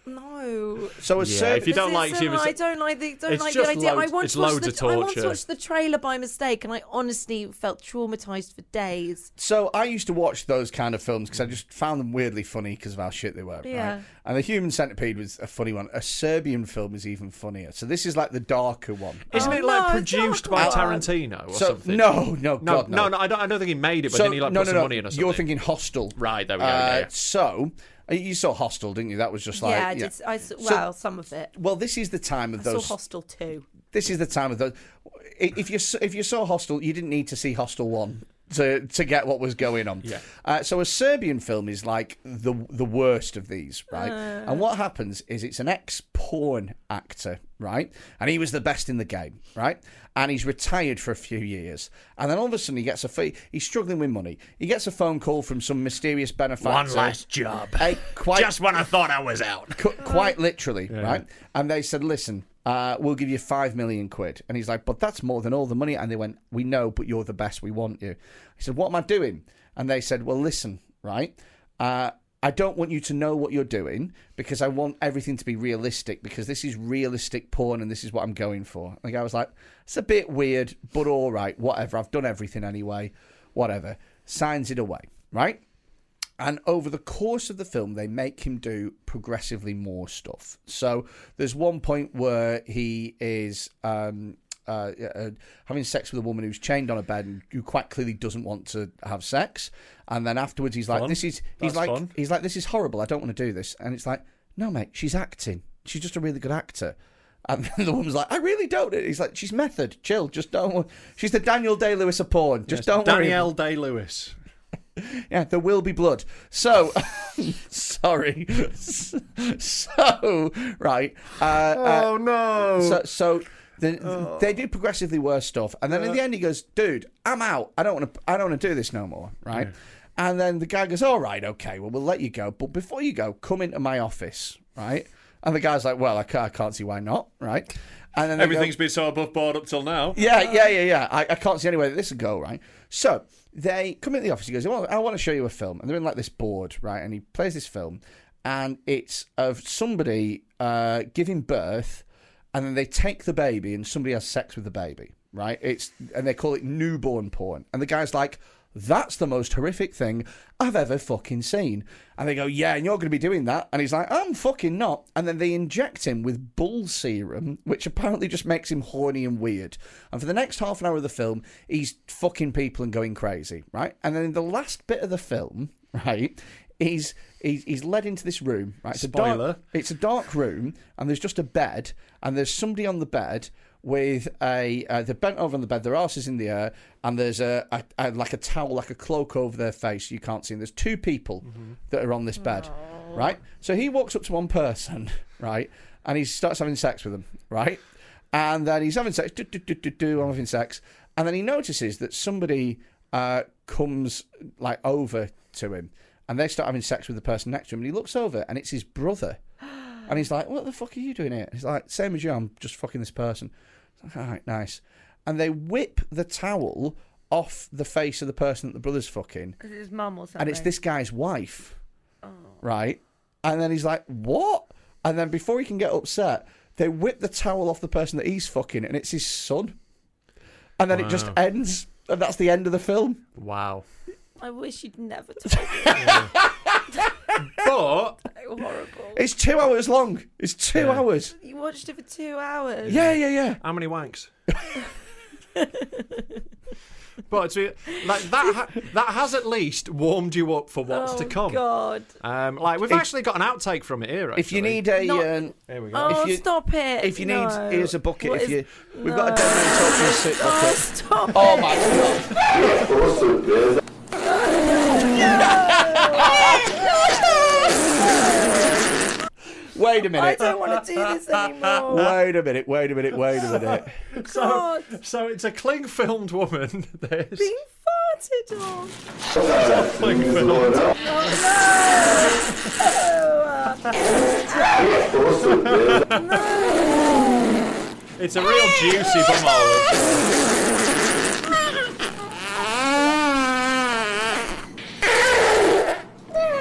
No.
So a
Yeah,
Serbian.
if you don't
This
like
is-
human-
I don't like the don't
It's
like
just
the idea.
loads-
I once
it's
watched
loads
the
of
I once
torture.
watched the trailer by mistake, and I honestly felt traumatized for days.
So I used to watch those kind of films because I just found them weirdly funny because of how shit they were.
Yeah.
Right? And the Human Centipede was a funny one. A Serbian film is even funnier. So this is like the darker one.
Isn't
Oh,
it like
no,
produced
don't
by
go on.
Tarantino or
So-
something?
no,
no,
no, God,
no,
no.
I don't. I don't think he made it, but
so,
then he like
no,
put
no,
some
no.
money in or something.
You're thinking Hostel,
Right, there we go,
Uh,
yeah, yeah.
So uh, you saw Hostel, didn't you? That was just like
yeah, I did, I s- well, some of it.
well, this is the time of
I
those.
saw Hostel too.
this is the time of those. i- If you s- if you saw Hostel, you didn't need to see Hostel One to to get what was going on.
Yeah.
Uh, so a Serbian film is like the the worst of these, right? And what happens is it's an ex porn actor, right? And he was the best in the game, right? And he's retired for a few years, and then all of a sudden he gets a fee. He's struggling with money. He gets a phone call from some mysterious benefactor.
job.
Hey, quite
when I thought I was out.
Qu- quite literally, right? And they said, "Listen, uh, we'll give you five million quid." And he's like, "But that's more than all the money." And they went, "We know, but you're the best. We want you." He said, "What am I doing?" And they said, "Well, listen, right? Uh, I don't want you to know what you're doing because I want everything to be realistic because this is realistic porn and this is what I'm going for." Like I was like, "It's a bit weird, but all right, whatever. I've done everything anyway, whatever." Signs it away, right? And over the course of the film, they make him do progressively more stuff. So there's one point where he is um, uh, uh, having sex with a woman who's chained on a bed and who quite clearly doesn't want to have sex. And then afterwards, he's like,
Fun.
"This is." He's
That's
like,
fun.
"He's like, this is horrible. I don't want to do this." And it's like, "No, mate, she's acting. She's just a really good actor." And the woman's like, "I really don't." He's like, "She's method. Chill. Just don't. wa- She's the Daniel Day Lewis of porn. Just don't worry."
Danielle Day Lewis.
Yeah, there will be blood. So, *laughs* sorry. so, right. Uh, uh,
oh no! Oh.
so, so the, they do progressively worse stuff, and then in the end, he goes, "Dude, I'm out. I don't want to. I don't want to do this no more." Right. And then the guy goes, "All right, okay. Well, we'll let you go, but before you go, come into my office, right?" And the guy's like, "Well, I can't, I can't see why not, right?" And then they go-
Everything's been so above board up till now.
yeah, yeah, yeah, yeah. I, I can't see any way that this would go, right? So they come into the office. He goes, well, I want to show you a film. And they're in like this board, right? And he plays this film. And it's of somebody uh, giving birth. And then they take the baby and somebody has sex with the baby, right? It's And they call it newborn porn. And the guy's like, that's the most horrific thing I've ever fucking seen. And they go, Yeah, and you're going to be doing that. And he's like, I'm fucking not. And then they inject him with bull serum, which apparently just makes him horny and weird. And for the next half an hour of the film, he's fucking people and going crazy, right? And then in the last bit of the film, *laughs* right, he's he's, he's led into this room, right? It's a dark-
Spoiler.
it's a dark room, and there's just a bed, and there's somebody on the bed with a. Uh, they're bent over on the bed, their arse is in the air, and there's a, a, a like a towel, like a cloak over their face. You can't see. And there's two people that are on this bed, right? So he walks up to one person, *laughs* right, and he starts having sex with them, right, and then he's having sex. Do do do do do. I'm having sex, and then he notices that somebody uh, comes like over to him. And they start having sex with the person next to him, and he looks over, and it's his brother. And he's like, "What the fuck are you doing here?" He's like, "Same as you. I'm just fucking this person." It's like, All right, nice. And they whip the towel off the face of the person that the brother's fucking,
Because it's mum or something. Oh.
and it's this guy's wife, right? And then he's like, "What?" And then before he can get upset, they whip the towel off the person that he's fucking, and it's his son. And then it just
Wow.
ends, and that's the end of the film.
Wow.
I wish you'd never told me.
But
horrible.
It's two hours long. It's two hours.
You watched it for two hours.
Yeah, yeah, yeah.
how many *laughs* wanks? but to be- like that, ha- that has at least warmed you up for what's
oh,
to come.
God.
Um, like we've actually got an outtake from it here. Actually.
If you need a
Not-
um,
there we go.
Oh,
you-
stop it.
If you need,
No.
here's a bucket.
What
if
is-
you, we've got a donate
No.
up your sit
*laughs* Oh,
bucket.
stop
Oh
it.
my god! Wait a minute.
I don't want to do this anymore.
Wait a minute, wait a minute, wait a
*laughs*
minute.
So,
Oh,
so it's a cling filmed woman. *laughs* This
Being farted on.
cling filmed. It's a real juicy bum hole.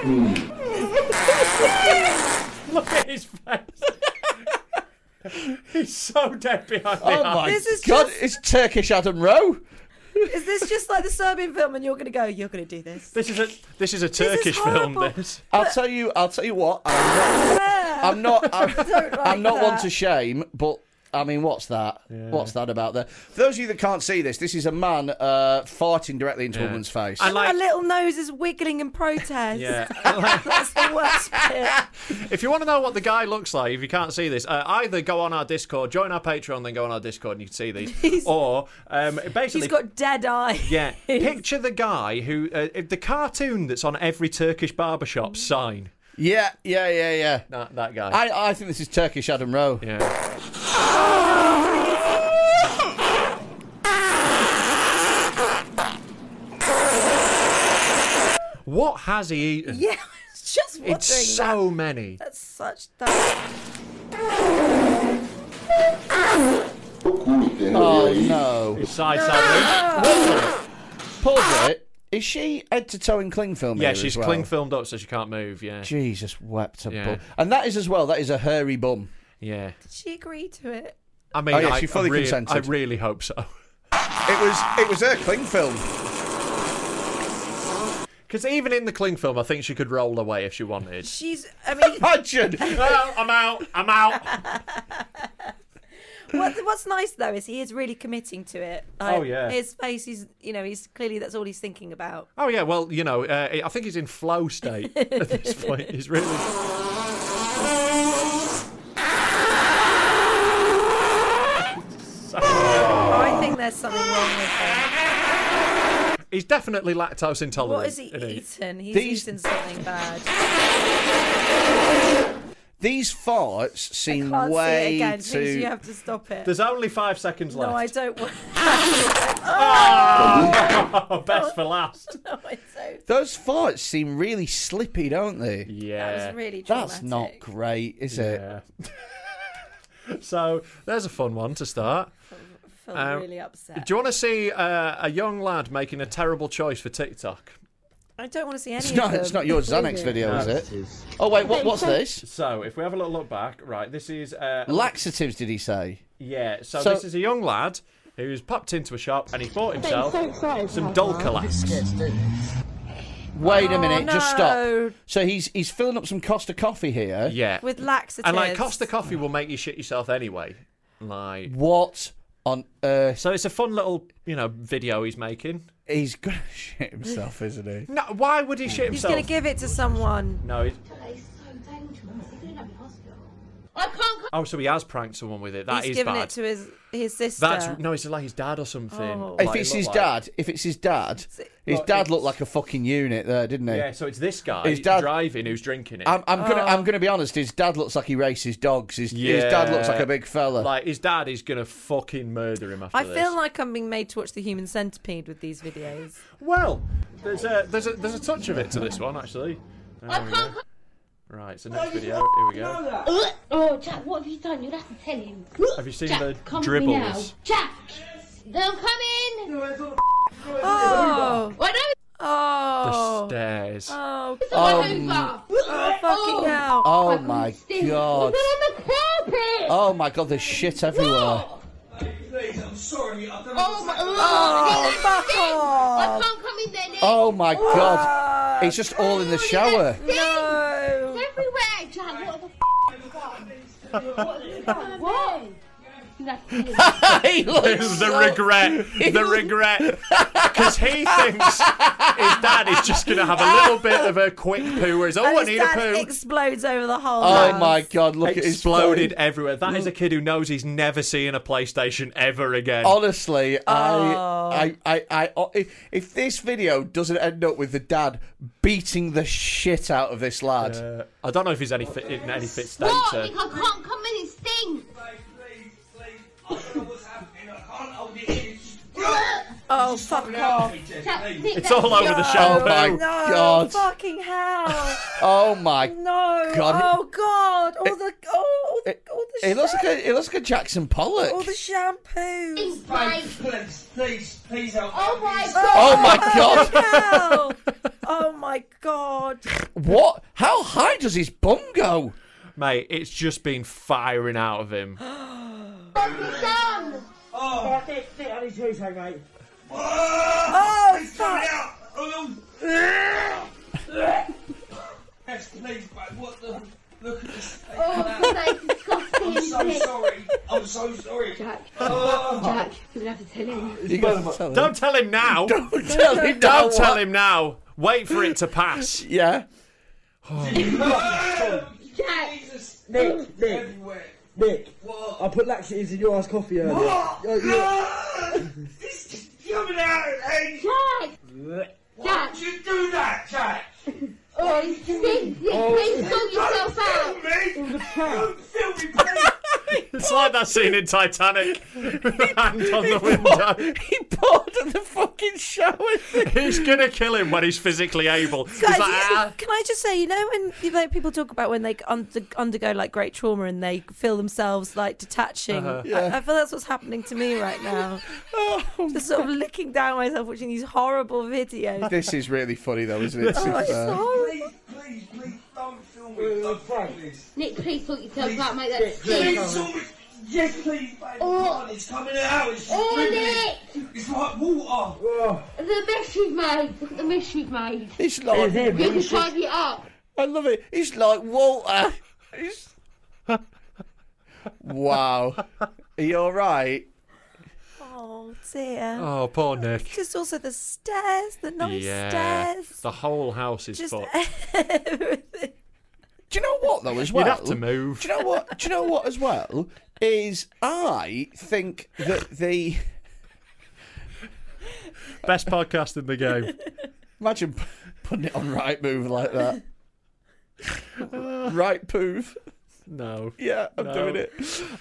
Hmm. Look at his face. He's so dead behind the
Oh
eyes.
my
This is
god,
just-
it's Turkish Adam Rowe.
Is this just like the Serbian film and you're going to go, you're going to do this?
This is a this is a Turkish film.
horrible.
This.
I'll tell you I'll tell you what, I'm not I'm
*laughs*
not I'm,
like
I'm not one
that.
to shame, but I mean, what's that? What's that about there? For those of you that can't see this, this is a man uh, farting directly into a woman's face.
And
My
like,
little nose is wiggling in protest.
yeah, and
*laughs*
like-
That's the worst bit.
if you want to know what the guy looks like, if you can't see this, uh, either go on our Discord, join our Patreon, then go on our Discord and you can see these. or um, basically,
He's got dead eye.
yeah, picture the guy who uh, the cartoon that's on every Turkish barbershop sign.
Yeah, yeah, yeah, yeah.
That, that guy.
I, I think this is Turkish Adam Rowe.
yeah. What has he eaten?
Yeah, I was just wondering.
It's so many.
That's such. That.
Oh no!
Side side.
Pause it. Is she head to toe in cling film?
Yeah,
here
she's
as well?
cling filmed up, so she can't move. Yeah,
Jesus wept a
Yeah.
bum. And that is as well. That is a hairy bum.
yeah.
Did *laughs* she agree to it?
I mean,
Oh, yeah,
I,
she fully
I really,
consented.
I really hope so.
It was. It was her cling film.
Because even in the cling film, I think she could roll away if she wanted.
She's. I mean,
Imagine.
oh, I'm out. I'm out.
what, what's nice though is he is really committing to it. Like,
Oh, yeah.
His face is. You know, he's clearly that's all he's thinking about.
Oh yeah. Well, you know, uh, I think he's in flow state
*laughs*
at this point. He's really.
I think there's something wrong with him.
He's definitely lactose intolerant.
What has he
isn't he?
eaten? He's
These-
eaten something bad.
These farts seem
Can't see it
way
again. Please,
too.
you have to stop it.
There's only five seconds
no,
left.
I don't
*laughs*
want.
Oh, best for last.
*laughs* No, I don't.
Those farts seem really slippy, don't they?
Yeah.
That was really dramatic.
That's not great, is it?
yeah. so there's a fun one to start.
Felt
Um,
really upset.
Do you want to see uh, a young lad making a terrible choice for TikTok?
I don't want to see any
It's
of
not.
them.
It's not your Xanax video, is it? Oh wait, what, what's this?
So, if we have a little look back, right, this is. Uh,
Laxatives? Did he say?
yeah, so,
So-
this is a young lad who's popped into a shop and he bought himself some Dulcolax.
Wait a minute, just stop.
no.
So he's he's filling up some Costa coffee here.
Yeah.
With laxatives.
and like Costa Coffee will make you shit yourself anyway. Like.
What on earth?
So it's a fun little, you know, video he's making.
He's gonna *laughs* shit himself, isn't he?
No, why would he shit
He's
himself?
going to give it to someone.
No. He's... Oh, so he has pranked someone with it. That is
He's given
bad.
it to his his sister.
That's no, it's like his dad or something.
Oh.
Like,
if it's
it
his
looked like-
dad, if it's his dad, his
Well,
dad
it's-
looked like a fucking unit there, didn't he?
yeah. So it's this guy
His dad-
driving who's drinking it.
I'm, I'm gonna
Oh.
I'm gonna be honest. His dad looks like he races dogs. His, his dad looks like a big fella.
Like his dad is gonna fucking murder him after
I
this.
feel like I'm being made to watch the Human Centipede with these videos.
well, there's a there's a there's a touch of it to this one actually. There we go. Right, so next video. Here we go.
Oh, Jack, what have you done? You'll have to tell him.
Have you seen
Jack,
the
come with me now.
dribbles?
Jack! They'll come in!
Um,
Oh,
What
The
oh,
stairs.
oh,
over!
oh, fucking hell!
Mm. oh my
Steve,
god!
Put on the carpet!
Oh my god! There's shit everywhere.
Oh my...
Oh,
Get that
fuck
thing! I
*laughs* off!
can't come in there, Nick!
Ah. Oh my god! It's just all in the shower.
No!
It's everywhere, Jack! What the f***? What?
he
*laughs*
looks
the
so-
regret,
*laughs*
the regret, because he thinks his dad is just going
*laughs*
to have a little bit of a quick poo. Whereas, oh, I
and
need
his
a
dad
poo.
explodes over the whole.
Oh
house.
my god! Look at his
Exploded
phone.
everywhere. That
Mm.
is a kid who knows he's never seeing a PlayStation ever again.
Honestly, I, I, I, I, oh, if, if this video doesn't end up with the dad beating the shit out of this lad,
Uh, I don't know if he's any fit, in any fit state.
What?
to-
Because I can't come in his thing.
Oh fuck off!
It's all over the shampoo.
Oh my
No,
God.
Oh,
fucking hell!
oh my
No!
God.
Oh god! All the oh, all the, all the
It looks
shampoo,
like a, it looks like a Jackson Pollock.
all the shampoo.
Please, please help. Oh my
oh
god.
my god!
Hell! Oh my god!
What? How high does his bum go?
Mate, it's just been firing out
*gasps*
of him.
It's done.
Oh fuck!
Oh, for sake, it's disgusting. I'm so sorry. I'm so sorry. Jack. Jack, you're gonna have to tell him.
You gotta tell him.
Don't tell him now. Don't,
tell him. now
tell
what-
him now. Wait for it to
*gasps*
pass.
*laughs* Yeah.
Jack.
Nick, Nick, Nick. I put laxatives in your ass coffee earlier. Yo, yo.
Jack. Jack.
You do that, Jack.
Oh, it stinks. Nick,
Oh.
please sort yourself out.
It's like that scene in Titanic. With the hand on the window.
He poured in the fucking shower.
He's gonna kill him when he's physically able. He's
Guys,
like,
you-
"Ah."
can I just say, you know, when you know, people talk about when they under, undergo like great trauma and they feel themselves like detaching, I, I feel that's what's happening to me right now. just sort of looking down myself, watching these horrible videos.
*laughs* This is really funny though, isn't it?
oh, it's so horrible.
Please, please, don't film me. Don't film me.
Nick, please sort yourself out, mate. That stinks.
Please, film me. Yes, please, babe.
Oh.
It's coming out. It's
Oh, Nick.
It's like water.
The mess you've made. Look at the mess you've made.
It's like
You can tidy it up.
I love it. It's like Walter. It's- wow. Are you all right?
Oh dear.
Oh, poor Nick.
Just also the stairs, the nice
Yeah.
stairs.
The whole house is
Just *laughs*
fucked.
everything.
Do you know what though? As well,
You'd have to move.
Do you know what? Do you know what? As well is I think that the
Best podcast in the game.
*laughs*
imagine p- putting it on right move like
*laughs*
that. right poof.
No.
Yeah, I'm
No.
doing it.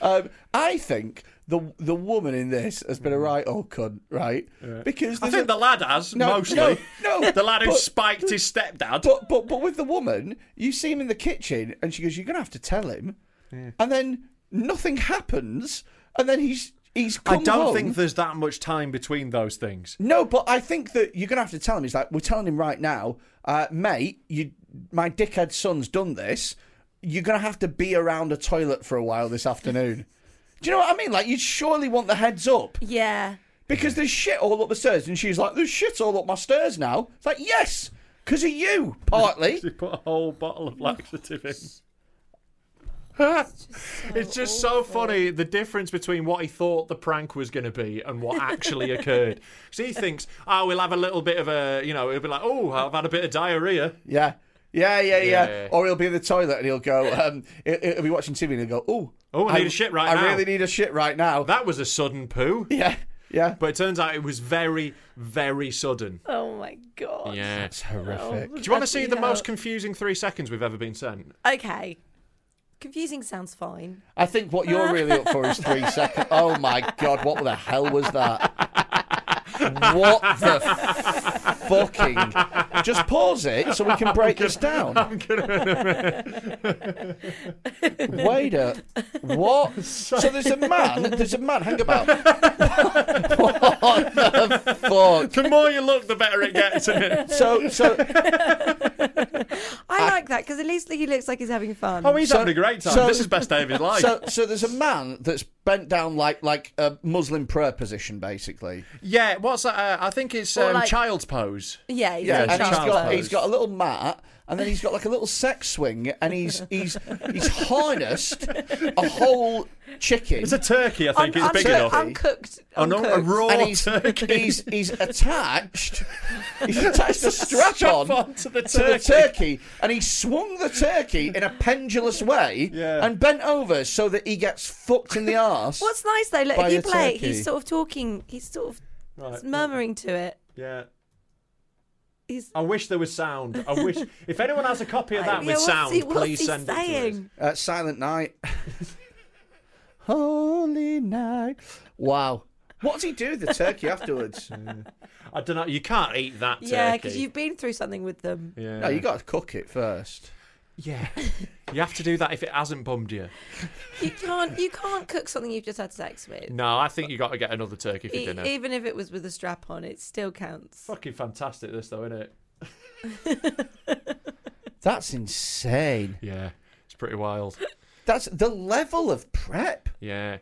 Um, I think the the woman in this has been a right old cunt, right? Because
Mm. I
there's
think
a-
the lad has,
No,
mostly.
no, no,
the lad who
but-
spiked his stepdad.
But but but with the woman, you see him in the kitchen, and she goes, "You're gonna have to tell him," and then nothing happens, and then he's he's.
I
Come
don't
home.
think there's that much time between those things.
No, but I think that you're gonna have to tell him. He's like, "We're telling him right now, uh, mate. You, my dickhead son's done this. You're gonna have to be around a toilet for a while this afternoon." Do you know what I mean? Like, you'd surely want the heads up
Yeah.
because there's shit all up the stairs, and she's like, "There's shit all up my stairs now." It's like, yes, because of you, partly.
*laughs* She put a whole bottle of laxative in. *laughs* it's just so funny the difference between what he thought the prank was going to be and what actually *laughs* occurred. So he thinks, "Oh, we'll have a little bit of a, you know, it'll be like, oh, I've had a bit of diarrhea."
Yeah. Yeah, yeah, yeah,
Yeah.
Or he'll be in the toilet and he'll go, um, he'll, he'll be watching TV and he'll go, oh,
Oh, I need a shit right
I
now."
really need a shit right now.
That was a sudden *laughs* poo,
*laughs* yeah, yeah.
but it turns out it was very, very sudden.
Oh my god.
Yeah.
It's horrific.
Do you want to see the
Yeah.
most confusing three seconds we've ever been sent?
Okay. Confusing sounds fine.
I think what you're really up for is three seconds. Oh my God, what the hell was that? What the fucking. Just pause it so we can break this down.
I'm gonna- *laughs*
Wait a what? So there's a man. There's a man. Hang
*laughs*
about. what the fuck?
the more you look, the better it gets. Isn't *laughs* it?
So so
I like that because at least he looks like he's having fun.
Oh, he's
So-
having a great time.
so-
this is best day of his life.
So, so there's a man that's bent down like like a Muslim prayer position, basically.
*laughs* Yeah, what's that? Uh, I think it's
Or
um,
like-
child's pose.
Yeah, he's
yeah,
doing
and he's
child's
got
pose.
he's got a little mat, and then he's got like a little sex swing, and he's he's he's harnessed a whole chicken.
It's a turkey, I think.
Un-
it's big
uncooked-
enough.
uncooked-
Oh, no, a
uncooked.
raw
And he's-
turkey.
he's- he's attached. He's attached a strap,
Strap
on,
on to the turkey.
turkey, and he swung the turkey in a pendulous way and bent over so that he gets fucked in the arse.
What's nice though, look,
By
if you
a
play it,
turkey.
he's sort of talking, he's sort of
Right.
murmuring to it.
Yeah.
He's-
I wish there was sound. I
*laughs*
wish. if anyone has a copy of that
Yeah,
with
what's
sound,
he- what's
please
he
send it to us.
saying?
Uh, Silent Night. *laughs* Holy night. Wow. What does he do with the turkey *laughs* afterwards?
I don't know. You can't eat that turkey.
Yeah, because you've been through something with them.
Yeah.
No, Oh, you got to cook it first.
Yeah.
*laughs*
you have to do that if it hasn't bummed you.
You can't you can't cook something you've just had sex with.
No, I think you got to get another turkey for
E-
dinner.
even if it was with a strap on, it still counts.
Fucking fantastic, this though, isn't it?
That's insane.
Yeah, it's pretty wild.
That's the level of prep.
Yeah.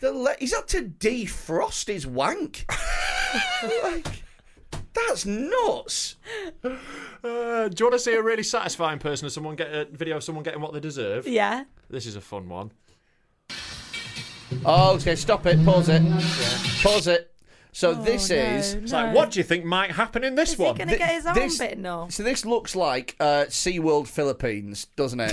The le- he's had to defrost his wank. *laughs* like, that's nuts.
Uh, do you want to see a really satisfying person? Or someone get a video of someone getting what they deserve?
Yeah.
This is a fun one.
Oh, okay, stop it. Pause it. Pause it. So this is.
It's like, what do you think might happen in this one?
Gonna get his arm bitten off.
So this looks like uh, SeaWorld Philippines, doesn't it?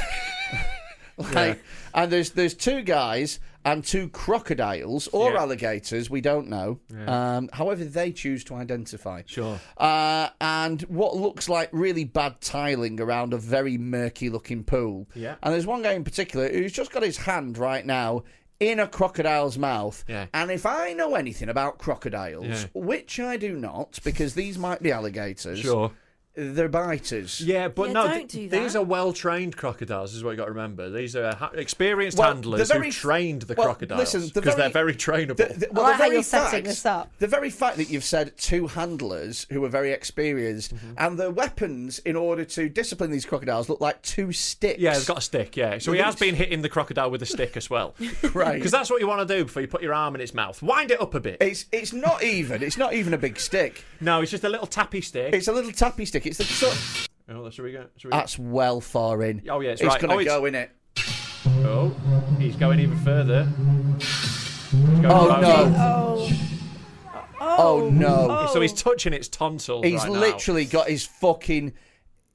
*laughs* like, And there's there's two guys and two crocodiles or
Yeah.
alligators, we don't know.
Yeah.
Um, however, they choose to identify.
Sure.
Uh, and what looks like really bad tiling around a very murky looking pool.
Yeah.
And there's one guy in particular who's just got his hand right now in a crocodile's mouth.
Yeah.
And if I know anything about crocodiles,
Yeah.
which I do not, because these might be alligators.
Sure.
They're biters.
Yeah, but
Yeah,
no,
don't do that.
these are well trained crocodiles. Is what you got to remember. These are ha- experienced
Well,
handlers
they're
who
very-
trained the
well,
crocodiles
listen,
because they're
they're very-
very trainable.
The, the, well,
Oh, I like
the
how
very
you're setting
fact-
this up.
The very fact that you've said two handlers who are very experienced
Mm-hmm.
and their weapons in order to discipline these crocodiles look like two sticks.
yeah, he's got a stick. Yeah, so he has been hitting the crocodile with a stick as well.
*laughs* Right.
because that's what you want to do before you put your arm in its mouth. Wind it up a bit.
It's it's not even. It's not even a big stick.
No, it's just a little tappy stick.
It's a little tappy stick. It's the sort.
Oh, should we go? Should we go?
That's well far in.
Oh, yeah, it's
it's
right.
gonna
Oh, it's-
go in it.
Oh, he's going even further. He's going
Oh
closer.
no!
Oh,
Oh no!
So he's touching its tonsils.
He's
right now.
literally got his fucking.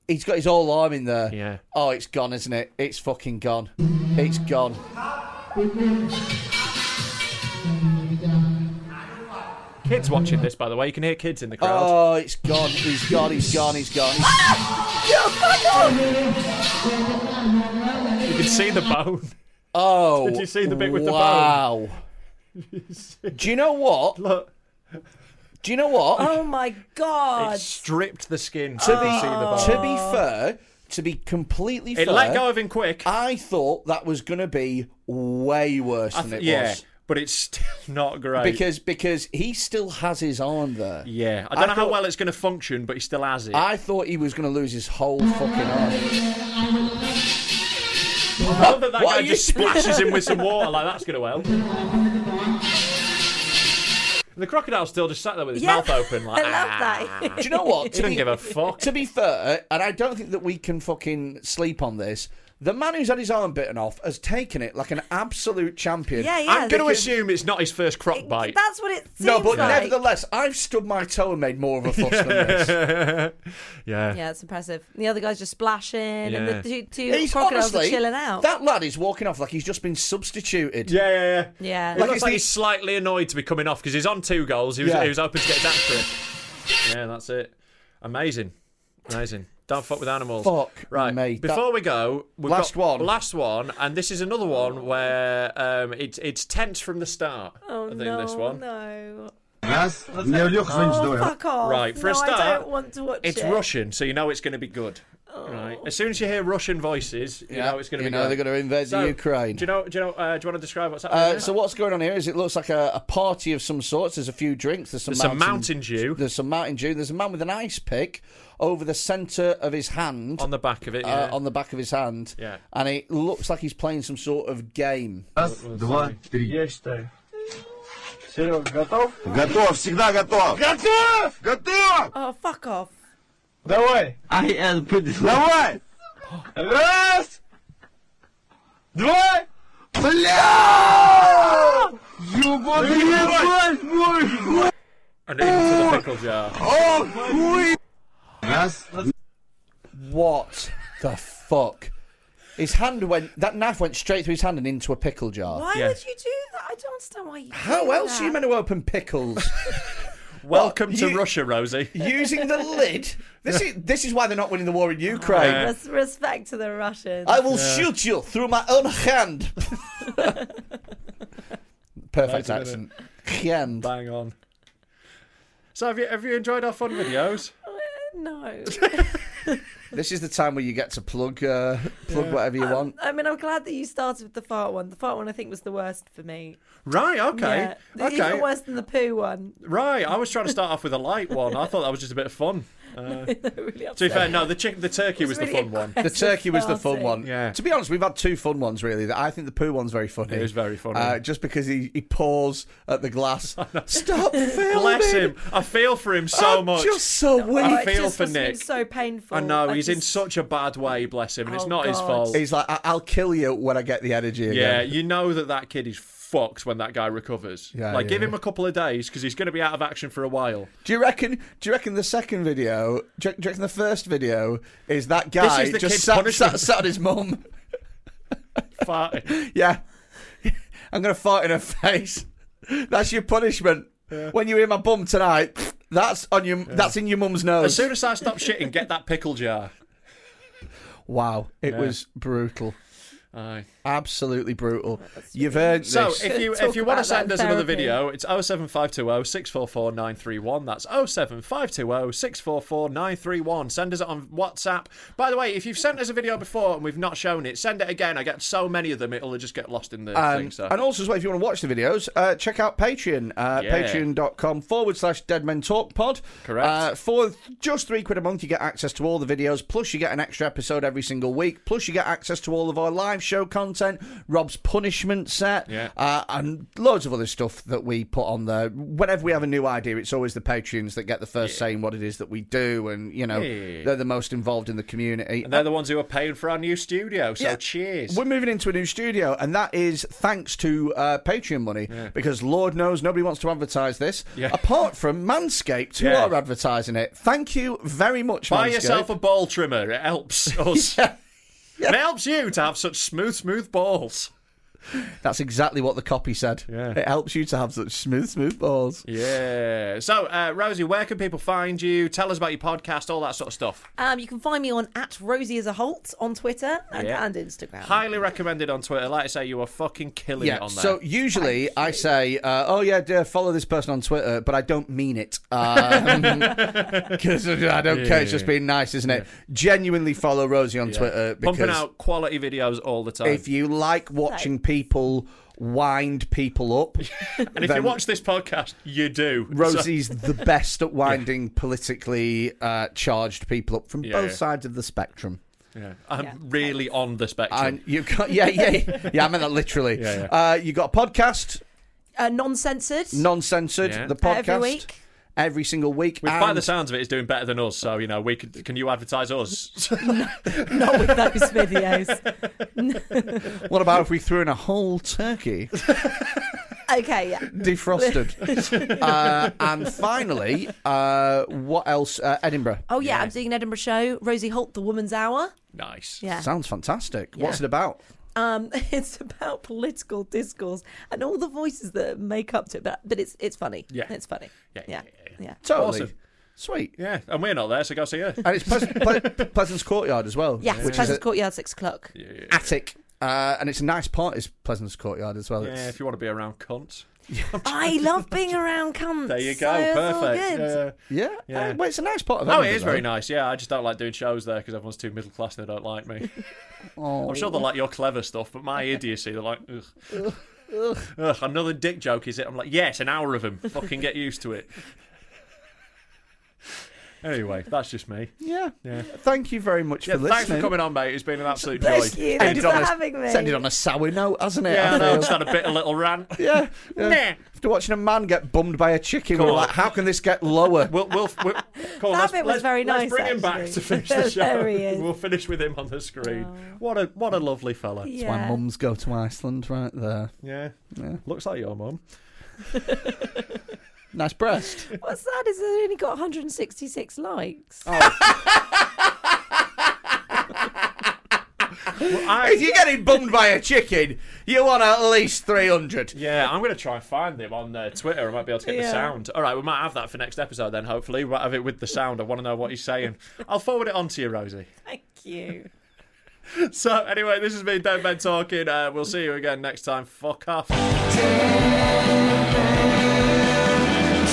He's got his whole arm in there.
Yeah.
Oh, it's gone, isn't it? It's fucking gone. It's gone.
Kids watching this, by the way. You can hear kids in the crowd.
Oh, it's gone. He's gone. He's gone. He's
*laughs*
gone.
You can see
*laughs*
the bone.
Oh.
Did you see the bit with the bone?
wow.
*laughs*
Do you know what?
Look.
Do you know what?
Oh my god.
It stripped the skin.
to
you can see the bone.
be to be fair, to be completely fair,
It let go of him quick.
I thought that was going to be way worse
I
than
th-
it
yeah,
was
but it's still *laughs* not great.
because because he still has his arm there.
yeah, I don't know how
thought-
well it's going to function, but he still has it.
I thought he was going to lose his whole fucking arm.
I love that that
What
guy
are you- *laughs*
just splashes him with some water. Like that's going to help. The crocodile's still just sat there with his
Yeah.
mouth open. Like,
*laughs* I love
"Ah."
that.
Do you know what?
*laughs* He doesn't give a fuck.
To be fair, and I don't think that we can fucking sleep on this. The man who's had his arm bitten off has taken it like an absolute champion.
Yeah, yeah.
I'm going to
because-
assume it's not his first croc
it-
bite.
That's what it seems
No, but
like.
nevertheless, I've stood my toe and made more of a fuss
*laughs*
than this.
yeah.
Yeah, it's impressive. And the other guy's just splashing, and
Yeah.
the two, two crocodiles are chilling out.
That lad is walking off like he's just been substituted.
Yeah, yeah, yeah.
Yeah.
It
Like
looks
it's
like
the-
he's slightly annoyed to be coming off because he's on two goals. He was,
Yeah.
he was hoping to get his hat trick.
*laughs*
Yeah, that's it. Amazing. Amazing. Don't fuck with animals.
Fuck
Right.
me. That-
Before we go, we've
Last
got
one.
Last one. And this is another one where um, it's it's tense from the start.
oh
I think
no,
this one.
no.
Let's-
Oh, fuck off.
Right, for a
no, I
start,
don't want to watch
It's
it.
Russian, so you know it's going to be good.
Oh.
Right. As soon as you hear Russian voices, you
Yeah,
know it's going to
you
be.
know
going.
they're gonna invade
So,
the Ukraine.
Do you know? Do you know? Uh, do you want to describe what's happening?
Uh,
here?
so what's going on here is it looks like a, a party of some sorts. There's a few drinks. There's some
There's some
mountain,
Mountain Dew.
There's some Mountain Dew. There's a man with an ice pick over the centre of his hand.
on the back of it, yeah.
uh, on the back of his hand.
Yeah.
And it looks like he's playing some sort of game.
Раз, два, три. Я
э.
считаю. Серега, готов?
Готов, всегда готов.
Готов! Готов!
Oh, fuck off.
Давай! I am Давай! Раз! Два! Бля! Ебаный
Ебать
мой!
And into
uh,
the pickle jar.
О, хуй!
What the fuck? His hand went. That knife went straight through his hand and into a pickle jar.
Why would you do that? I don't understand why you.
How
do
else
that.
are you meant to
*laughs*
open pickles?
*laughs* Welcome to
you-
Russia, Rosie.
Using the lid.
*laughs*
This is this is why they're not winning the war in Ukraine.
Yeah.
Res- respect to the Russians.
I will shoot you through my own
*laughs*
hand. Perfect
Right,
accent.
minute. Bang on. So have you have you enjoyed our fun videos?
Uh, No. *laughs*
This is the time where you get to plug uh, plug
Yeah.
whatever you
I'm-
want.
I mean, I'm glad that you started with the fart one. The fart one, I think, was the worst for me.
Right. Okay.
Yeah. Even
Okay.
worse than the poo one. *laughs*
Right. I was trying to start off with a light one. I thought that was just a bit of fun. Uh, to be
upset.
fair, no, the chick, the turkey was, the fun one.
*laughs* The turkey was the fun one.
Yeah.
To be honest, we've had two fun ones really. That I think the poo one's very funny.
It was very funny.
Uh, just because he, he paws at the
*laughs*
glass. Stop filming.
Bless him. I feel for him so
I'm
much.
just so weak.
I
It
feel
just
for
must have been
Nick.
So painful.
I know he's in
just-
such a bad way. Bless him, and it's
Oh,
not his
God.
fault.
He's like, I- I'll kill you when I get the energy
Yeah,
again.
you know that that kid is fucked when that guy recovers.
Yeah,
like
yeah,
give him
yeah.
a couple of days because he's going to be out of action for a
*laughs*
while.
Do you reckon? Do you reckon the second video? Do you, do you reckon the first video is that guy
is the
just
kid's
sat,
punishment.
sat, sat on his mum? *laughs*
Farting.
Yeah, *laughs* I'm gonna fart in her face. *laughs* That's your punishment. When you hear my bum tonight, *laughs* that's on your. That's in your mum's
As
nose.
soon as I stop shitting, get that pickle jar.
wow, it
Yeah.
was brutal.
Aye.
Absolutely brutal. You've earned
So
this.
if you if you want to send us another video, it's 07520 644 931. That's 07520 644 931. Send us it on WhatsApp. By the way, if you've sent us a video before and we've not shown it, send it again. I get so many of them, it'll just get lost in the
Um,
thing. So.
And also, as well, if you want to watch the videos, uh, check out Patreon, uh,
Yeah.
patreon.com forward slash Dead Men Talk Pod.
Correct.
Uh, for th- just three quid a month, you get access to all the videos, plus you get an extra episode every single week, plus you get access to all of our live show content, Rob's punishment set,
Yeah.
uh, and loads of other stuff that we put on there. Whenever we have a new idea, it's always the Patreons that get the first saying what it is that we do, and, you know,
Yeah, yeah, yeah.
they're the most involved in the community.
and they're the ones who are paying for our new studio. So
Yeah.
cheers.
We're moving into a new studio, and that is thanks to uh, Patreon money because Lord knows nobody wants to advertise this
Yeah.
apart from Manscaped, who
Yeah.
are advertising it. Thank you very much,
Buy
Manscaped.
yourself a ball trimmer. It helps
*laughs*
us. It helps you to have such smooth, smooth balls.
That's exactly what the copy said. It helps you to have such smooth, smooth balls.
Yeah. So, uh, Rosie, where can people find you? Tell us about your podcast, all that sort of stuff.
Um, you can find me on at Rosie as a Holt on Twitter and,
Yeah.
and Instagram.
Highly recommended on Twitter. Like I say, you are fucking killing
Yeah.
it on there.
So usually I say, uh, "Oh yeah, dear, follow this person on Twitter," but I don't mean it
*laughs*
*laughs* because I don't care. It's just being nice, isn't it? Genuinely follow Rosie on Twitter because
Pumping out quality videos all the time.
If you like watching people wind people
*laughs*
up,
and if you
then
watch this podcast, you do.
Rosie's the best at winding politically uh, charged people up from
Yeah,
both
yeah.
sides of the spectrum.
So, yeah. I'm really on the spectrum.
And you got yeah
*laughs*
yeah yeah I meant that literally.
Yeah,
Uh, you got a podcast,
Uh, non-censored. uh,
non-censored,
Yeah.
the podcast
Every week.
*laughs*
every single week.
Which, by
and-
the sounds of it, is doing better than us. So you know, we could, can you advertise
*laughs*
us?
Not Oh, with those videos.
what about if we threw in a
*laughs*
whole turkey?
Okay, yeah.
defrosted. uh, and finally, uh, what else? Uh, Edinburgh.
Oh yeah, I'm doing an Edinburgh show. Rosie Holt, The Woman's Hour.
nice.
Yeah.
Sounds fantastic. What's
Yeah.
it about?
Um, *laughs* it's about political discourse and all the voices that make up to it, but but it's it's funny.
Yeah.
it's funny.
Yeah,
yeah, yeah.
Totally.
Awesome.
Sweet.
Yeah, and we're not there, so go see her.
*laughs* And it's Pleas- Ple- Pleasance Courtyard as well.
Yes,
which
Pleasant
is a-
Courtyard, six o'clock.
attic. Uh, and it's a nice part. It's Pleasant's Courtyard as well.
Yeah,
It's-
if you want to be around cunts.
I
*laughs*
love being around cunts.
There you
so
go,
it's all
perfect.
good.
Yeah,
yeah.
uh, well, it's a nice part of
No, Oh, it
Edinburgh,
is very
though.
nice. Yeah, I just don't like doing shows there because everyone's too middle class and they don't like me.
Oh.
I'm sure they like your clever stuff, but my idiocy, they're like, ugh.
Ugh.
Ugh, another dick joke, is it? I'm like, yes, an hour of them. Fucking get used to it. Anyway, that's just me.
Yeah.
Yeah.
Thank you very much
Yeah,
for listening.
thanks for coming on, mate. It's been an absolute
Bless
joy.
you, Ended thanks on for a- having me. ended on a sour note, hasn't it?
Yeah,
I
I know.
feel.
Just had a bit of little rant.
Yeah.
Nah.
yeah. After watching a man get bummed by a chicken,
Come
we're
on.
like, how can this get lower?
we'll, we'll, we'll, Come on,
That
let's-
bit was
let's-
very
let's
nice,
bring him back
actually.
to finish the show.
There he is.
We'll finish with him on the screen. What a what a lovely fella.
That's why mums go to Iceland right there.
Yeah.
Yeah.
Looks like your mum.
Nice breast.
What's sad is they only got 166 likes.
*laughs*
Oh.
if you're getting bummed by a chicken, you want at least 300.
Yeah, I'm going to try and find him on uh, Twitter. I might be able to get the
Yeah.
sound. All right, we might have that for next episode then, hopefully. We might have it with the sound. I want to know what he's saying.
*laughs*
I'll forward it on to you, Rosie.
Thank you.
So, anyway, this has been Dead Men Talking. Uh, we'll see you again next time. Fuck off.